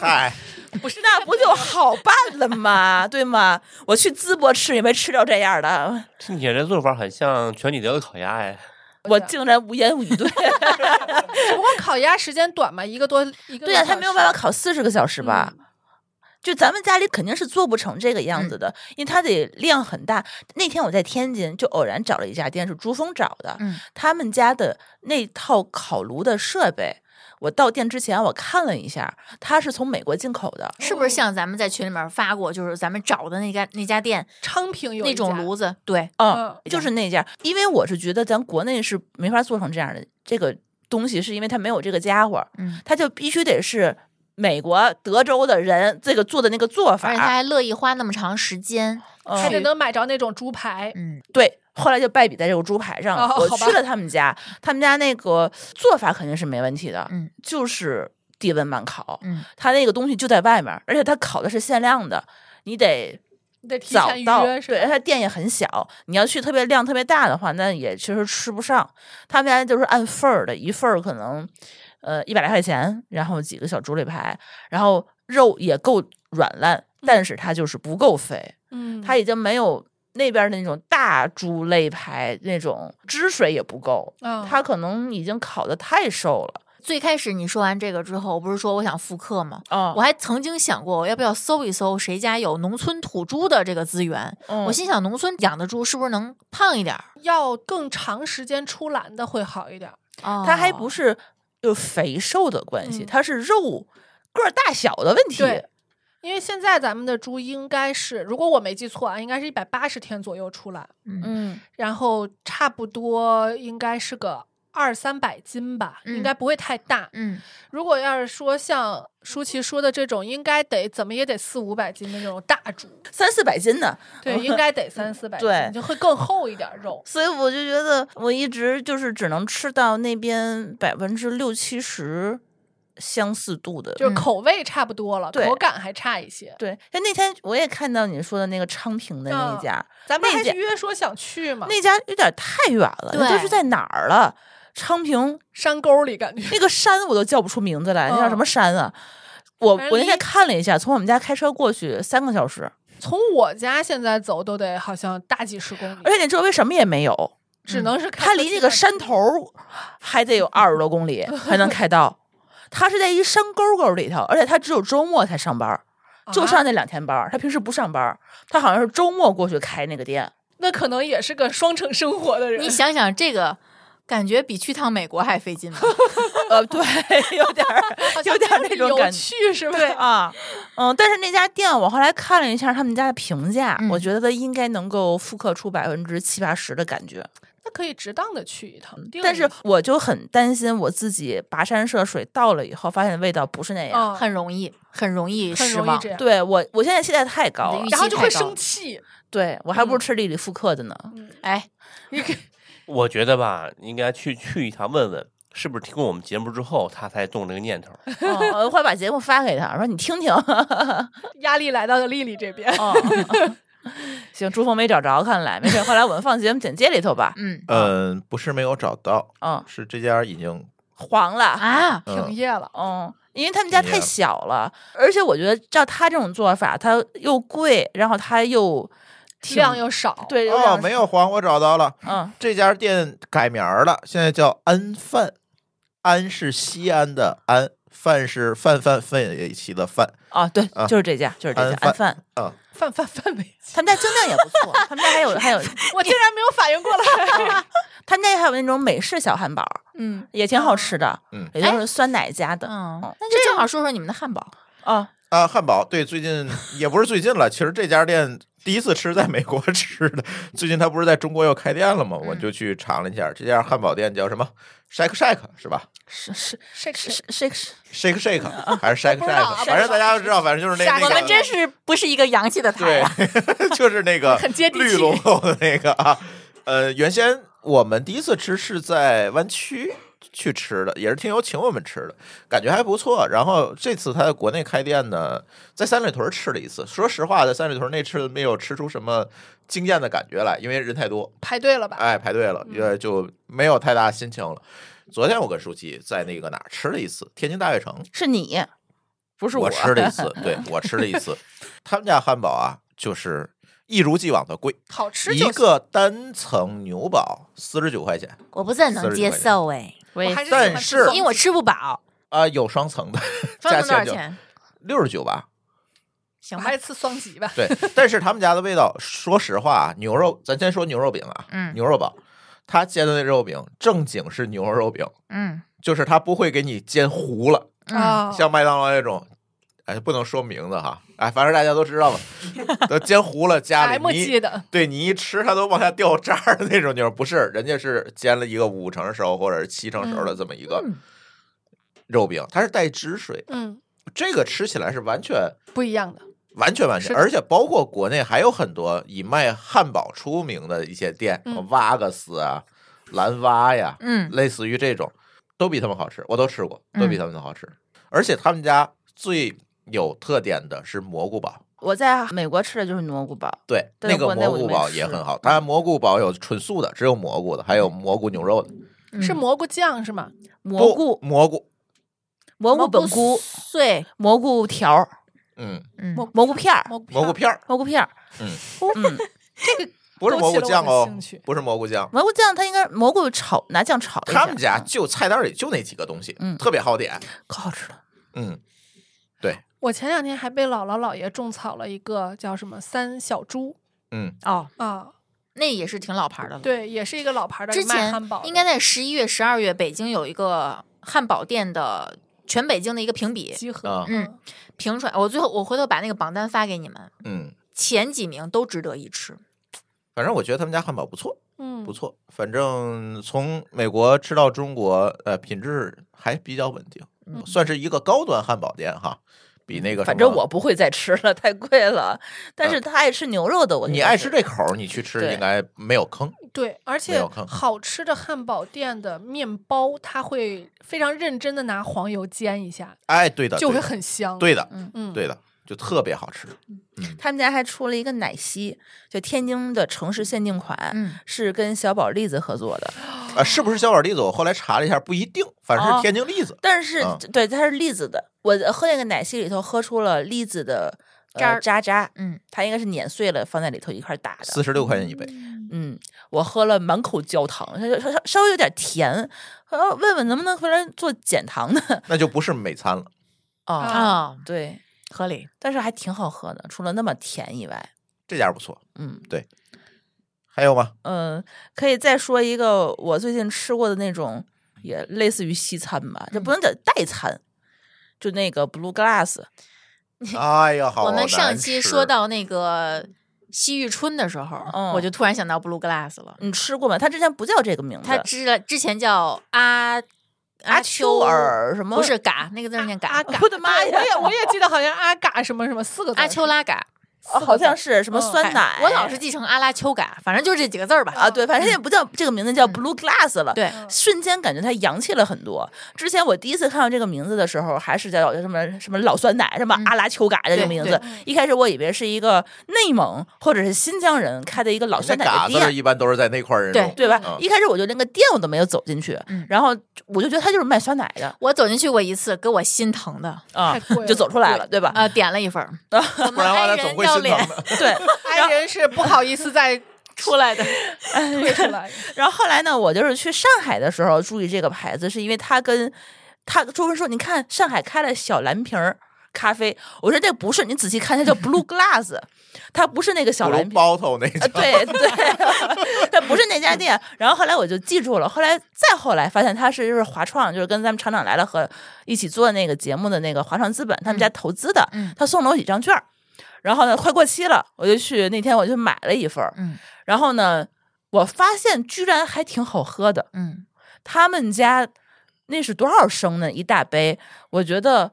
[SPEAKER 2] 嗨，
[SPEAKER 7] 不是，那不就好办了吗？ 对吗？我去淄博吃也没吃着这样的，
[SPEAKER 6] 听起来这做法很像全聚德的烤鸭哎，
[SPEAKER 7] 我竟然无言以 对。
[SPEAKER 5] 只不过烤鸭时间短嘛，一个多一个
[SPEAKER 7] 对呀、啊嗯
[SPEAKER 5] 多
[SPEAKER 7] 他
[SPEAKER 5] 小
[SPEAKER 7] 没有
[SPEAKER 5] 时
[SPEAKER 7] 办法烤四十个小时吧？就咱们家里肯定是做不成这个样子的，因为它得量很大。那天我在天津就偶然找了一家店，是珠峰找的，
[SPEAKER 4] 嗯
[SPEAKER 7] 他们家的那套烤炉的设备。我到店之前，我看了一下，它是从美国进口的，
[SPEAKER 4] 是不是像咱们在群里面发过，就是咱们找的那家那家店
[SPEAKER 5] 昌平有
[SPEAKER 4] 那
[SPEAKER 5] 一
[SPEAKER 4] 种
[SPEAKER 5] 家
[SPEAKER 4] 炉子？对，
[SPEAKER 7] 嗯
[SPEAKER 5] 嗯，
[SPEAKER 7] 就是那件儿，因为我是觉得咱国内是没法做成这样的这个东西，是因为它没有这个家伙，
[SPEAKER 4] 嗯，
[SPEAKER 7] 它就必须得是美国德州的人这个做的那个做
[SPEAKER 4] 而且他
[SPEAKER 7] 法。
[SPEAKER 4] 还乐意花那么长时间，
[SPEAKER 7] 嗯
[SPEAKER 5] 还得能买着那种猪排，
[SPEAKER 4] 嗯，
[SPEAKER 7] 对，后来就败笔在这个猪排上了。
[SPEAKER 5] 哦
[SPEAKER 7] 我
[SPEAKER 5] 好吧
[SPEAKER 7] 去了他们家，他们家那个做法肯定是没问题的，
[SPEAKER 4] 嗯，
[SPEAKER 7] 就是低温慢烤，
[SPEAKER 4] 嗯，
[SPEAKER 7] 它那个东西就在外面儿，而且它烤的是限量的，你得
[SPEAKER 5] 你得提
[SPEAKER 7] 早
[SPEAKER 5] 前预
[SPEAKER 7] 到，
[SPEAKER 5] 约是
[SPEAKER 7] 对，
[SPEAKER 5] 吧？
[SPEAKER 7] 它店也很小，你要去特别量特别大的话，那也其实吃不上。他们家就是按份儿的，一份儿可能呃一百来块钱，然后几个小猪肋排，然后肉也够软烂，但是它就是不够肥，
[SPEAKER 5] 嗯，
[SPEAKER 7] 它已经没有那边儿那种大猪肋排那种汁水也不够，
[SPEAKER 5] 嗯
[SPEAKER 7] 它可能已经烤的太瘦了。
[SPEAKER 4] 最开始你说完这个之后，我不是说我想复刻吗？
[SPEAKER 7] 哦
[SPEAKER 4] 我还曾经想过，我要不要搜一搜谁家有农村土猪的这个资源？
[SPEAKER 7] 嗯
[SPEAKER 4] 我心想，农村养的猪是不是能胖一点儿？
[SPEAKER 5] 要更长时间出栏的会好一点。
[SPEAKER 4] 哦
[SPEAKER 7] 它还不是有肥瘦的关系，
[SPEAKER 5] 嗯
[SPEAKER 7] 它是肉个儿大小的问题。
[SPEAKER 5] 对因为现在咱们的猪应该是，如果我没记错啊，应该是一百八十天左右出栏，
[SPEAKER 4] 嗯
[SPEAKER 7] 嗯，
[SPEAKER 5] 然后差不多应该是个二三百斤吧，
[SPEAKER 4] 嗯
[SPEAKER 5] 应该不会太大。
[SPEAKER 4] 嗯，
[SPEAKER 5] 如果要是说像舒淇说的这种，应该得怎么也得四五百斤的这种大 猪，
[SPEAKER 7] 三四百斤呢。
[SPEAKER 5] 对，应该得三四百斤，
[SPEAKER 7] 对
[SPEAKER 5] 就会更厚一点 肉。
[SPEAKER 7] 所以我就觉得我一直就是只能吃到那边百分之六七十相似度的。
[SPEAKER 5] 就是口味差不多了，
[SPEAKER 7] 对
[SPEAKER 5] 口感还差一些。
[SPEAKER 7] 对，哎，那天我也看到你说的那个昌平的那
[SPEAKER 5] 嗯
[SPEAKER 7] 家，
[SPEAKER 5] 咱们
[SPEAKER 7] 那
[SPEAKER 5] 还是
[SPEAKER 7] 家
[SPEAKER 5] 约说想去嘛，
[SPEAKER 7] 那家有点太远了，
[SPEAKER 4] 对
[SPEAKER 7] 那都是在哪儿了？昌平
[SPEAKER 5] 山沟里感觉
[SPEAKER 7] 那个山我都叫不出名字来，那叫什
[SPEAKER 5] 嗯
[SPEAKER 7] 么山啊？我
[SPEAKER 5] 反正
[SPEAKER 7] 我那天
[SPEAKER 5] 离
[SPEAKER 7] 看了一下，从我们家开车过去三个小时，
[SPEAKER 5] 从我家现在走都得好像大几十公里，
[SPEAKER 7] 而且那周围什么也没有，
[SPEAKER 5] 只能是开
[SPEAKER 7] 哎它
[SPEAKER 5] 车
[SPEAKER 7] 离
[SPEAKER 5] 去
[SPEAKER 7] 那个
[SPEAKER 5] 趟
[SPEAKER 7] 山
[SPEAKER 5] 山
[SPEAKER 7] 头儿还得有二十多公 里才能开到。它是在一山沟沟里头，而且它只有周末才上班儿，就
[SPEAKER 5] 啊
[SPEAKER 7] 上那两天班儿。他平时不上班儿，他好像是周末过去开那个店。
[SPEAKER 5] 那可能也是个双城生活的人。
[SPEAKER 4] 你想想这个感觉比去趟美国还费劲 吧。
[SPEAKER 7] 呃，对， 有点儿
[SPEAKER 5] 好像
[SPEAKER 7] 有点儿
[SPEAKER 5] 没
[SPEAKER 7] 那种
[SPEAKER 5] 有理由
[SPEAKER 7] 感觉。
[SPEAKER 5] 去 是吧？
[SPEAKER 7] 对 啊，嗯，但是那家店我后来看了一下他们家的评价，
[SPEAKER 4] 嗯
[SPEAKER 7] 我觉得应该能够复刻出百分之七八十的感觉。
[SPEAKER 5] 那可以值当的去一趟。定
[SPEAKER 7] 但
[SPEAKER 5] 一
[SPEAKER 7] 是
[SPEAKER 5] 下
[SPEAKER 7] 我就很担心我自己跋山涉水到了以后，发现味道不是那样。
[SPEAKER 5] 嗯
[SPEAKER 4] 很容易，很容易
[SPEAKER 5] 很
[SPEAKER 4] 失
[SPEAKER 5] 容易
[SPEAKER 4] 望
[SPEAKER 5] 这。样，
[SPEAKER 7] 对我，我现在期待太高
[SPEAKER 4] 你的
[SPEAKER 7] 了
[SPEAKER 4] 预，
[SPEAKER 5] 然后
[SPEAKER 4] 期
[SPEAKER 5] 就
[SPEAKER 4] 太
[SPEAKER 5] 会
[SPEAKER 4] 高
[SPEAKER 5] 生
[SPEAKER 4] 了
[SPEAKER 5] 气。
[SPEAKER 7] 对我还不如吃丽丽复刻的呢。
[SPEAKER 4] 哎，
[SPEAKER 6] 我觉得吧，应该去去一趟问问，是不是听过我们节目之后，他才动这个念头。
[SPEAKER 7] 哦，我会把节目发给他，我说你听听。
[SPEAKER 5] 压力来到了丽丽这边，
[SPEAKER 7] 哦， 行，朱峰没找着，看来没事。后来我们放节目简介里头吧。
[SPEAKER 4] 嗯
[SPEAKER 2] 嗯，不是没有找到，
[SPEAKER 7] 嗯，
[SPEAKER 2] 是这家已经
[SPEAKER 7] 黄了。
[SPEAKER 4] 啊，
[SPEAKER 5] 停
[SPEAKER 2] 嗯
[SPEAKER 5] 业了。
[SPEAKER 7] 嗯，因为他们家
[SPEAKER 2] 停
[SPEAKER 7] 太
[SPEAKER 2] 业了
[SPEAKER 7] 小了，而且我觉得照他这种做法，他又贵，然后他又挺
[SPEAKER 5] 量又少，，
[SPEAKER 7] 对又
[SPEAKER 2] 哦
[SPEAKER 7] 让，
[SPEAKER 2] 没有黄，我找到了，
[SPEAKER 7] 嗯
[SPEAKER 2] 这家店改名儿了，现在叫安饭。安是西安的安，饭是泛泛分一起的饭
[SPEAKER 7] 哦，对，
[SPEAKER 2] 啊
[SPEAKER 7] 就是这家，就是这家
[SPEAKER 2] 安
[SPEAKER 7] 安饭，
[SPEAKER 2] 啊。
[SPEAKER 5] 范范范围，
[SPEAKER 7] 他们家精酿也不错，他们家还有 还有，
[SPEAKER 5] 我竟然没有反应过来。
[SPEAKER 7] 他们家还有那种美式小汉堡，
[SPEAKER 4] 嗯哎
[SPEAKER 7] 也挺好吃的，
[SPEAKER 2] 嗯
[SPEAKER 7] 也就是酸奶加的，
[SPEAKER 4] 嗯
[SPEAKER 7] 哦，
[SPEAKER 4] 那就正好说说你们的汉堡。
[SPEAKER 7] 啊，
[SPEAKER 2] 啊，汉堡对，最近也不是最近了，其实这家店第一次吃在美国 吃的，最近它不是在中国又开店了吗？我
[SPEAKER 7] 嗯
[SPEAKER 2] 就去尝了一下，这家汉堡店叫什么？Shake Shack 是吧
[SPEAKER 7] 是是
[SPEAKER 5] 谁
[SPEAKER 7] 是是是，
[SPEAKER 2] ？Shake Shake 还是 Shake
[SPEAKER 5] 不知道啊
[SPEAKER 2] Shack？反正大家都知道，反正就是那
[SPEAKER 5] 下
[SPEAKER 2] 那
[SPEAKER 5] 我
[SPEAKER 2] 个，
[SPEAKER 5] 们真
[SPEAKER 4] 是不是一个洋气的台
[SPEAKER 2] 对，
[SPEAKER 7] 啊
[SPEAKER 2] 就是那个
[SPEAKER 5] 很接地气
[SPEAKER 2] 绿龙头的那个啊。呃，原先我们第一次吃是在湾区去吃的，也是听友请我们吃的，感觉还不错。然后这次他在国内开店呢，在三里屯吃了一次。说实话，在三里屯那次没有吃出什么惊艳的感觉来，因为人太多，
[SPEAKER 5] 排队了吧？嗯
[SPEAKER 2] 哎，排队了，因为就没有太大心情了。昨天我跟舒淇在那个哪儿吃了一次，天津大悦城，
[SPEAKER 7] 是你，不是
[SPEAKER 2] 我吃了一次，对我吃了一 次，他们家汉堡啊，就是一如既往的贵。
[SPEAKER 5] 好吃
[SPEAKER 2] 一
[SPEAKER 5] 就行。
[SPEAKER 2] 个单层牛堡四十九块钱
[SPEAKER 4] 我不是很能接受哎，
[SPEAKER 7] 我
[SPEAKER 5] 我
[SPEAKER 7] 也
[SPEAKER 5] 还是喜
[SPEAKER 2] 但
[SPEAKER 5] 欢吃
[SPEAKER 2] 是
[SPEAKER 5] 粽子
[SPEAKER 4] 因为我吃不饱。
[SPEAKER 2] 啊、有双层的，
[SPEAKER 4] 双
[SPEAKER 2] 价
[SPEAKER 4] 层多
[SPEAKER 2] 钱
[SPEAKER 4] 少
[SPEAKER 2] 就
[SPEAKER 4] 钱？
[SPEAKER 2] 六十九吧。
[SPEAKER 4] 行
[SPEAKER 5] 我
[SPEAKER 4] 吧
[SPEAKER 5] 还，是吃双极吧。
[SPEAKER 2] 对，但是他们家的味道，说实话啊，牛肉，咱先说牛肉饼啊，
[SPEAKER 4] 嗯
[SPEAKER 2] 牛肉堡，他煎的那肉饼正经是牛肉饼，
[SPEAKER 4] 嗯
[SPEAKER 2] 就是他不会给你煎糊了，
[SPEAKER 4] 啊，
[SPEAKER 5] 啊，
[SPEAKER 2] 像麦当劳那种。哎，不能说名字哈，哎，反正大家都知道 嘛，都煎糊了家
[SPEAKER 5] 还
[SPEAKER 2] 里，
[SPEAKER 5] 没
[SPEAKER 2] 你
[SPEAKER 5] 记得，
[SPEAKER 2] 对你一吃它都往下掉渣儿的那种牛，不是，人家是煎了一个五成熟或者是七成熟的这么一个
[SPEAKER 4] 嗯
[SPEAKER 2] 肉饼，它是带汁水的，
[SPEAKER 5] 嗯，
[SPEAKER 2] 这个吃起来是完全
[SPEAKER 5] 不一样的。
[SPEAKER 2] 完全完全，
[SPEAKER 5] 是的
[SPEAKER 2] 而且包括国内还有很多以卖汉堡出名的一些店，
[SPEAKER 5] 嗯
[SPEAKER 2] 什么瓦格斯啊、蓝蛙呀，
[SPEAKER 4] 嗯
[SPEAKER 2] 类似于这种，都比他们好吃，我都吃过，都比他们的好吃，而且他们家最有特点的是蘑菇堡。
[SPEAKER 7] 我在美国吃的就是蘑菇堡，
[SPEAKER 2] 对，
[SPEAKER 7] 对
[SPEAKER 2] 那个
[SPEAKER 7] 国内
[SPEAKER 2] 蘑
[SPEAKER 7] 我就
[SPEAKER 2] 菇
[SPEAKER 7] 没
[SPEAKER 2] 堡
[SPEAKER 7] 吃
[SPEAKER 2] 也很好。当然，蘑菇堡有纯素的，只有蘑菇的，还有蘑菇牛肉的。
[SPEAKER 4] 嗯
[SPEAKER 5] 是蘑菇酱是吗？
[SPEAKER 7] 蘑
[SPEAKER 2] 不
[SPEAKER 7] 菇
[SPEAKER 2] 蘑菇，
[SPEAKER 7] 蘑菇本菇、
[SPEAKER 4] 碎，
[SPEAKER 7] 蘑菇条儿、
[SPEAKER 2] 嗯，
[SPEAKER 4] 嗯
[SPEAKER 5] 蘑
[SPEAKER 7] 蘑菇片儿、
[SPEAKER 5] 蘑菇
[SPEAKER 2] 蘑菇片儿，
[SPEAKER 7] 蘑菇片儿，
[SPEAKER 2] 嗯
[SPEAKER 7] 嗯，
[SPEAKER 2] 不是
[SPEAKER 5] 勾
[SPEAKER 2] 蘑菇
[SPEAKER 5] 起了我
[SPEAKER 2] 酱
[SPEAKER 5] 的
[SPEAKER 2] 哦
[SPEAKER 5] 兴趣，
[SPEAKER 2] 不是蘑菇酱。
[SPEAKER 7] 蘑菇酱它应该蘑菇炒拿酱炒一下，
[SPEAKER 2] 他们家
[SPEAKER 7] 嗯
[SPEAKER 2] 就菜单里就那几个东西，
[SPEAKER 7] 嗯
[SPEAKER 2] 特别好点，
[SPEAKER 7] 可好吃了，
[SPEAKER 2] 嗯，
[SPEAKER 5] 我前两天还被姥姥姥爷种草了一个叫什么三小猪
[SPEAKER 2] 嗯，
[SPEAKER 4] 哦，
[SPEAKER 5] 啊，
[SPEAKER 4] 那也是挺老牌的了。
[SPEAKER 5] 对，也是一个老牌的
[SPEAKER 4] 之
[SPEAKER 5] 卖
[SPEAKER 4] 前
[SPEAKER 5] 汉堡的，
[SPEAKER 4] 应该在十一月、十二月，北京有一个汉堡店的全北京的一个评比，
[SPEAKER 5] 集合
[SPEAKER 2] 啊，
[SPEAKER 4] 嗯，评出来。我最后我回头把那个榜单发给你们，
[SPEAKER 2] 嗯，
[SPEAKER 4] 前几名都值得一吃。
[SPEAKER 2] 反正我觉得他们家汉堡不错，
[SPEAKER 5] 嗯，
[SPEAKER 2] 不错。反正从美国吃到中国，呃，品质还比较稳定，算是一个高端汉堡店哈。比那个什
[SPEAKER 7] 嗯反正
[SPEAKER 2] 么嗯
[SPEAKER 7] 我不会再吃了， 太贵了。但是他爱吃牛肉的，我觉得
[SPEAKER 2] 你爱吃
[SPEAKER 7] 是
[SPEAKER 2] 这口儿，你去吃
[SPEAKER 7] 对
[SPEAKER 2] 应该没有坑。
[SPEAKER 5] 对，而
[SPEAKER 2] 没
[SPEAKER 5] 且
[SPEAKER 2] 有看过
[SPEAKER 5] 好吃的汉堡店的面包，它会非常认真的拿黄油煎一下，
[SPEAKER 2] 哎，对的，
[SPEAKER 5] 就
[SPEAKER 2] 对
[SPEAKER 5] 会
[SPEAKER 2] 的
[SPEAKER 5] 很香。，
[SPEAKER 2] 对的，
[SPEAKER 5] 嗯，
[SPEAKER 2] 对的，就特别好吃。
[SPEAKER 7] 他们家还出了一个奶昔，就天津的城市限定款，
[SPEAKER 4] 嗯
[SPEAKER 7] 是跟小宝栗子合作的。
[SPEAKER 2] 啊，是不是小碗栗子？我后来查了一下，不一定，反正
[SPEAKER 7] 哦
[SPEAKER 2] 是天津栗子。
[SPEAKER 7] 但是、
[SPEAKER 2] 嗯
[SPEAKER 7] 对，它是栗子的。我喝那个奶昔里头喝出了栗子的、呃、
[SPEAKER 4] 渣儿
[SPEAKER 7] 渣渣，
[SPEAKER 4] 嗯，
[SPEAKER 7] 它应该是碾碎了放在里头一块儿打的。
[SPEAKER 2] 四十六块钱一杯，
[SPEAKER 7] 嗯，我喝了满口焦糖，它稍稍稍微有点甜。然后问问能不能回来做减糖的
[SPEAKER 2] 那就不是美餐了。
[SPEAKER 7] 哦
[SPEAKER 5] 啊
[SPEAKER 4] 啊，
[SPEAKER 7] 对，
[SPEAKER 4] 合理。
[SPEAKER 7] 但是还挺好喝的，除了那么甜以外，
[SPEAKER 2] 这家不错，
[SPEAKER 7] 嗯，
[SPEAKER 2] 对。还有吗？
[SPEAKER 7] 嗯，可以再说一个我最近吃过的那种，也类似于西餐吧，
[SPEAKER 4] 嗯
[SPEAKER 7] 这不能叫代餐，就那个 Blue Glass，
[SPEAKER 2] 哎呀，好
[SPEAKER 4] 我们
[SPEAKER 2] 难
[SPEAKER 4] 上期
[SPEAKER 2] 吃
[SPEAKER 4] 说到那个西域春的时候，
[SPEAKER 7] 嗯
[SPEAKER 4] 我就突然想到 Blue Glass 了。
[SPEAKER 7] 你吃过吗？它之前不叫这个名字，
[SPEAKER 4] 它之了之前叫阿
[SPEAKER 7] 阿
[SPEAKER 4] 丘
[SPEAKER 7] 丘尔什么
[SPEAKER 4] 不是嘎，那个字儿念
[SPEAKER 5] 啊阿
[SPEAKER 4] 嘎，
[SPEAKER 5] 嘎，
[SPEAKER 7] 我的妈呀
[SPEAKER 5] 对我也我也记得好像阿嘎什么什么四个字儿，
[SPEAKER 4] 阿丘拉嘎，
[SPEAKER 7] 哦好像是什么
[SPEAKER 5] 嗯
[SPEAKER 7] 酸奶，
[SPEAKER 4] 哎我老是记成阿拉丘嘎，反正就是这几个字儿吧。
[SPEAKER 7] 啊，对，反正也不叫这个名字，叫
[SPEAKER 4] 嗯
[SPEAKER 7] Blue Glass 了。
[SPEAKER 4] 对，
[SPEAKER 5] 嗯
[SPEAKER 7] 瞬间感觉它洋气了很多。之前我第一次看到这个名字的时候，还是叫什么什么老酸奶，什么
[SPEAKER 4] 嗯
[SPEAKER 7] 阿拉丘嘎的这
[SPEAKER 4] 对
[SPEAKER 7] 个名
[SPEAKER 4] 对嗯
[SPEAKER 7] 字。一开始我以为是一个内蒙或者是新疆人开的一个老
[SPEAKER 2] 那
[SPEAKER 7] 酸奶
[SPEAKER 2] 嘎
[SPEAKER 7] 的
[SPEAKER 2] 子
[SPEAKER 7] 店，
[SPEAKER 2] 一般都是在那块儿人
[SPEAKER 4] 对
[SPEAKER 2] 用
[SPEAKER 7] 对吧？
[SPEAKER 2] 嗯
[SPEAKER 7] 一开始我就连个店我都没有走进去，
[SPEAKER 4] 嗯
[SPEAKER 7] 然后我就觉得他就是卖酸奶的
[SPEAKER 4] 我走进去过一次，给我心疼的
[SPEAKER 7] 啊
[SPEAKER 5] 太贵，了
[SPEAKER 7] 就走出来了，对吧？
[SPEAKER 4] 啊，点了一份 儿，我
[SPEAKER 2] 不然的
[SPEAKER 4] 们
[SPEAKER 2] 话
[SPEAKER 4] 爱
[SPEAKER 2] 他总
[SPEAKER 4] 人
[SPEAKER 2] 会
[SPEAKER 4] 要
[SPEAKER 2] 心
[SPEAKER 4] 脸
[SPEAKER 2] 疼的。
[SPEAKER 7] 对，
[SPEAKER 5] 爱人是不好意思再
[SPEAKER 4] 出来的，
[SPEAKER 5] 退出 来。
[SPEAKER 7] 然后后来呢，我就是去上海的时候注意这个牌子，是因为它跟他周文说，你看上海开了小蓝瓶儿咖啡，我说这不是，你仔细看，它叫 Blue Glass，它不是那个小
[SPEAKER 2] 小
[SPEAKER 7] 蓝
[SPEAKER 2] 笼
[SPEAKER 7] 瓶儿。
[SPEAKER 2] 包头那
[SPEAKER 7] 啊，
[SPEAKER 2] 种，
[SPEAKER 7] 对对，它不是那家店。然后后来我就记住了，后来再后来发现它是就是华创，就是跟咱们厂长来了和一起做那个节目的那个华创资本，他们家投资的，
[SPEAKER 4] 嗯
[SPEAKER 7] 他送了我几张券儿。然后呢，快过期了，我就去那天我就买了一份儿，
[SPEAKER 4] 嗯
[SPEAKER 7] 然后呢，我发现居然还挺好喝的。
[SPEAKER 4] 嗯，
[SPEAKER 7] 他们家那是多少升呢？一大杯，我觉得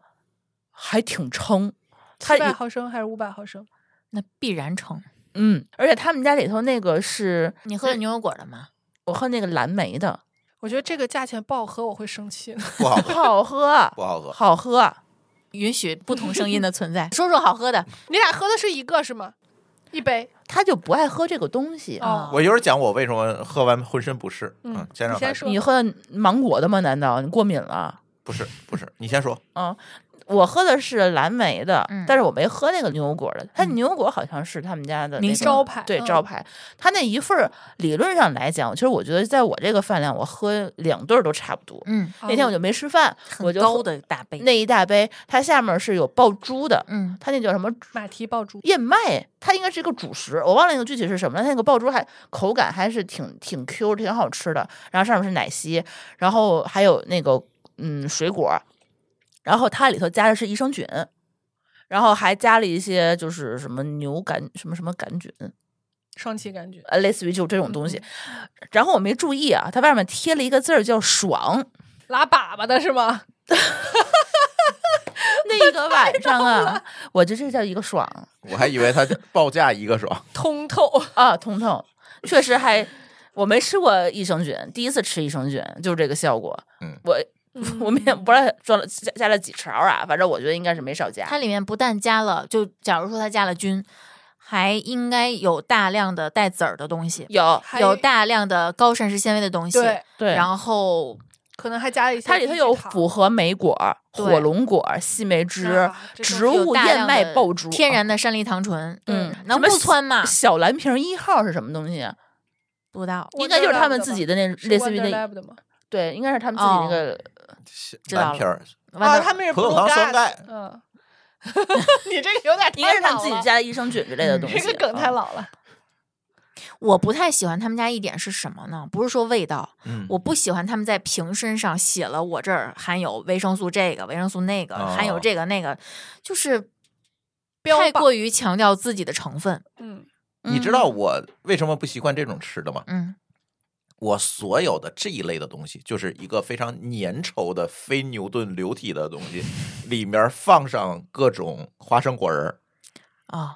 [SPEAKER 7] 还挺撑。它
[SPEAKER 5] 七百
[SPEAKER 7] 有
[SPEAKER 5] 毫升还是五百毫升？
[SPEAKER 4] 那必然成。
[SPEAKER 7] 嗯，而且他们家里头那个是
[SPEAKER 4] 你喝了牛油果了 吗？
[SPEAKER 7] 我喝那个蓝莓的，
[SPEAKER 5] 我觉得这个价钱不好喝，我会生气的。
[SPEAKER 2] 不好喝，
[SPEAKER 7] 好喝，
[SPEAKER 2] 不好喝。
[SPEAKER 7] 好喝。
[SPEAKER 4] 允许不同声音 的存在，说说好喝的。
[SPEAKER 5] 你俩喝的是一个是吗？一杯
[SPEAKER 7] 他就不爱喝这个东西。啊
[SPEAKER 5] 哦。
[SPEAKER 2] 我一会儿讲我为什么喝完浑身不适。嗯，先
[SPEAKER 5] 你
[SPEAKER 2] 让他
[SPEAKER 5] 先说，
[SPEAKER 7] 你喝的芒果的吗？难道你过敏了？
[SPEAKER 2] 不是不是，你先说。
[SPEAKER 7] 我喝的是蓝莓的，
[SPEAKER 4] 嗯
[SPEAKER 7] 但是我没喝那个牛油果的。它牛油果好像是他们家的那个
[SPEAKER 4] 明星
[SPEAKER 5] 招牌
[SPEAKER 7] 对
[SPEAKER 5] 嗯
[SPEAKER 7] 招牌。它那一份儿理论上来讲，其实我觉得在我这个饭量，我喝两顿儿都差不多。
[SPEAKER 4] 嗯，
[SPEAKER 7] 那天我就没吃饭，我
[SPEAKER 4] 很
[SPEAKER 7] 就
[SPEAKER 4] 高
[SPEAKER 7] 喝
[SPEAKER 4] 的大杯。
[SPEAKER 7] 那一大杯，它下面是有爆珠的，
[SPEAKER 4] 嗯，
[SPEAKER 7] 它那叫什么
[SPEAKER 5] 马蹄爆珠，
[SPEAKER 7] 燕麦，它应该是一个主食，我忘了那个具体是什么了。它那个爆珠还口感还是挺挺 Q，挺好吃的。然后上面是奶昔，然后还有那个嗯水果，然后它里头加的是益生菌，然后还加了一些就是什么牛杆什么什么杆菌，
[SPEAKER 5] 双歧杆菌。
[SPEAKER 7] 呃，类似于就这种东西。 然后我没注意啊，它外面贴了一个字儿叫“爽
[SPEAKER 5] 拉粑粑的是吗？”。
[SPEAKER 7] 那一个晚上啊，我就这叫一个爽
[SPEAKER 2] 我还以为他报价一个 爽，
[SPEAKER 5] 通 透，
[SPEAKER 7] 啊，彤彤确实还。我没吃过益生菌，第一次吃益生菌就是这个效果。
[SPEAKER 2] 嗯
[SPEAKER 7] 我我们
[SPEAKER 4] 嗯
[SPEAKER 7] 也不知道装了加加了几勺啊，反正我觉得应该是没少加。
[SPEAKER 4] 它里面不但加了，就假如说它加了菌，还应该有大量的带籽儿的东西，
[SPEAKER 7] 有
[SPEAKER 5] 还
[SPEAKER 4] 有大量的高膳食纤维的东西，
[SPEAKER 5] 对，
[SPEAKER 7] 对，
[SPEAKER 4] 然后
[SPEAKER 5] 可能还加了一些
[SPEAKER 7] 它里头有复合莓果、
[SPEAKER 4] 对
[SPEAKER 7] 火龙果、细莓汁
[SPEAKER 5] 啊、这都是
[SPEAKER 7] 植物
[SPEAKER 4] 有大
[SPEAKER 7] 燕
[SPEAKER 4] 量
[SPEAKER 7] 麦
[SPEAKER 4] 的
[SPEAKER 7] 爆珠、
[SPEAKER 4] 天然的山梨糖醇，
[SPEAKER 7] 嗯，
[SPEAKER 4] 能不窜吗？
[SPEAKER 7] 小蓝瓶一号是什么东西啊？
[SPEAKER 4] 不知道，
[SPEAKER 7] 应该就是他们自己
[SPEAKER 5] 的，
[SPEAKER 7] 的那
[SPEAKER 5] 是
[SPEAKER 7] 类似于那
[SPEAKER 5] Wonderlab 的吗？
[SPEAKER 7] 对，应该是他们自己那
[SPEAKER 4] 哦
[SPEAKER 7] 个、
[SPEAKER 4] 知道
[SPEAKER 2] 蓝皮儿
[SPEAKER 5] 啊，
[SPEAKER 4] 完了
[SPEAKER 5] 他们是
[SPEAKER 2] 葡萄糖
[SPEAKER 5] Blue
[SPEAKER 2] 酸钙
[SPEAKER 5] Glass，嗯， 你这个有点太
[SPEAKER 7] 应该是他们自己
[SPEAKER 5] 老了
[SPEAKER 7] 加的益生菌之类的
[SPEAKER 4] 嗯
[SPEAKER 7] 东西。
[SPEAKER 5] 这个梗太
[SPEAKER 7] 啊
[SPEAKER 5] 老了。
[SPEAKER 4] 我不太喜欢他们家一点是什么呢？不是说味道，
[SPEAKER 2] 嗯，
[SPEAKER 4] 我不喜欢他们在瓶身上写了我这儿含有维生素这个、维生素那个，含有
[SPEAKER 2] 哦
[SPEAKER 4] 这个那个，就是
[SPEAKER 5] 标
[SPEAKER 4] 太
[SPEAKER 5] 榜
[SPEAKER 4] 过于强调自己的成分。
[SPEAKER 5] 嗯，
[SPEAKER 2] 你知道我为什么不习惯这种吃的吗？
[SPEAKER 4] 嗯
[SPEAKER 2] 我所有的这一类的东西，就是一个非常粘稠的非牛顿流体的东西，里面放上各种花生果仁儿。
[SPEAKER 4] 哦，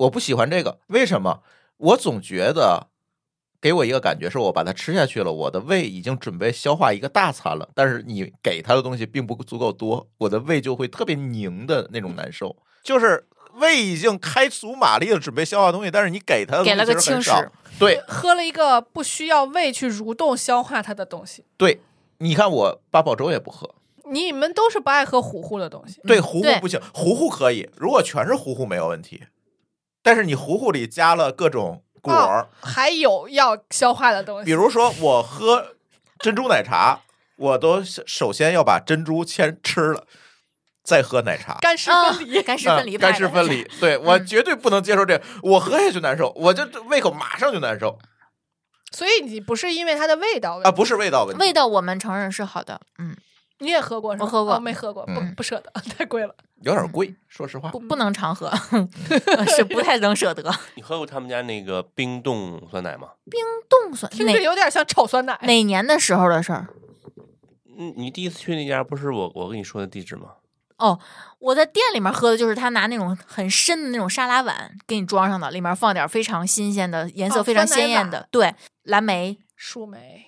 [SPEAKER 2] 我不喜欢这个，为什么？我总觉得给我一个感觉是我把它吃下去了，我的胃已经准备消化一个大餐了，但是你给它的东西并不足够多，我的胃就会特别拧的那种难受，就是胃已经开足马力的准备消化东西，但是你给它的
[SPEAKER 4] 给了个
[SPEAKER 2] 东西其实很
[SPEAKER 4] 轻食
[SPEAKER 2] 少，对
[SPEAKER 5] 喝了一个不需要胃去蠕动消化它的东西。
[SPEAKER 2] 对。你看我八宝粥也不喝，
[SPEAKER 5] 你们都是不爱喝糊糊的东西，
[SPEAKER 2] 对糊糊
[SPEAKER 4] 嗯对
[SPEAKER 2] 不行，糊糊可以，如果全是糊糊没有问题，但是你糊糊里加了各种果
[SPEAKER 4] 哦
[SPEAKER 2] 儿，
[SPEAKER 5] 还有要消化的东西。
[SPEAKER 2] 比如说我喝珍珠奶茶，我都首先要把珍珠先吃了，再喝奶茶。
[SPEAKER 5] 干湿
[SPEAKER 4] 啊
[SPEAKER 5] 分离，
[SPEAKER 4] 干湿分离
[SPEAKER 2] 嗯
[SPEAKER 4] 派的，嗯
[SPEAKER 2] 干湿分离，对我绝对不能接受这个，我喝下去难受，我就这胃口马上就难受。
[SPEAKER 5] 所以你不是因为它的味道问题
[SPEAKER 2] 啊，不是味道问题，
[SPEAKER 4] 味道我们承认是好的，嗯，
[SPEAKER 5] 你也喝过是吧？
[SPEAKER 4] 我喝过
[SPEAKER 5] 哦没喝过，不
[SPEAKER 2] 嗯
[SPEAKER 5] 不舍得， 太贵了。
[SPEAKER 2] 有点贵，说实话
[SPEAKER 4] 不。不能常喝， 是不太能舍得。
[SPEAKER 6] 你喝过他们家那个冰冻酸奶吗？
[SPEAKER 4] 冻酸
[SPEAKER 5] 听着
[SPEAKER 4] 哪
[SPEAKER 5] 有点像炒酸奶。
[SPEAKER 4] 哪年的时候的事儿？
[SPEAKER 6] 嗯，你第一次去那家不是我我跟你说的地址吗？
[SPEAKER 4] 我在店里面喝的就是他拿那种很深的那种沙拉碗给你装上的，里面放点非常新鲜的、颜色
[SPEAKER 5] 哦
[SPEAKER 4] 非常
[SPEAKER 5] 酸奶
[SPEAKER 4] 鲜艳的，对，蓝莓、
[SPEAKER 5] 树莓，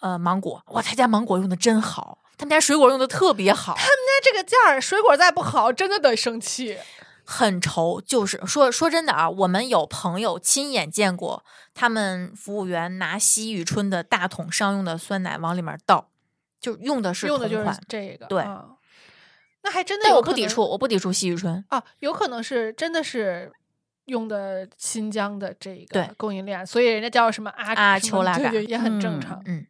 [SPEAKER 4] 呃芒果。哇，他家芒果用的真好，他们家水果用的特别好，
[SPEAKER 5] 那哎这个价儿，水果再不好，真的得生气。
[SPEAKER 4] 很稠。就是说说真的啊，我们有朋友亲眼见过他们服务员拿西雨春的大桶商用的酸奶往里面倒，就用的是
[SPEAKER 5] 用的就
[SPEAKER 4] 同
[SPEAKER 5] 是
[SPEAKER 4] 款
[SPEAKER 5] 这个，
[SPEAKER 4] 对
[SPEAKER 5] 啊那还真的
[SPEAKER 4] 但
[SPEAKER 5] 有
[SPEAKER 4] 我
[SPEAKER 5] 可
[SPEAKER 4] 不抵
[SPEAKER 5] 能
[SPEAKER 4] 触，我不抵触西雨春。
[SPEAKER 5] 啊，有可能是真的是用的新疆的这个
[SPEAKER 4] 对
[SPEAKER 5] 供应链，所以人家叫什么阿
[SPEAKER 4] 阿
[SPEAKER 5] 什么
[SPEAKER 4] 丘拉
[SPEAKER 5] 对
[SPEAKER 4] 嘎
[SPEAKER 5] 对也很正常。
[SPEAKER 4] 嗯，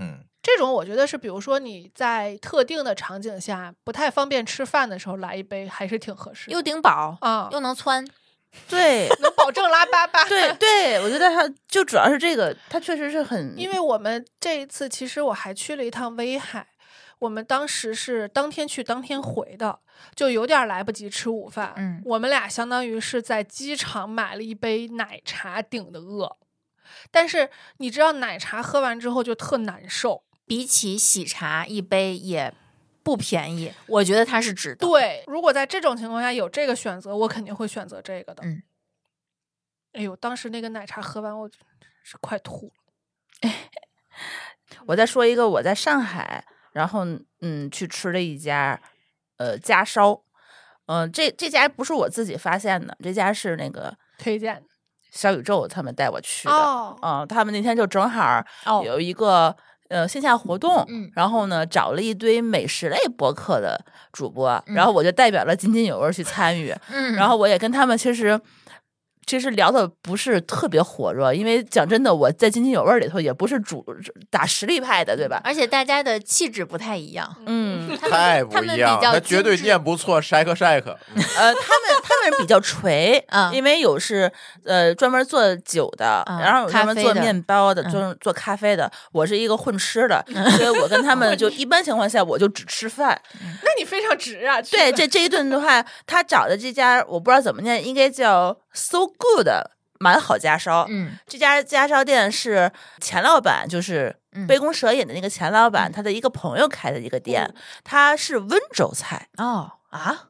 [SPEAKER 2] 嗯，
[SPEAKER 5] 这种我觉得是，比如说你在特定的场景下不太方便吃饭的时候来一杯，还是挺合适的
[SPEAKER 4] 又顶饱，
[SPEAKER 5] 啊，
[SPEAKER 4] 又能窜，
[SPEAKER 7] 对
[SPEAKER 5] 能保证拉粑 粑。
[SPEAKER 7] 对对，我觉得它就主要是这个，它确实是很
[SPEAKER 5] 因为我们这一次其实我还去了一趟威海，我们当时是当天去当天回的，就有点来不及吃午饭。
[SPEAKER 4] 嗯
[SPEAKER 5] 我们俩相当于是在机场买了一杯奶茶顶的饿，但是你知道奶茶喝完之后就特难受。
[SPEAKER 4] 比起喜茶一杯也不便宜，我觉得它是值得。
[SPEAKER 5] 对，如果在这种情况下有这个选择，我肯定会选择这个的。
[SPEAKER 4] 嗯
[SPEAKER 5] 哎呦，当时那个奶茶喝完我是快吐了。
[SPEAKER 7] 我再说一个，我在上海，然后嗯去吃了一家，呃家烧，嗯、这这家不是我自己发现的，这家是那个
[SPEAKER 5] 推荐
[SPEAKER 7] 小宇宙他们带我去的，
[SPEAKER 5] 哦，
[SPEAKER 7] 嗯、他们那天就正好儿
[SPEAKER 4] 哦
[SPEAKER 7] 有一个、呃线下活动，
[SPEAKER 4] 嗯
[SPEAKER 7] 然后呢找了一堆美食类博客的主播，
[SPEAKER 4] 嗯
[SPEAKER 7] 然后我就代表了津津有味儿去参与，
[SPEAKER 4] 嗯
[SPEAKER 7] 然后我也跟他们其实其实聊的不是特别火热，因为讲真的，我在津津有味儿里头也不是主打实力派的，对吧？
[SPEAKER 4] 而且大家的气质不太一样，
[SPEAKER 7] 嗯，
[SPEAKER 4] 他们
[SPEAKER 2] 太
[SPEAKER 4] 他
[SPEAKER 2] 不
[SPEAKER 4] 们
[SPEAKER 2] 一
[SPEAKER 4] 比
[SPEAKER 2] 样，
[SPEAKER 4] 较
[SPEAKER 2] 他绝对
[SPEAKER 4] 精致
[SPEAKER 2] 念不错，shake 嗯 shake，
[SPEAKER 7] 呃，他们他们比较锤
[SPEAKER 4] 啊
[SPEAKER 7] 因为有是呃专门做酒的，
[SPEAKER 4] 啊
[SPEAKER 7] 然后有专门
[SPEAKER 4] 咖啡
[SPEAKER 7] 做
[SPEAKER 4] 的
[SPEAKER 7] 面包的，
[SPEAKER 4] 嗯
[SPEAKER 7] 做做咖啡的。我是一个混吃 的，所以我跟他们就一般情况下我就只吃饭。
[SPEAKER 5] 那你非常值啊！去
[SPEAKER 7] 对，
[SPEAKER 5] 的
[SPEAKER 7] 这这一顿的话，他找的这家我不知道怎么念，应该叫 So Good 蛮好家烧。
[SPEAKER 4] 嗯
[SPEAKER 7] 这家家烧店是钱老板，就是
[SPEAKER 4] 嗯
[SPEAKER 7] 杯弓蛇影的那个钱老板，他的一个朋友开的一个店，他是温州菜。
[SPEAKER 4] 哦啊，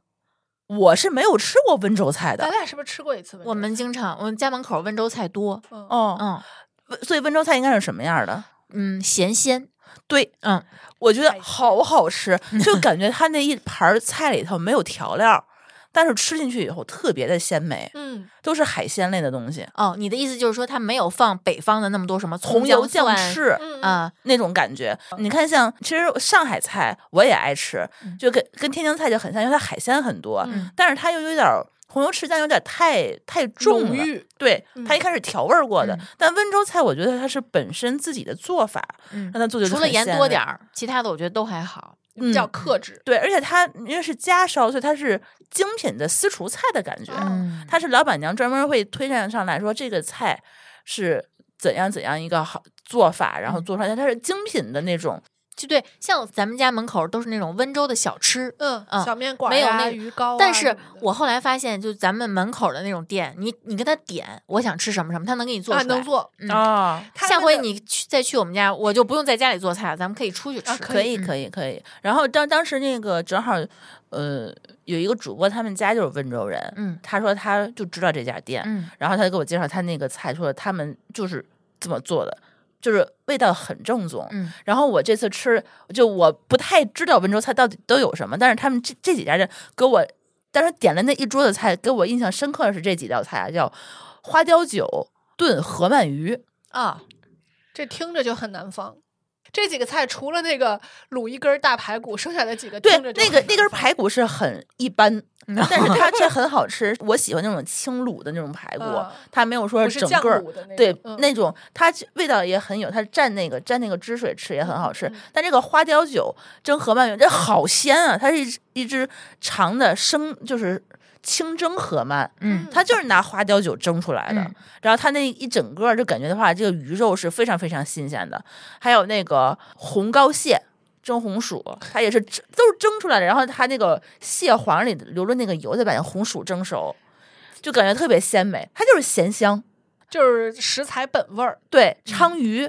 [SPEAKER 7] 我是没有吃过温州菜
[SPEAKER 5] 咱
[SPEAKER 7] 的，
[SPEAKER 5] 俩是不是吃过一次温州菜？
[SPEAKER 4] 我们经常我们家门口温州菜多，
[SPEAKER 5] 嗯
[SPEAKER 7] 哦，
[SPEAKER 4] 嗯
[SPEAKER 7] 温所以温州菜应该是什么样的？
[SPEAKER 4] 嗯，咸鲜，
[SPEAKER 7] 对，
[SPEAKER 4] 嗯
[SPEAKER 7] 我觉
[SPEAKER 5] 哎
[SPEAKER 7] 得好好吃，就感觉他那一盘儿菜里头没有调料，但是吃进去以后特别的鲜美，
[SPEAKER 5] 嗯，
[SPEAKER 7] 都是海鲜类的东西，
[SPEAKER 4] 哦，你的意思就是说它没有放北方的那么多什么
[SPEAKER 7] 红油酱
[SPEAKER 4] 蒜
[SPEAKER 7] 翅，
[SPEAKER 5] 嗯嗯
[SPEAKER 4] 啊，
[SPEAKER 7] 那种感觉。你看像，其实上海菜我也爱吃，
[SPEAKER 4] 嗯
[SPEAKER 7] 就跟跟天津菜就很像，因为它海鲜很多，
[SPEAKER 5] 嗯
[SPEAKER 7] 但是它又有点儿红油赤酱，有点太太重
[SPEAKER 5] 浓
[SPEAKER 7] 了。
[SPEAKER 5] 郁
[SPEAKER 7] 对，它
[SPEAKER 5] 嗯
[SPEAKER 7] 一开始调味儿过的，
[SPEAKER 4] 嗯
[SPEAKER 7] 但温州菜我觉得它是本身自己的做法，
[SPEAKER 4] 嗯
[SPEAKER 7] 让，它做就
[SPEAKER 4] 除了盐多点儿，其他的我觉得都还好。
[SPEAKER 5] 比较
[SPEAKER 4] 嗯
[SPEAKER 5] 克制。
[SPEAKER 7] 对，而且它因为是家烧，所以它是精品的私厨菜的感觉。
[SPEAKER 4] 嗯，
[SPEAKER 7] 它是老板娘专门会推荐上来说这个菜是怎样怎样一个好做法，然后
[SPEAKER 4] 嗯
[SPEAKER 7] 做出来，它是精品的那种。
[SPEAKER 4] 就对，像咱们家门口都是那种温州的小吃，
[SPEAKER 5] 嗯，
[SPEAKER 4] 嗯
[SPEAKER 5] 小面馆
[SPEAKER 4] 没有
[SPEAKER 5] 呀
[SPEAKER 4] 那
[SPEAKER 5] 鱼糕啊什么的，
[SPEAKER 4] 但是我后来发现，就咱们门口的那种店，你你跟他点我想吃什么什么，他能给你做出
[SPEAKER 5] 啊
[SPEAKER 4] 来。
[SPEAKER 5] 能做，
[SPEAKER 4] 嗯
[SPEAKER 7] 啊，
[SPEAKER 5] 他
[SPEAKER 4] 下
[SPEAKER 5] 那
[SPEAKER 4] 回
[SPEAKER 5] 个
[SPEAKER 4] 你去再去我们家，我就不用在家里做菜了，咱们可以出去吃。
[SPEAKER 5] 啊
[SPEAKER 7] 可以
[SPEAKER 4] 嗯
[SPEAKER 7] 可以可以。然后当当时那个正好，呃，有一个主播他们家就是温州人，
[SPEAKER 4] 嗯
[SPEAKER 7] 他说他就知道这家店，
[SPEAKER 4] 嗯
[SPEAKER 7] 然后他就给我介绍他那个菜，说他们就是这么做的，就是味道很正宗。
[SPEAKER 4] 嗯
[SPEAKER 7] 然后我这次吃，就我不太知道温州菜到底都有什么，但是他们这这几家店给我，当时点了那一桌子菜，给我印象深刻的是这几道菜啊，叫花雕酒炖河鳗鱼，
[SPEAKER 4] 啊，
[SPEAKER 5] 这听着就很南方。这几个菜除了那个卤一根大排骨，剩下的几个
[SPEAKER 7] 对，
[SPEAKER 5] 听着就
[SPEAKER 7] 那个那
[SPEAKER 5] 很
[SPEAKER 7] 根
[SPEAKER 5] 南方
[SPEAKER 7] 排骨是很一 般，但是它却很好吃。我喜欢那种轻卤的那种排骨，
[SPEAKER 5] 嗯
[SPEAKER 7] 它没有说
[SPEAKER 5] 不是
[SPEAKER 7] 整
[SPEAKER 5] 酱
[SPEAKER 7] 个儿
[SPEAKER 5] 卤的那
[SPEAKER 7] 对，
[SPEAKER 5] 种嗯
[SPEAKER 7] 那种它其味道也很有，它蘸那个蘸那个汁水吃也很好吃。
[SPEAKER 5] 嗯嗯
[SPEAKER 7] 但这个花雕酒蒸河鳗鱼，这好鲜啊！它是一只一只长的生，就是清蒸河鳗，
[SPEAKER 4] 嗯
[SPEAKER 7] 它就是拿花雕酒蒸出来的。
[SPEAKER 4] 嗯
[SPEAKER 7] 然后它那一整个就感觉的话，这个鱼肉是非常非常新鲜的。还有那个红膏蟹。蒸红薯，它也是蒸都是蒸出来的，然后它那个蟹黄里留着那个油，再把那红薯蒸熟，就感觉特别鲜美。它就是咸香，
[SPEAKER 5] 嗯就是食材本味儿。
[SPEAKER 7] 对，鲳鱼，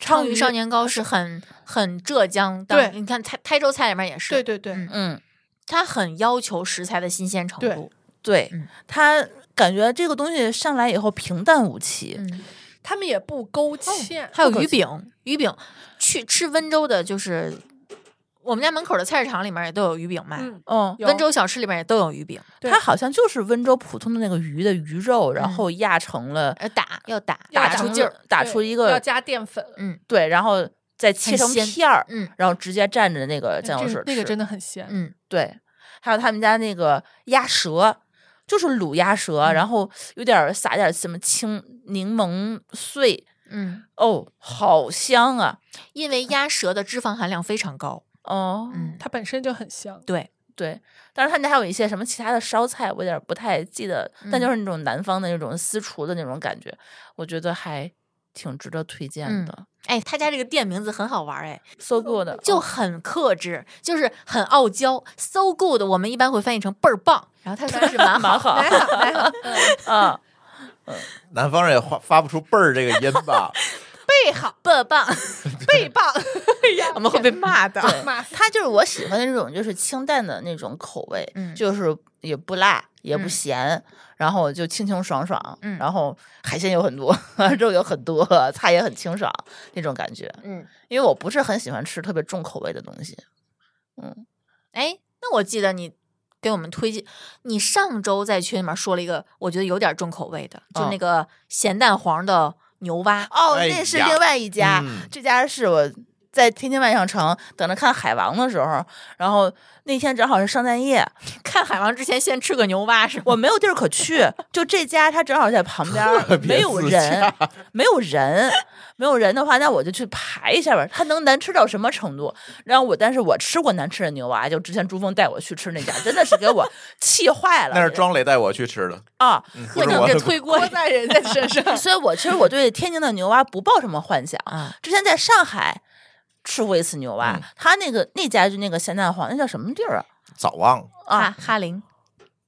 [SPEAKER 7] 鲳
[SPEAKER 4] 嗯鲳鱼少，年糕是很很浙江当，
[SPEAKER 5] 对
[SPEAKER 4] 你看台台州菜里面也是，
[SPEAKER 5] 对对对，
[SPEAKER 4] 嗯
[SPEAKER 7] 嗯，
[SPEAKER 4] 它很要求食材的新鲜程
[SPEAKER 5] 对
[SPEAKER 4] 度。
[SPEAKER 7] 对
[SPEAKER 4] 嗯，
[SPEAKER 7] 它感觉这个东西上来以后平淡无奇，
[SPEAKER 4] 嗯，哦
[SPEAKER 5] 他们也不勾芡，
[SPEAKER 4] 还有
[SPEAKER 5] 不
[SPEAKER 4] 鱼
[SPEAKER 5] 可
[SPEAKER 4] 饼，鱼饼去吃温州的，就是我们家门口的菜市场里面也都有鱼饼卖，
[SPEAKER 5] 嗯，
[SPEAKER 7] 嗯，
[SPEAKER 5] 有
[SPEAKER 4] 温州小吃里面也都有鱼饼。
[SPEAKER 5] 对
[SPEAKER 7] 它好像就是温州普通的那个鱼的鱼肉，
[SPEAKER 4] 嗯
[SPEAKER 7] 然后压成了，
[SPEAKER 4] 呃，打要打，
[SPEAKER 5] 要
[SPEAKER 4] 打
[SPEAKER 5] 打
[SPEAKER 4] 出嗯
[SPEAKER 7] 成
[SPEAKER 4] 劲
[SPEAKER 7] 了
[SPEAKER 4] 儿。，
[SPEAKER 7] 打
[SPEAKER 5] 对
[SPEAKER 7] 出一
[SPEAKER 5] 要
[SPEAKER 7] 个
[SPEAKER 5] 加淀粉，
[SPEAKER 7] 对，然后再切
[SPEAKER 4] 很
[SPEAKER 7] 成
[SPEAKER 4] 鲜
[SPEAKER 7] 片儿，
[SPEAKER 4] 嗯
[SPEAKER 7] 然后直接蘸着那个
[SPEAKER 5] 哎
[SPEAKER 7] 酱油
[SPEAKER 5] 这
[SPEAKER 7] 水吃，
[SPEAKER 5] 那个真的很鲜。
[SPEAKER 4] 嗯，
[SPEAKER 7] 对。还有他们家那个鸭舌，就是卤鸭舌，然
[SPEAKER 5] 嗯
[SPEAKER 7] 后有点儿撒点儿什么青柠檬碎，
[SPEAKER 4] 嗯，
[SPEAKER 7] 哦，好香啊！
[SPEAKER 4] 因为鸭舌的脂肪含量非常高。
[SPEAKER 7] 哦，
[SPEAKER 4] 嗯，
[SPEAKER 5] 它本身就很香，
[SPEAKER 7] 对，当然他们家还有一些什么其他的烧菜，我有点儿不太记得，但就
[SPEAKER 4] 嗯
[SPEAKER 7] 是那种南方的那种私厨的那种感觉，我觉得还挺值得推荐
[SPEAKER 4] 嗯
[SPEAKER 7] 的。
[SPEAKER 4] 哎，他家这个店名字很好玩哎，
[SPEAKER 7] So good，
[SPEAKER 4] 就
[SPEAKER 7] 哦
[SPEAKER 4] 很克制，就是很傲娇。So good，我们一般会翻译成倍儿棒，然后他说是蛮
[SPEAKER 7] 蛮
[SPEAKER 4] 好。
[SPEAKER 7] 好，
[SPEAKER 5] 来好来 好，
[SPEAKER 7] 啊，
[SPEAKER 2] 南方人也发发不出“倍儿”这个音吧？
[SPEAKER 5] 倍好
[SPEAKER 4] 倍儿棒，
[SPEAKER 5] 倍棒，哎呀
[SPEAKER 4] 我们会被骂的。
[SPEAKER 5] 对骂死。
[SPEAKER 7] 它就是我喜欢的这种，就是清淡的那种口味，
[SPEAKER 4] 嗯
[SPEAKER 7] 就是也不辣也不
[SPEAKER 4] 嗯
[SPEAKER 7] 咸，然后就清清爽爽，
[SPEAKER 4] 嗯
[SPEAKER 7] 然后海鲜有很多， 肉有很多， 菜也很清爽那种感觉。
[SPEAKER 4] 嗯，
[SPEAKER 7] 因为我不是很喜欢吃特别重口味的东西，
[SPEAKER 4] 哎，那我记得你给我们推荐，你上周在群里面说了一个，我觉得有点重口味的，就
[SPEAKER 7] 嗯
[SPEAKER 4] 那个咸蛋黄的牛蛙。
[SPEAKER 7] 哦，
[SPEAKER 2] 哎
[SPEAKER 7] 那是
[SPEAKER 2] 呀
[SPEAKER 7] 另外一家，
[SPEAKER 2] 嗯
[SPEAKER 7] 这家是我在天津万象城等着看海王的时候，然后那天正好是圣诞夜，
[SPEAKER 4] 看海王之前先吃个牛蛙是吗？
[SPEAKER 7] 我没有地儿 可去，就这家它正好在旁边儿，
[SPEAKER 2] 别
[SPEAKER 7] 没有
[SPEAKER 2] 自
[SPEAKER 7] 人，没有人，没有人的话，那我就去排一下吧。它能难吃到什么程度？然后我，但是我吃过难吃的牛蛙，就之前朱峰带我去吃那家，真的是 给我气坏了。
[SPEAKER 2] 那是庄磊带我去吃的，
[SPEAKER 7] 啊，
[SPEAKER 2] 嗯不
[SPEAKER 4] 那
[SPEAKER 2] 是
[SPEAKER 4] 你
[SPEAKER 2] 我
[SPEAKER 4] 这
[SPEAKER 2] 的。
[SPEAKER 4] 推 锅
[SPEAKER 5] 在人家身上，
[SPEAKER 7] 所以我其实我对天津的牛蛙不抱什么幻想。
[SPEAKER 4] 啊，
[SPEAKER 7] 之前在上海吃过一次牛蛙
[SPEAKER 2] 嗯，
[SPEAKER 7] 他那个那家就那个咸蛋黄，那叫什么地儿啊？
[SPEAKER 2] 早忘了，
[SPEAKER 4] 哈
[SPEAKER 7] 啊
[SPEAKER 4] 哈林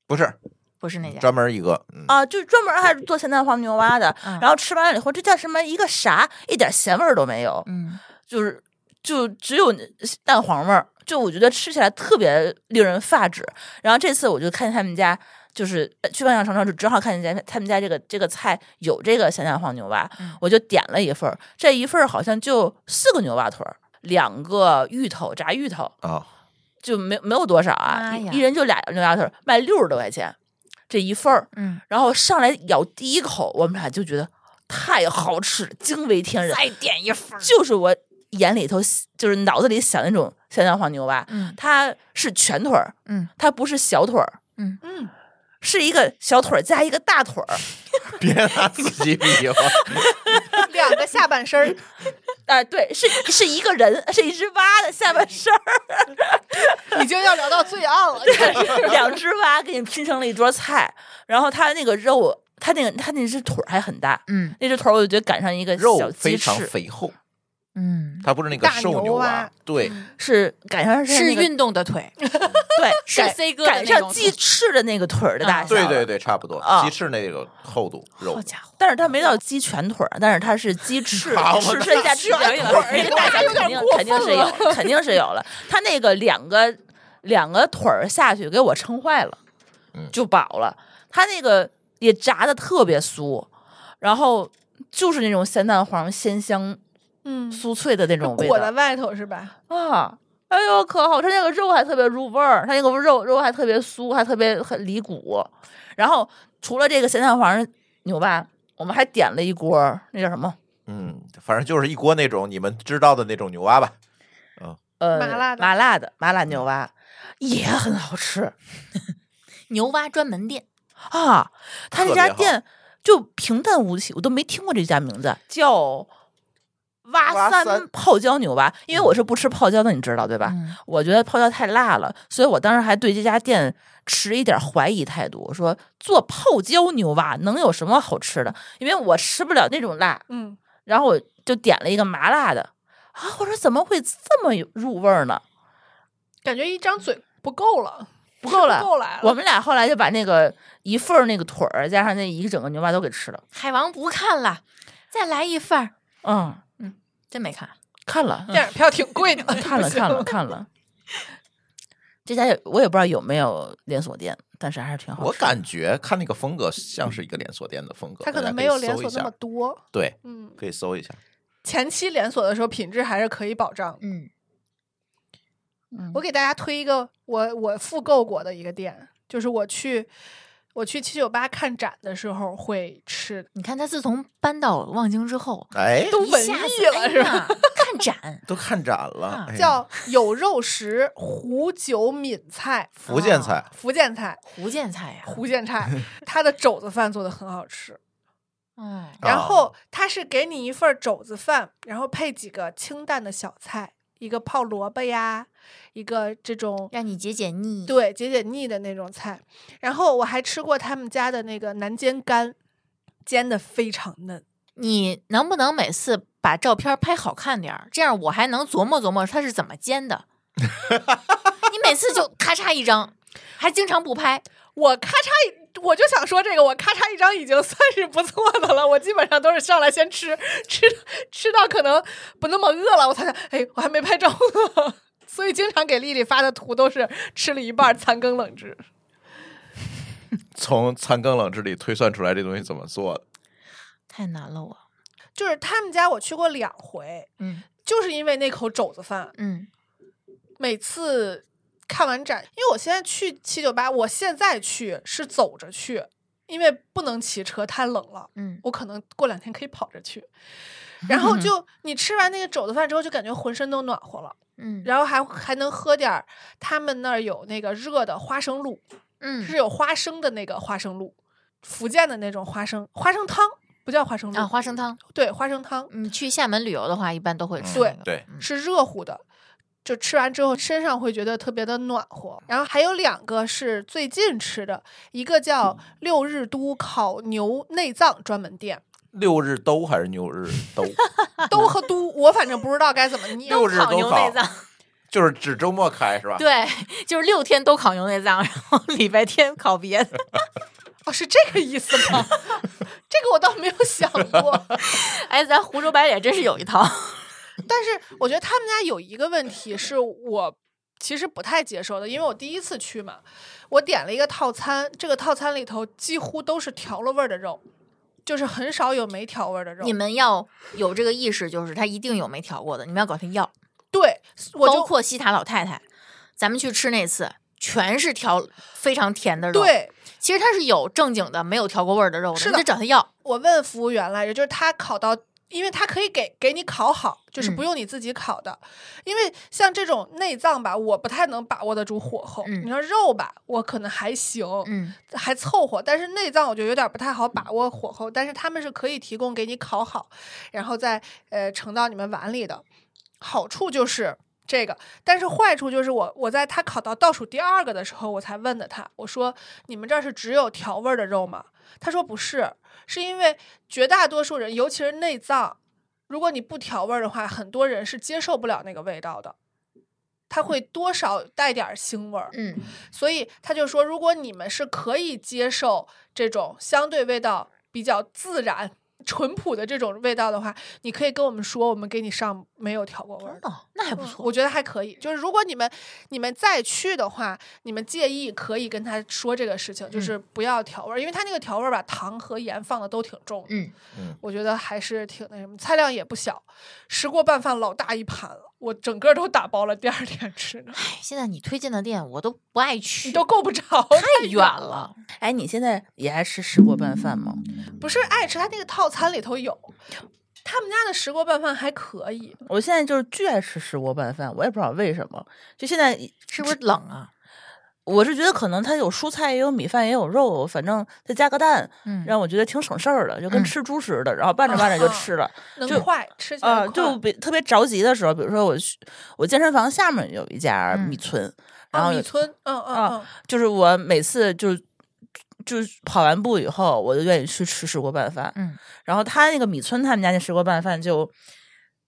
[SPEAKER 2] 不是
[SPEAKER 4] 不是那家，
[SPEAKER 2] 专门一个，嗯，
[SPEAKER 7] 啊，就是专门还是做咸蛋黄牛蛙的。
[SPEAKER 4] 嗯
[SPEAKER 7] 然后吃完了以后，这叫什么一个啥，一点咸味儿都没有，
[SPEAKER 4] 嗯
[SPEAKER 7] 就是就只有蛋黄味儿，就我觉得吃起来特别令人发指。然后这次我就看他们家。就是呃去万象城城，就正好看见他们家这个这个菜有这个咸蛋黄牛蛙，
[SPEAKER 4] 嗯
[SPEAKER 7] 我就点了一份儿。这一份儿好像就四个牛蛙腿儿，两个芋头炸芋头，
[SPEAKER 2] 啊，
[SPEAKER 7] 就没没有多少
[SPEAKER 4] 妈
[SPEAKER 7] 啊，一
[SPEAKER 4] 呀
[SPEAKER 7] 一人就俩牛鸭腿儿，卖六十多块钱这一份儿。
[SPEAKER 4] 嗯，
[SPEAKER 7] 然后上来咬第一口，我们俩就觉得太好吃了，惊为天人，
[SPEAKER 4] 再点一份儿。
[SPEAKER 7] 就是我眼里头就是脑子里想那种咸蛋黄牛蛙，
[SPEAKER 4] 嗯
[SPEAKER 7] 它是全腿儿，
[SPEAKER 4] 嗯，
[SPEAKER 7] 它不是小腿儿，
[SPEAKER 5] 嗯，
[SPEAKER 7] 是一个小腿儿加一个大腿 儿，
[SPEAKER 2] 别拿自己比划，
[SPEAKER 5] 两个下半身儿，
[SPEAKER 7] 啊、对，是是一个人，是一只蛙的下半身儿，
[SPEAKER 5] 已经要聊到罪案了。真是
[SPEAKER 7] 两只蛙给你拼成了一桌菜，然然后它那个肉，它那个它那只腿儿还很大，
[SPEAKER 4] 嗯
[SPEAKER 7] 那只腿儿我就觉得赶上一个
[SPEAKER 2] 肉
[SPEAKER 7] 小鸡
[SPEAKER 2] 非常
[SPEAKER 7] 翅，
[SPEAKER 2] 肥厚，
[SPEAKER 4] 嗯，
[SPEAKER 2] 它不是那个
[SPEAKER 5] 大
[SPEAKER 2] 瘦
[SPEAKER 5] 牛
[SPEAKER 2] 蛙
[SPEAKER 5] 蛙，
[SPEAKER 2] 对，
[SPEAKER 7] 是赶上它
[SPEAKER 4] 是
[SPEAKER 7] 那个
[SPEAKER 4] 运动的腿，
[SPEAKER 7] 对，
[SPEAKER 4] 是
[SPEAKER 7] 赶
[SPEAKER 4] C 哥的
[SPEAKER 7] 赶
[SPEAKER 4] 那
[SPEAKER 7] 上
[SPEAKER 4] 种
[SPEAKER 7] 鸡
[SPEAKER 4] 腿。
[SPEAKER 7] 翅的那个腿儿的大
[SPEAKER 4] 啊
[SPEAKER 7] 小，
[SPEAKER 2] 对对。对，差不多
[SPEAKER 7] 啊，
[SPEAKER 2] 鸡翅那个厚度肉
[SPEAKER 4] 好，家伙，
[SPEAKER 7] 但是它没到鸡全腿儿，但是它是鸡 翅，
[SPEAKER 2] 好我
[SPEAKER 7] 翅身加翅膀腿儿，这个大小肯定肯定是有了，肯定是有了。它那个两个两个腿儿下去给我撑坏了
[SPEAKER 2] 嗯，
[SPEAKER 7] 就饱了。它那个也炸的特别酥，然后就是那种咸蛋黄鲜香
[SPEAKER 5] 嗯，
[SPEAKER 7] 酥脆的那种味
[SPEAKER 5] 裹在
[SPEAKER 7] 道
[SPEAKER 5] 外头是吧？
[SPEAKER 7] 啊。哎呦，可好！它那个肉还特别入味儿，它那个肉肉还特别酥，还特别很离骨。然后除了这个咸蛋黄牛蛙，我们还点了一锅儿那叫什么？
[SPEAKER 2] 嗯，反正就是一锅那种你们知道的那种牛蛙吧，
[SPEAKER 7] 呃，
[SPEAKER 5] 麻辣的
[SPEAKER 7] 麻辣的麻
[SPEAKER 4] 嗯
[SPEAKER 7] 辣牛蛙也很好吃
[SPEAKER 4] 牛蛙专门店，
[SPEAKER 7] 啊！他这
[SPEAKER 2] 特
[SPEAKER 7] 家
[SPEAKER 2] 别好
[SPEAKER 7] 店就平淡无奇，我都没听过这家名字，叫挖
[SPEAKER 2] 挖
[SPEAKER 7] 三
[SPEAKER 2] 三嗯
[SPEAKER 7] 泡椒牛蛙，因为我是不吃泡椒的，你知道对吧？
[SPEAKER 3] 嗯
[SPEAKER 7] 我觉得泡椒太辣了，所以我当时还对这家店持一点怀疑态度。我说做泡椒牛蛙能有什么好吃的？因为我吃不了那种辣，
[SPEAKER 5] 嗯，
[SPEAKER 7] 然后我就点了一个麻辣的啊，我说怎么会这么有入味儿呢？
[SPEAKER 5] 感觉一张嘴不够了，
[SPEAKER 7] 不够了
[SPEAKER 5] 不够来了。
[SPEAKER 7] 我们俩后来就把那个一份儿那个腿儿加上那一整个牛蛙都给吃了。
[SPEAKER 4] 海王不看了，再来一份儿，
[SPEAKER 7] 嗯，
[SPEAKER 4] 真没看。
[SPEAKER 7] 看了，
[SPEAKER 5] 电影票挺贵的，
[SPEAKER 7] 嗯看了，
[SPEAKER 5] 不行
[SPEAKER 7] 看了，。看了。这家也我也不知道有没有连锁店，但是还是挺好吃的。
[SPEAKER 2] 我感觉看那个风格像是一个连锁店的风格，
[SPEAKER 5] 它可
[SPEAKER 2] 大家
[SPEAKER 5] 能没
[SPEAKER 2] 以
[SPEAKER 5] 有连
[SPEAKER 2] 搜
[SPEAKER 5] 锁
[SPEAKER 2] 一
[SPEAKER 5] 那
[SPEAKER 2] 下
[SPEAKER 5] 么多。
[SPEAKER 2] 对，
[SPEAKER 5] 嗯，
[SPEAKER 2] 可以搜一下。
[SPEAKER 5] 前期连锁的时候品质还是可以保障的。
[SPEAKER 4] 嗯，
[SPEAKER 7] 嗯
[SPEAKER 5] 我给大家推一个我我复购过的一个店，就是我去我去七九八看展的时候会吃的，
[SPEAKER 4] 你看他自从搬到望京之后，
[SPEAKER 2] 哎，
[SPEAKER 5] 都
[SPEAKER 4] 一
[SPEAKER 5] 文
[SPEAKER 4] 下
[SPEAKER 5] 艺
[SPEAKER 4] 子
[SPEAKER 5] 了是？
[SPEAKER 4] 哎呀看展，
[SPEAKER 2] 都看展了
[SPEAKER 4] 啊，
[SPEAKER 2] 哎呀
[SPEAKER 5] 叫有肉食湖酒闽菜，
[SPEAKER 2] 福建
[SPEAKER 4] 啊
[SPEAKER 2] 菜，
[SPEAKER 5] 福建菜，
[SPEAKER 4] 福建菜呀、
[SPEAKER 5] 福 建菜，它的肘子饭做的很好吃。
[SPEAKER 4] 嗯，
[SPEAKER 5] 然
[SPEAKER 2] 哦
[SPEAKER 5] 后它是给你一份儿肘子饭，然后配几个清淡的小菜，一个泡萝卜呀，一个这种
[SPEAKER 4] 让你解解腻。，
[SPEAKER 5] 对解解腻的那种菜。然后我还吃过他们家的那个南煎干，煎的非常嫩。
[SPEAKER 4] 你能不能每次把照片拍好看点儿？这样我还能琢磨琢磨它是怎么煎的。你每次就咔嚓一张，还经常不拍。
[SPEAKER 5] 我咔嚓一，我就想说这个，我咔嚓一张已经算是不错的了。我基本上都是上来先吃，吃吃到可能不那么饿了，我才想，哎，我还没拍照呢。 所以经常给丽丽发的图都是吃了一半儿残羹冷炙。
[SPEAKER 2] 从残羹冷炙里推算出来这东西怎么做的。
[SPEAKER 4] 太难了我，
[SPEAKER 5] 就是他们家我去过两回，
[SPEAKER 4] 嗯
[SPEAKER 5] 就是因为那口肘子饭，
[SPEAKER 4] 嗯
[SPEAKER 5] 每次看完展，因为我现在去七九八，我现在去是走着去，因为不能骑车，太冷了，
[SPEAKER 4] 嗯，
[SPEAKER 5] 我可能过两天可以跑着去。然后 就你吃完那个肘子饭之后，就感觉浑身都暖和了，
[SPEAKER 4] 嗯，
[SPEAKER 5] 然后还还能喝点儿他们那儿有那个热的花生露，
[SPEAKER 4] 嗯
[SPEAKER 5] 是有花生的那个花生露，福建的那种花生花生汤，不叫花生露
[SPEAKER 4] 啊，花生汤，
[SPEAKER 5] 对花生汤，
[SPEAKER 4] 你去厦门旅游的乎话，一般都会吃
[SPEAKER 5] 对
[SPEAKER 4] 那个
[SPEAKER 2] 对，啊
[SPEAKER 4] 嗯
[SPEAKER 5] 是热乎的，就吃完之后身上会觉得特别的暖和。然后还有两个是最近吃的，一个叫
[SPEAKER 2] 嗯
[SPEAKER 5] 六日都烤牛内脏专 门店，
[SPEAKER 2] 六日兜还是牛日 兜？
[SPEAKER 5] 都和都，我反正不知道该怎 么念。
[SPEAKER 2] 啊六日
[SPEAKER 4] 烤
[SPEAKER 2] 都
[SPEAKER 4] 牛
[SPEAKER 2] 烤
[SPEAKER 4] 内脏，
[SPEAKER 2] 就是指周末开是吧？
[SPEAKER 4] 对，就是六天都烤牛内脏，然后礼拜天烤别的。
[SPEAKER 5] 哦，是这个意思吗？ 这个我倒没有想 过。
[SPEAKER 4] 哎，咱湖州白脸真是有一套。
[SPEAKER 5] 但是我觉得他们家有一个问题是我其实不太接受的，因为我第一次去嘛，我点了一个套餐，这个套餐里头几乎都是调了味儿的肉，就是很少有没调味儿的肉。
[SPEAKER 4] 你们要有这个意识，就是他一定有没调过的，你们要管他要。
[SPEAKER 5] 对，我
[SPEAKER 4] 包
[SPEAKER 5] 就
[SPEAKER 4] 括西塔老太太，咱们去吃那次，全是调非常甜的肉。，
[SPEAKER 5] 对
[SPEAKER 4] 其实它是有正经的没有调过味儿的肉的，
[SPEAKER 5] 是
[SPEAKER 4] 你
[SPEAKER 5] 的
[SPEAKER 4] 得找他要。
[SPEAKER 5] 我问服务员来着，就是他烤到，因为他可以给给你烤好，就是
[SPEAKER 4] 嗯
[SPEAKER 5] 不用你自己烤的，因为像这种内脏吧，我不太能把握得住火候。
[SPEAKER 4] 嗯
[SPEAKER 5] 你说肉吧，我可能还行，
[SPEAKER 4] 嗯
[SPEAKER 5] 还凑合，但是内脏我就有点不太好把握火候，但是他们是可以提供给你烤好，然后再呃盛到你们碗里的。好处就是这个，但是坏处就是我我在他烤到倒数第二个的时候，我才问的他，我说你们这儿是只有调味儿的肉吗？他说不是，是因为绝大多数人，尤其是内脏，如果你不调味儿的话，很多人是接受不了那个味道的，他会多少带点儿腥味儿。
[SPEAKER 4] 嗯，
[SPEAKER 5] 所以他就说，如果你们是可以接受这种相对味道比较自然、淳朴的这种味道的话，你可以跟我们说，我们给你上没有调过味儿的。
[SPEAKER 4] 哦，那还不
[SPEAKER 5] 嗯
[SPEAKER 4] 错。
[SPEAKER 5] 我觉得还可以。就是如果你们你们再去的话，你们介意可以跟他说这个事情，
[SPEAKER 4] 嗯
[SPEAKER 5] 就是不要调味儿，因为他那个调味儿吧，糖和盐放的都挺重的。
[SPEAKER 4] 嗯
[SPEAKER 2] 嗯
[SPEAKER 5] 我觉得还是挺那什么，菜量也不小，石锅拌饭老大一盘了，我整个都打包了，第二天吃呢，
[SPEAKER 4] 哎现在你推荐的店我都不爱去，
[SPEAKER 5] 你都够不着，
[SPEAKER 4] 太
[SPEAKER 5] 太嗯
[SPEAKER 4] 远了。
[SPEAKER 7] 哎，你现在也爱吃石锅拌饭吗？
[SPEAKER 5] 不是爱吃，他那个套餐里头有，他们家的石锅拌饭还可以，
[SPEAKER 7] 我现在就是巨爱吃石锅拌饭，我也不知道为什么。就现在
[SPEAKER 4] 是不是冷啊？
[SPEAKER 7] 我是觉得可能它有蔬菜，也有米饭，也有肉，反正再加个蛋，
[SPEAKER 4] 嗯，
[SPEAKER 7] 让我觉得挺省事儿的，就跟
[SPEAKER 4] 嗯
[SPEAKER 7] 吃猪似的。然后拌着拌着就吃了，就
[SPEAKER 5] 能快吃起来
[SPEAKER 7] 啊、
[SPEAKER 5] 快
[SPEAKER 7] 就比特别着急的时候，比如说我去我健身房下面有一家
[SPEAKER 4] 嗯
[SPEAKER 7] 米村，然
[SPEAKER 5] 啊
[SPEAKER 7] 后
[SPEAKER 5] 米村，嗯嗯
[SPEAKER 7] 啊
[SPEAKER 5] 嗯，
[SPEAKER 7] 就是我每次就是就是跑完步以后，我就愿意去吃石锅拌饭。
[SPEAKER 4] 嗯，
[SPEAKER 7] 然后他那个米村他们家那石锅拌饭就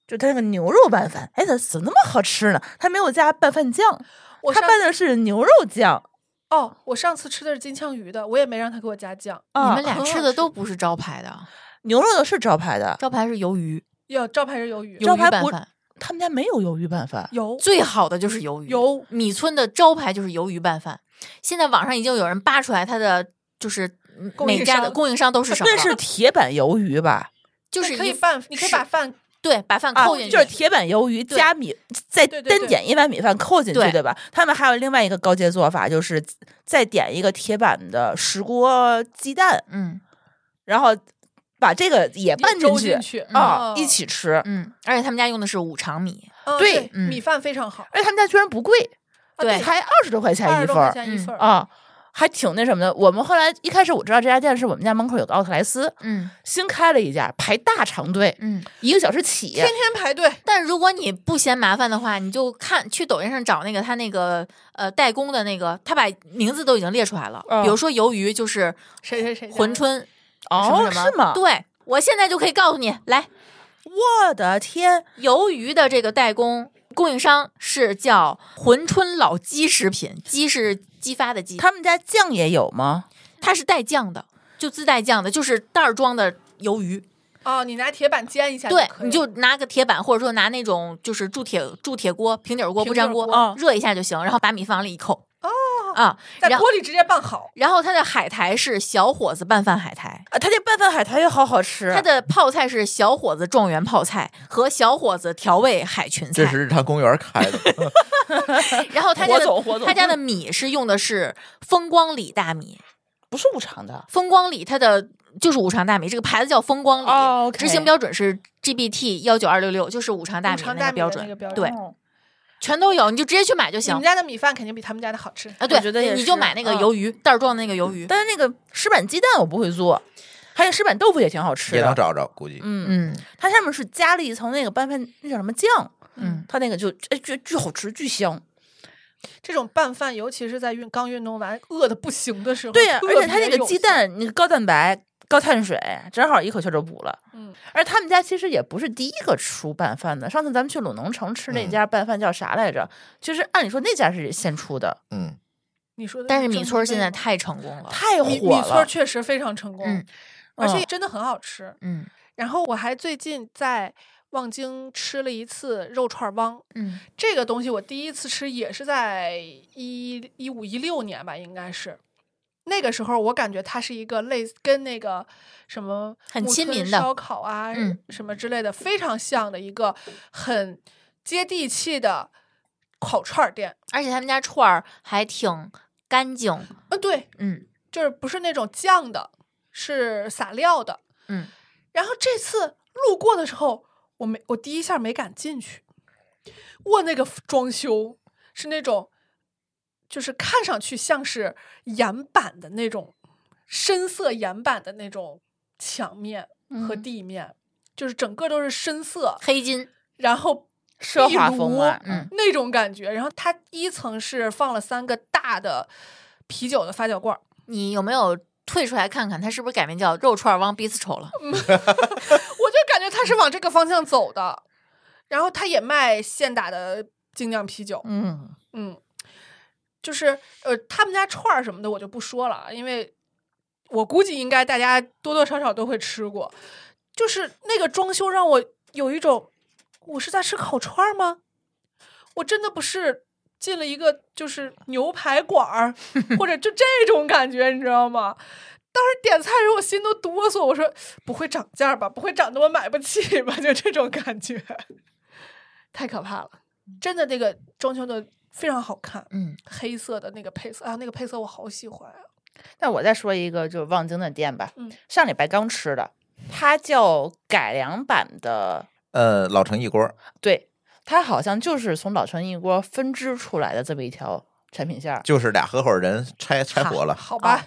[SPEAKER 7] 就他那个牛肉拌饭，哎，他怎么那么好吃呢？他没有加拌饭酱，
[SPEAKER 5] 我
[SPEAKER 7] 他
[SPEAKER 5] 上
[SPEAKER 7] 拌的是牛肉酱。
[SPEAKER 5] 哦，我上次吃的是金枪鱼的，我也没让他给我加酱。
[SPEAKER 7] 啊、
[SPEAKER 4] 你们俩吃的都不是招牌的，
[SPEAKER 7] 牛肉的是招牌的，
[SPEAKER 4] 招牌是鱿鱼，
[SPEAKER 5] 有招牌是鱿鱼，
[SPEAKER 7] 招
[SPEAKER 4] 鱿鱼
[SPEAKER 7] 牌
[SPEAKER 4] 拌
[SPEAKER 7] 不
[SPEAKER 4] 饭
[SPEAKER 7] 他们家没有鱿鱼拌饭。
[SPEAKER 5] 有
[SPEAKER 4] 最好的就是鱿鱼。
[SPEAKER 5] 有
[SPEAKER 4] 米村的招牌就是鱿鱼拌饭，现在网上已经有人扒出来它的就是嗯
[SPEAKER 5] 供
[SPEAKER 4] 每
[SPEAKER 5] 应
[SPEAKER 4] 家的
[SPEAKER 5] 商啊
[SPEAKER 4] 供应商都是什么
[SPEAKER 7] 那
[SPEAKER 4] 了，
[SPEAKER 7] 是铁板鱿鱼吧？
[SPEAKER 4] 就是
[SPEAKER 5] 可
[SPEAKER 4] 一
[SPEAKER 5] 以拌，你可以把饭
[SPEAKER 4] 对把饭
[SPEAKER 7] 啊
[SPEAKER 4] 扣进，去，
[SPEAKER 7] 就是铁板鱿鱼
[SPEAKER 4] 对
[SPEAKER 7] 加米，再
[SPEAKER 5] 对对
[SPEAKER 7] 单
[SPEAKER 5] 对
[SPEAKER 7] 点一碗米饭扣进去，
[SPEAKER 4] 对
[SPEAKER 7] 对吧？他们还有另外一个高阶做法，就是再点一个铁板的石锅鸡蛋，
[SPEAKER 4] 嗯
[SPEAKER 7] 然后把这个也拌
[SPEAKER 5] 粥
[SPEAKER 7] 去
[SPEAKER 5] 进去
[SPEAKER 7] 啊
[SPEAKER 5] 嗯，
[SPEAKER 7] 一起吃。
[SPEAKER 4] 嗯，而且他们家用的是五常米，
[SPEAKER 5] 嗯
[SPEAKER 7] 对
[SPEAKER 5] 对
[SPEAKER 4] 嗯
[SPEAKER 5] 米饭非常好，
[SPEAKER 7] 而且他们家居然不贵，
[SPEAKER 4] 对
[SPEAKER 7] 才二十多块钱
[SPEAKER 5] 二
[SPEAKER 7] 一
[SPEAKER 5] 十多
[SPEAKER 7] 份
[SPEAKER 5] 块
[SPEAKER 7] 儿
[SPEAKER 5] 钱一
[SPEAKER 4] 嗯
[SPEAKER 5] 份儿，
[SPEAKER 7] 啊，还挺那什么的。我们后来一开始我知道这家店是我们家门口有个奥特莱斯，
[SPEAKER 4] 嗯
[SPEAKER 7] 新开了一家，排大长队，
[SPEAKER 4] 嗯。
[SPEAKER 7] 一个小时起。
[SPEAKER 5] 天天排队。
[SPEAKER 4] 但如果你不嫌麻烦的话，你就看去抖音上找那个他那个呃代工的那个，他把名字都已经列出来了，
[SPEAKER 7] 嗯
[SPEAKER 4] 比如说鱿鱼就是
[SPEAKER 5] 谁谁谁家
[SPEAKER 4] 珲
[SPEAKER 5] 的
[SPEAKER 4] 春什
[SPEAKER 7] 哦
[SPEAKER 4] 么，什么，
[SPEAKER 7] 是吗？
[SPEAKER 4] 对我现在就可以告诉你，来
[SPEAKER 7] 我的天，
[SPEAKER 4] 鱿鱼的这个代工供应商是叫珲春老鸡食品，鸡是激发的鸡，它
[SPEAKER 7] 他们家酱也有吗？
[SPEAKER 4] 它是带酱的，就自带酱的，就是袋儿装的鱿鱼。
[SPEAKER 5] 哦，你拿铁板煎一下，
[SPEAKER 4] 对，
[SPEAKER 5] 可以
[SPEAKER 4] 你就拿个铁板，或者说拿那种就是铸铁铸铁锅、平底儿锅、
[SPEAKER 5] 平
[SPEAKER 4] 不粘
[SPEAKER 5] 底儿
[SPEAKER 4] 锅
[SPEAKER 5] 锅
[SPEAKER 7] 啊，
[SPEAKER 4] 热一下就行，然后把米放往里一扣。哦啊，
[SPEAKER 5] 在
[SPEAKER 4] 然后
[SPEAKER 5] 锅里直接拌好。
[SPEAKER 4] 然后它的海苔是小伙子拌饭海苔。
[SPEAKER 7] 啊，他这拌饭海苔也好好吃。
[SPEAKER 4] 它的泡菜是小伙子状元泡菜和小伙子调味海裙菜，
[SPEAKER 2] 这是日坛公园开 的，
[SPEAKER 4] 然后他家
[SPEAKER 7] 火总火
[SPEAKER 4] 的
[SPEAKER 7] 总
[SPEAKER 4] 他家的米是用的是风光里大米，
[SPEAKER 7] 不是无偿的，
[SPEAKER 4] 风光里它的就是五常大米，这个牌子叫风光里，
[SPEAKER 7] 哦，OK
[SPEAKER 4] 执行标准是 GBT 幺九二六六，就是五常大
[SPEAKER 5] 五
[SPEAKER 4] 米
[SPEAKER 5] 常
[SPEAKER 4] 那
[SPEAKER 5] 大
[SPEAKER 4] 个
[SPEAKER 5] 米
[SPEAKER 4] 标
[SPEAKER 5] 的
[SPEAKER 4] 准，
[SPEAKER 5] 那个标
[SPEAKER 4] 对
[SPEAKER 5] 准，
[SPEAKER 4] 全都有，你就直接去买就
[SPEAKER 5] 你
[SPEAKER 4] 行
[SPEAKER 5] 们。家的米饭肯定比他们家的好吃。
[SPEAKER 4] 啊，对，
[SPEAKER 7] 我觉得也
[SPEAKER 4] 你就是买那个
[SPEAKER 7] 嗯
[SPEAKER 4] 鱿鱼袋儿装的那个鱿鱼，
[SPEAKER 7] 但是那个石板鸡蛋我不会做，还有石板豆腐也挺好吃
[SPEAKER 2] 也能
[SPEAKER 7] 的。
[SPEAKER 2] 找着，估计。
[SPEAKER 7] 嗯，
[SPEAKER 4] 嗯
[SPEAKER 7] 它上面是加了一层那个拌饭那叫什么酱，
[SPEAKER 4] 嗯，
[SPEAKER 7] 它那个就哎巨巨好吃，巨香。
[SPEAKER 5] 这种拌饭，尤其是在运刚运动完饿的不行的时候，
[SPEAKER 7] 对呀、
[SPEAKER 5] 特
[SPEAKER 7] 而且它
[SPEAKER 5] 别
[SPEAKER 7] 那个
[SPEAKER 5] 有
[SPEAKER 7] 鸡
[SPEAKER 5] 效，
[SPEAKER 7] 蛋那个高蛋白、高碳水，正好一口气儿就补了。
[SPEAKER 5] 嗯，
[SPEAKER 7] 而他们家其实也不是第一个出拌饭的，上次咱们去鲁能城吃那
[SPEAKER 2] 嗯
[SPEAKER 7] 家拌饭叫啥来着？就是按理说那家是先出的，
[SPEAKER 2] 嗯，
[SPEAKER 5] 你说的
[SPEAKER 4] 但是
[SPEAKER 5] 正
[SPEAKER 4] 米
[SPEAKER 5] 宗
[SPEAKER 4] 村儿
[SPEAKER 5] 味
[SPEAKER 4] 现在
[SPEAKER 5] 吗
[SPEAKER 4] 太成功了，
[SPEAKER 7] 太
[SPEAKER 5] 米
[SPEAKER 7] 火
[SPEAKER 5] 米村儿
[SPEAKER 7] 了。
[SPEAKER 5] 确实非常成功，
[SPEAKER 4] 嗯
[SPEAKER 5] 而且
[SPEAKER 7] 嗯
[SPEAKER 5] 真的很好吃。
[SPEAKER 4] 嗯
[SPEAKER 5] 然后我还最近在望京吃了一次肉串汪，
[SPEAKER 4] 嗯
[SPEAKER 5] 这个东西我第一次吃也是在一一五一六年吧，应该是。那个时候我感觉它是一个类似跟那个什么
[SPEAKER 4] 很
[SPEAKER 5] 木
[SPEAKER 4] 亲
[SPEAKER 5] 村
[SPEAKER 4] 民的
[SPEAKER 5] 烧烤啊，
[SPEAKER 4] 嗯
[SPEAKER 5] 什么之类的，非常像的一个很接地气的烤串儿店。
[SPEAKER 4] 而且他们家串儿还挺干净，
[SPEAKER 5] 嗯，对，
[SPEAKER 4] 嗯
[SPEAKER 5] 就是不是那种酱的，是撒料的。
[SPEAKER 4] 嗯，
[SPEAKER 5] 然后这次路过的时候，我没我第一下没敢进去，哇，那个装修是那种，就是看上去像是岩板的那种深色岩板的那种墙面和地面，就是整个都是深色，
[SPEAKER 4] 黑金，
[SPEAKER 5] 然后
[SPEAKER 7] 奢
[SPEAKER 5] 壁
[SPEAKER 7] 华风
[SPEAKER 5] 炉
[SPEAKER 7] 啊，
[SPEAKER 4] 嗯
[SPEAKER 5] 那种感觉。然后它一层是放了三个大的啤酒的发酵罐儿，
[SPEAKER 4] 你有没有退出来看看，它是不是改名叫肉串儿汪 bistro 了？
[SPEAKER 5] 我就感觉他是往这个方向走的。然后他也卖现打的精酿啤酒，
[SPEAKER 4] 嗯，
[SPEAKER 5] 嗯，就是呃，他们家串儿什么的我就不说了，啊因为我估计应该大家多多少少都会吃过。就是那个装修让我有一种，我是在吃烤串儿吗？我真的不是进了一个就是牛排馆儿，或者就这种感觉，你知道吗？当时点菜的时候我心都哆嗦，我说不会涨价吧？不会涨得我买不起吧？就这种感觉， 太可怕了。真的那个装修的非常好看，
[SPEAKER 4] 嗯，
[SPEAKER 5] 黑色的那个配色啊，那个配色我好喜欢啊。
[SPEAKER 7] 那我再说一个，就是望京的店吧，
[SPEAKER 5] 嗯
[SPEAKER 7] 上礼拜刚吃的，它叫改良版的，
[SPEAKER 2] 呃，老城一锅，
[SPEAKER 7] 对，它好像就是从老城一锅分支出来的这么一条产品线儿，
[SPEAKER 2] 就是俩合伙人拆拆伙了，
[SPEAKER 7] 啊
[SPEAKER 5] 好吧，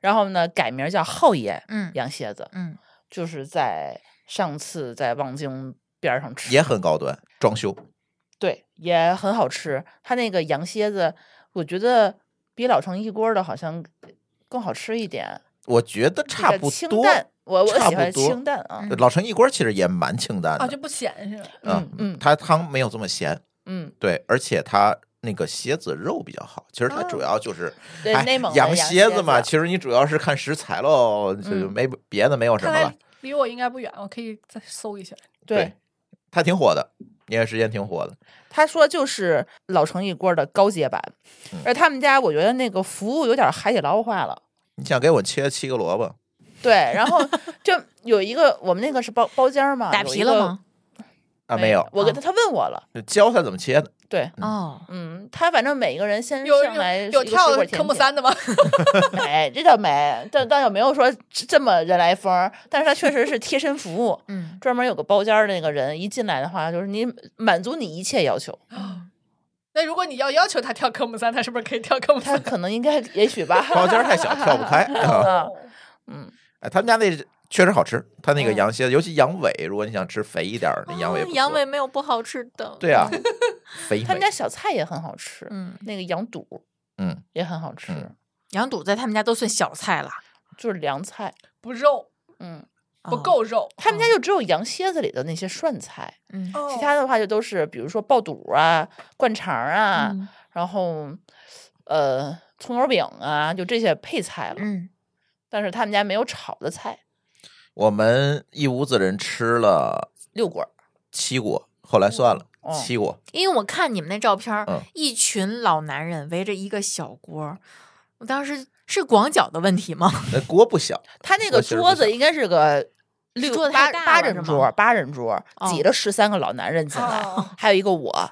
[SPEAKER 7] 然后呢改名叫浩爷
[SPEAKER 4] 嗯
[SPEAKER 7] 羊蝎子，
[SPEAKER 4] 嗯，
[SPEAKER 7] 就是在上次在望京边儿上吃，
[SPEAKER 2] 也很高端，装修
[SPEAKER 7] 对，也很好吃。它那个羊蝎子，我觉得比老城一锅的好像更好吃一点，
[SPEAKER 2] 我觉得
[SPEAKER 7] 这
[SPEAKER 2] 差
[SPEAKER 7] 个
[SPEAKER 2] 不
[SPEAKER 7] 清
[SPEAKER 2] 多。
[SPEAKER 7] 淡我我
[SPEAKER 2] 差
[SPEAKER 7] 喜
[SPEAKER 2] 不
[SPEAKER 7] 欢
[SPEAKER 2] 多嗯
[SPEAKER 7] 清淡啊，
[SPEAKER 2] 老陈一锅其实也蛮清淡
[SPEAKER 5] 啊
[SPEAKER 2] 的
[SPEAKER 5] 就，不显是吧？
[SPEAKER 7] 哦嗯嗯
[SPEAKER 2] 它汤没有这么咸，
[SPEAKER 7] 嗯，
[SPEAKER 2] 对，而且它那个蝎子肉比较好。其实
[SPEAKER 7] 哦
[SPEAKER 2] 它主要就是，
[SPEAKER 7] 对
[SPEAKER 2] 哎
[SPEAKER 7] 内蒙的
[SPEAKER 2] 羊
[SPEAKER 7] 羊
[SPEAKER 2] 蝎
[SPEAKER 7] 蝎
[SPEAKER 2] 子嘛，
[SPEAKER 7] 子
[SPEAKER 2] 其实你主要是看食材喽，就
[SPEAKER 7] 嗯
[SPEAKER 2] 没别的没有什
[SPEAKER 5] 看
[SPEAKER 2] 么了
[SPEAKER 5] 来。离我应该不远，我可以再搜一下。
[SPEAKER 7] 对。
[SPEAKER 2] 它挺火的，营业时间挺火的。
[SPEAKER 7] 他说就是老城一锅的高阶版，
[SPEAKER 2] 嗯
[SPEAKER 7] 而他们家我觉得那个服务有点海底捞化了。
[SPEAKER 2] 你想给我切七个萝卜，
[SPEAKER 7] 对，然后 就有一个我们那个是包包间儿 嘛，
[SPEAKER 4] 打
[SPEAKER 7] 有
[SPEAKER 4] 皮
[SPEAKER 7] 一
[SPEAKER 4] 了
[SPEAKER 7] 个
[SPEAKER 4] 吗？
[SPEAKER 2] 啊，没有，
[SPEAKER 7] 我跟他他问我了，
[SPEAKER 2] 就教他怎么切的。
[SPEAKER 7] 对，
[SPEAKER 4] 哦，，
[SPEAKER 7] 嗯，他反正每一个人先
[SPEAKER 5] 有
[SPEAKER 7] 上
[SPEAKER 5] 有
[SPEAKER 7] 来
[SPEAKER 5] 有
[SPEAKER 7] 一个水
[SPEAKER 5] 跳
[SPEAKER 7] 果
[SPEAKER 5] 科
[SPEAKER 7] 甜
[SPEAKER 5] 目
[SPEAKER 7] 点，
[SPEAKER 5] 三的吗？
[SPEAKER 7] 没，这倒没，但但也没有说这么人来疯儿，但是他确实是贴身服务
[SPEAKER 4] 嗯，
[SPEAKER 7] 专门有个包间儿的那个人一进来的话，就是你满足你一切要求，
[SPEAKER 5] 那如果你要要求他跳科目三，他是不是可以跳科目
[SPEAKER 7] 他
[SPEAKER 5] 三？
[SPEAKER 7] 可能应该也许吧，
[SPEAKER 2] 包间儿 太小，跳不开啊。
[SPEAKER 7] 啊，嗯，
[SPEAKER 2] 哎，他们家那确实好吃，他那个
[SPEAKER 7] 嗯
[SPEAKER 2] 羊蝎子，尤其羊尾，如果你想吃肥一点儿，那羊尾不
[SPEAKER 4] 哦
[SPEAKER 2] 错
[SPEAKER 4] 羊尾没有不好吃的，
[SPEAKER 2] 对 啊，肥
[SPEAKER 7] 他们
[SPEAKER 2] 美
[SPEAKER 7] 家小菜也很好吃，
[SPEAKER 4] 嗯，
[SPEAKER 7] 那个羊肚
[SPEAKER 2] 嗯
[SPEAKER 7] 也很好吃，
[SPEAKER 2] 嗯
[SPEAKER 4] 羊肚在他们家都算小菜了，
[SPEAKER 7] 就是凉菜，
[SPEAKER 5] 不肉，
[SPEAKER 7] 嗯，
[SPEAKER 5] 不
[SPEAKER 4] 哦，
[SPEAKER 5] 够肉。
[SPEAKER 7] 他们家就只有羊蝎子里的那些涮菜，
[SPEAKER 4] 嗯，
[SPEAKER 5] 其
[SPEAKER 7] 其他的话就都是比如说爆肚啊、灌肠啊，
[SPEAKER 4] 嗯
[SPEAKER 7] 然后呃葱油饼啊，就这些配菜了。
[SPEAKER 4] 嗯，
[SPEAKER 7] 但是他们家没有炒的菜，
[SPEAKER 2] 我们一屋子人吃了
[SPEAKER 7] 六果儿
[SPEAKER 2] 七锅，后来算了
[SPEAKER 7] 哦
[SPEAKER 2] 七锅，
[SPEAKER 4] 因为我看你们那照片儿
[SPEAKER 2] 嗯，
[SPEAKER 4] 一群老男人围着一个小锅儿，我当时是广角的问题吗？
[SPEAKER 2] 那锅不小，
[SPEAKER 7] 他那
[SPEAKER 2] 我
[SPEAKER 7] 个
[SPEAKER 2] 其实不
[SPEAKER 7] 桌子
[SPEAKER 2] 想
[SPEAKER 7] 应该是个六
[SPEAKER 4] 桌子
[SPEAKER 7] 八
[SPEAKER 4] 太大
[SPEAKER 7] 八
[SPEAKER 4] 了是
[SPEAKER 7] 人
[SPEAKER 4] 吗
[SPEAKER 7] 桌，八人桌
[SPEAKER 4] 哦
[SPEAKER 7] 挤了十三个老男人进来，
[SPEAKER 5] 哦
[SPEAKER 7] 还有一个我。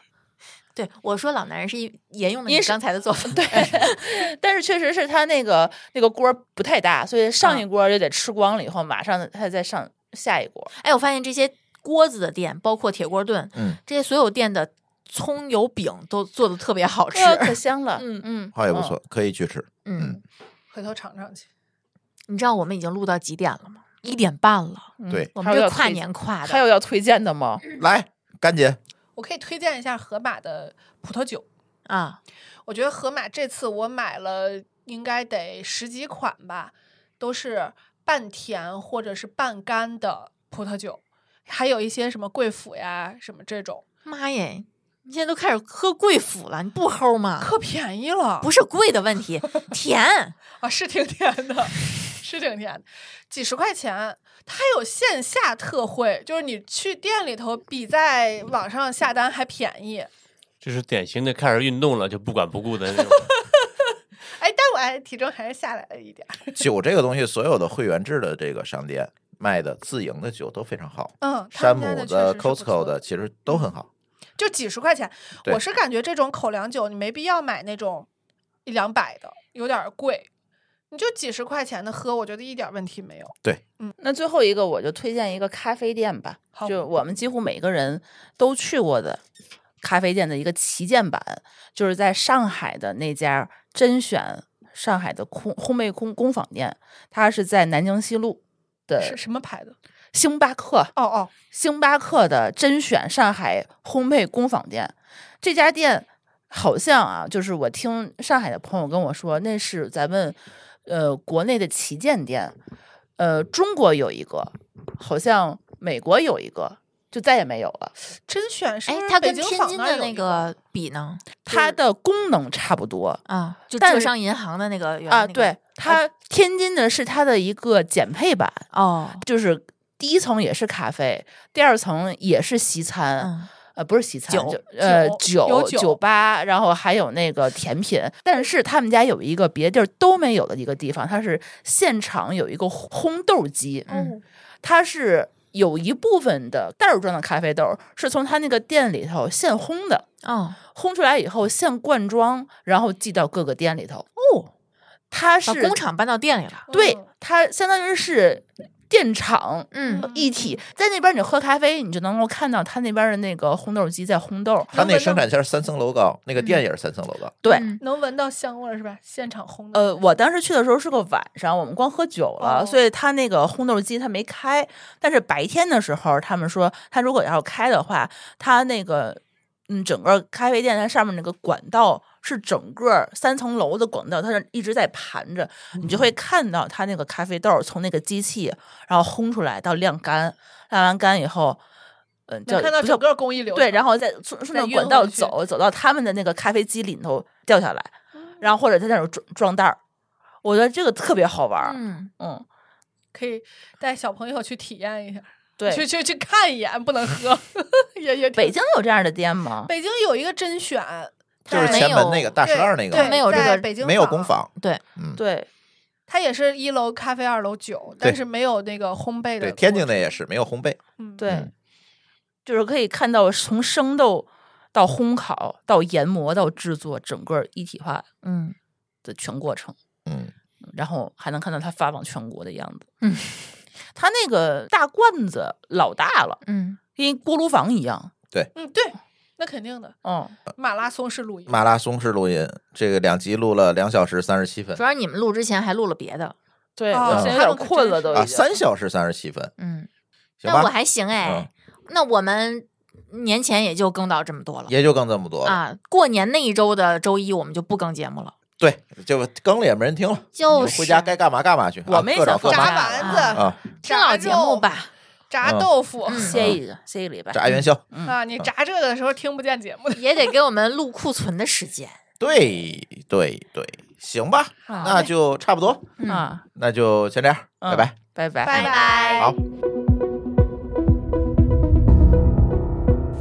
[SPEAKER 4] 对，我说老男人是一沿用了
[SPEAKER 7] 因
[SPEAKER 4] 你
[SPEAKER 7] 是
[SPEAKER 4] 刚才的做法，
[SPEAKER 7] 对， 但是确实是他那个那个锅儿不太大，所以上一锅儿就得吃光了以后，马上他再上下一锅儿。
[SPEAKER 4] 哎，我发现这些锅子的店，包括铁锅炖，
[SPEAKER 2] 嗯，
[SPEAKER 4] 这些所有店的葱油饼都做的特别好吃。
[SPEAKER 7] 呃哇可香了，
[SPEAKER 4] 嗯
[SPEAKER 7] 嗯，
[SPEAKER 2] 话也不
[SPEAKER 7] 嗯
[SPEAKER 2] 错，可以去吃。
[SPEAKER 4] 嗯，
[SPEAKER 5] 回头尝尝去。
[SPEAKER 4] 你知道我们已经录到几点了吗？一点半了，
[SPEAKER 7] 嗯
[SPEAKER 2] 对
[SPEAKER 4] 我
[SPEAKER 7] 还
[SPEAKER 4] 们这
[SPEAKER 7] 有要
[SPEAKER 4] 跨
[SPEAKER 7] 推
[SPEAKER 4] 年跨
[SPEAKER 7] 还
[SPEAKER 4] 的，
[SPEAKER 7] 有要推荐的吗？
[SPEAKER 2] 来，干姐，
[SPEAKER 5] 我可以推荐一下盒马的葡萄酒。
[SPEAKER 4] 啊，
[SPEAKER 5] 我觉得盒马这次我买了应该得十几款吧，都是半甜或者是半干的葡萄酒，还有一些什么贵腐呀什么这种，
[SPEAKER 4] 妈耶！你现在都开始喝贵腐了，你不齁吗？
[SPEAKER 5] 可便宜了。
[SPEAKER 4] 啊不是贵的问 题，甜。
[SPEAKER 5] 啊，是挺甜的，是挺甜的，几十块钱。它还有线下特惠，就是你去店里头比在网上下单还便宜。
[SPEAKER 6] 就是典型的开始运动了就不管不顾的那种。
[SPEAKER 5] 哎，但我还体重还是下来了一点儿。
[SPEAKER 2] 酒这个东西，所有的会员制的这个商店卖的自营的酒都非常好，
[SPEAKER 5] 嗯，他
[SPEAKER 2] 山
[SPEAKER 5] 们家
[SPEAKER 2] 姆
[SPEAKER 5] 的
[SPEAKER 2] 的、
[SPEAKER 5] 确实是不
[SPEAKER 2] Costco
[SPEAKER 5] 错嗯
[SPEAKER 2] 的其实都很好。
[SPEAKER 5] 就几十块钱。
[SPEAKER 2] 对
[SPEAKER 5] 我是感觉这种口粮酒你没必要买那种一两百的，有点儿贵。你就几十块钱的喝，我觉得一点儿问题没有。
[SPEAKER 7] 那最后一个我就推荐一个咖啡店吧，
[SPEAKER 5] 好
[SPEAKER 7] 就我们几乎每个人都去过的咖啡店的一个旗舰版，就是在上海的那家甄选上海的空烘焙工工坊店，它是在南京西路
[SPEAKER 5] 是
[SPEAKER 2] 呃
[SPEAKER 7] 的
[SPEAKER 5] 什么牌的？
[SPEAKER 7] 星巴克
[SPEAKER 5] 哦哦，
[SPEAKER 7] 星巴克的甄选上海烘焙工坊店，这家店好像啊，就是我听上海的朋友跟我说，那是咱们呃国内的旗舰店，呃中国有一个，好像美国有一个，就再也没有了。
[SPEAKER 5] 甄选是
[SPEAKER 4] 哎
[SPEAKER 5] 不是，
[SPEAKER 4] 它
[SPEAKER 5] 嗯北
[SPEAKER 4] 跟
[SPEAKER 5] 京
[SPEAKER 4] 天
[SPEAKER 5] 坊
[SPEAKER 4] 津
[SPEAKER 5] 儿
[SPEAKER 4] 的
[SPEAKER 5] 有
[SPEAKER 4] 那
[SPEAKER 5] 一
[SPEAKER 4] 个比呢？
[SPEAKER 7] 它的功能差不多
[SPEAKER 4] 啊，就
[SPEAKER 7] 但
[SPEAKER 4] 浙
[SPEAKER 7] 是
[SPEAKER 4] 商银行的那个原来
[SPEAKER 7] 啊，
[SPEAKER 4] 那个
[SPEAKER 7] 对，它天津的是它的一个减配版，
[SPEAKER 4] 哦，
[SPEAKER 7] 就是第一层也是咖啡，第二层也是西餐。
[SPEAKER 4] 嗯，
[SPEAKER 7] 呃，不是西餐，
[SPEAKER 4] 酒
[SPEAKER 7] 就呃
[SPEAKER 5] 酒有
[SPEAKER 7] 酒
[SPEAKER 5] 酒
[SPEAKER 7] 酒吧，然后还有那个甜品。但是他们家有一个别地儿都没有的一个地方，它是现场有一个烘豆机，
[SPEAKER 4] 嗯
[SPEAKER 7] 它是有一部分的袋儿装的咖啡豆是从他那个店里头现烘的，
[SPEAKER 4] 哦，
[SPEAKER 7] 烘出来以后现灌装，然后寄到各个店里头。哦，它
[SPEAKER 4] 把
[SPEAKER 7] 是
[SPEAKER 4] 工厂搬到店里了。
[SPEAKER 7] 对
[SPEAKER 5] 嗯
[SPEAKER 7] 它相当于是电厂
[SPEAKER 4] 嗯，
[SPEAKER 7] 一体，在那边你喝咖啡，你就能够看到他那边的那个烘豆机在烘豆。
[SPEAKER 2] 他那生产线是三层楼高，那个店也是三层楼高。
[SPEAKER 7] 对，
[SPEAKER 4] 嗯
[SPEAKER 5] 能闻到香味儿是吧？现场烘的。
[SPEAKER 7] 呃，我当时去的时候是个晚上，我们光喝酒了，
[SPEAKER 5] 哦
[SPEAKER 7] 所以他那个烘豆机他没开。但是白天的时候，他们说他如果要开的话，他那个嗯，整个咖啡店它上面那个管道是整个三层楼的管道，它是一直在盘着，你就会
[SPEAKER 5] 哦
[SPEAKER 7] 看到它那个咖啡豆从那个机器然后烘出来到晾干，晾完干以后，嗯、叫
[SPEAKER 5] 能看到
[SPEAKER 7] 不叫
[SPEAKER 5] 整个工艺流
[SPEAKER 7] 对，
[SPEAKER 5] 程，
[SPEAKER 7] 然后再顺顺
[SPEAKER 5] 再
[SPEAKER 7] 着
[SPEAKER 5] 运
[SPEAKER 7] 管
[SPEAKER 5] 回
[SPEAKER 7] 道
[SPEAKER 5] 去
[SPEAKER 7] 走，走到他们的那个咖啡机里头掉下来，
[SPEAKER 5] 哦
[SPEAKER 7] 然后或者在那种装装袋儿，我觉得这个特别好玩儿。
[SPEAKER 4] 嗯，
[SPEAKER 7] 嗯，
[SPEAKER 5] 可以带小朋友去体验一下，去
[SPEAKER 7] 对，
[SPEAKER 5] 去去看一眼，不能喝， 也也挺
[SPEAKER 7] 北京有这样的店吗？
[SPEAKER 5] 北京有一个甄选，
[SPEAKER 2] 就是
[SPEAKER 5] 它
[SPEAKER 2] 前门那个大石
[SPEAKER 5] 对
[SPEAKER 2] 栏那
[SPEAKER 5] 对
[SPEAKER 2] 个
[SPEAKER 4] 没有这
[SPEAKER 5] 在
[SPEAKER 4] 个
[SPEAKER 5] 北京
[SPEAKER 2] 没有工，坊，
[SPEAKER 4] 对，
[SPEAKER 2] 嗯，
[SPEAKER 7] 对，
[SPEAKER 5] 它也是一楼咖啡，二楼酒，但是没有那个烘焙的
[SPEAKER 2] 对，
[SPEAKER 5] 过程。
[SPEAKER 2] 天津那也是没有烘焙，
[SPEAKER 5] 嗯，
[SPEAKER 7] 对，
[SPEAKER 2] 嗯
[SPEAKER 7] 就是可以看到从生豆到烘烤到研磨到制作整个一体化
[SPEAKER 4] 嗯，
[SPEAKER 7] 的全过程，
[SPEAKER 2] 嗯，
[SPEAKER 7] 然后还能看到它发往全国的样子。
[SPEAKER 4] 嗯，
[SPEAKER 7] 它那个大罐子老大了，
[SPEAKER 4] 嗯，
[SPEAKER 7] 跟锅炉房一样。
[SPEAKER 5] 嗯对，那肯定的。
[SPEAKER 7] 嗯，
[SPEAKER 5] 马拉松式露营，
[SPEAKER 2] 呃马拉松式录音，这个两集录了两小时三十七分
[SPEAKER 4] 主要你们录之前还录了别的，
[SPEAKER 7] 对，
[SPEAKER 5] 哦
[SPEAKER 7] 我现在
[SPEAKER 5] 他
[SPEAKER 7] 有
[SPEAKER 5] 们
[SPEAKER 7] 点
[SPEAKER 5] 可
[SPEAKER 7] 困
[SPEAKER 5] 真
[SPEAKER 7] 了
[SPEAKER 5] 是
[SPEAKER 7] 都已经。
[SPEAKER 2] 啊，三小时三十七分，
[SPEAKER 4] 嗯，
[SPEAKER 2] 行
[SPEAKER 4] 那我
[SPEAKER 2] 吧，
[SPEAKER 4] 还行
[SPEAKER 2] 嗯
[SPEAKER 4] 哎，，那我们年前也就更到这么多了
[SPEAKER 2] 也就更这么多了。
[SPEAKER 4] 啊。过年那一周的周一我们就不更节目了，
[SPEAKER 2] 对，就更了也没人听了，
[SPEAKER 4] 就
[SPEAKER 2] 你
[SPEAKER 4] 是
[SPEAKER 2] 回家该干嘛干嘛去，
[SPEAKER 7] 我
[SPEAKER 2] 啊
[SPEAKER 7] 们也
[SPEAKER 2] 各找各
[SPEAKER 7] 想放
[SPEAKER 5] 炸
[SPEAKER 2] 忙
[SPEAKER 7] 假
[SPEAKER 5] 丸子、
[SPEAKER 4] 啊
[SPEAKER 2] 啊，
[SPEAKER 4] 听老
[SPEAKER 5] 炸
[SPEAKER 4] 节目
[SPEAKER 5] 肉、
[SPEAKER 4] 吧。
[SPEAKER 5] 炸
[SPEAKER 2] 嗯
[SPEAKER 5] 豆腐
[SPEAKER 7] 歇一个，歇一个礼拜。
[SPEAKER 2] 炸元宵，
[SPEAKER 7] 嗯
[SPEAKER 5] 啊，你炸这个的时候听不见节目的。
[SPEAKER 4] 啊也得给我们录库存的时间。
[SPEAKER 2] 对对对，行吧，那就差不多，
[SPEAKER 4] 嗯
[SPEAKER 7] 啊，
[SPEAKER 2] 那就先这样，拜
[SPEAKER 7] 嗯
[SPEAKER 2] 拜。，
[SPEAKER 7] 拜拜，
[SPEAKER 5] 拜拜
[SPEAKER 2] 好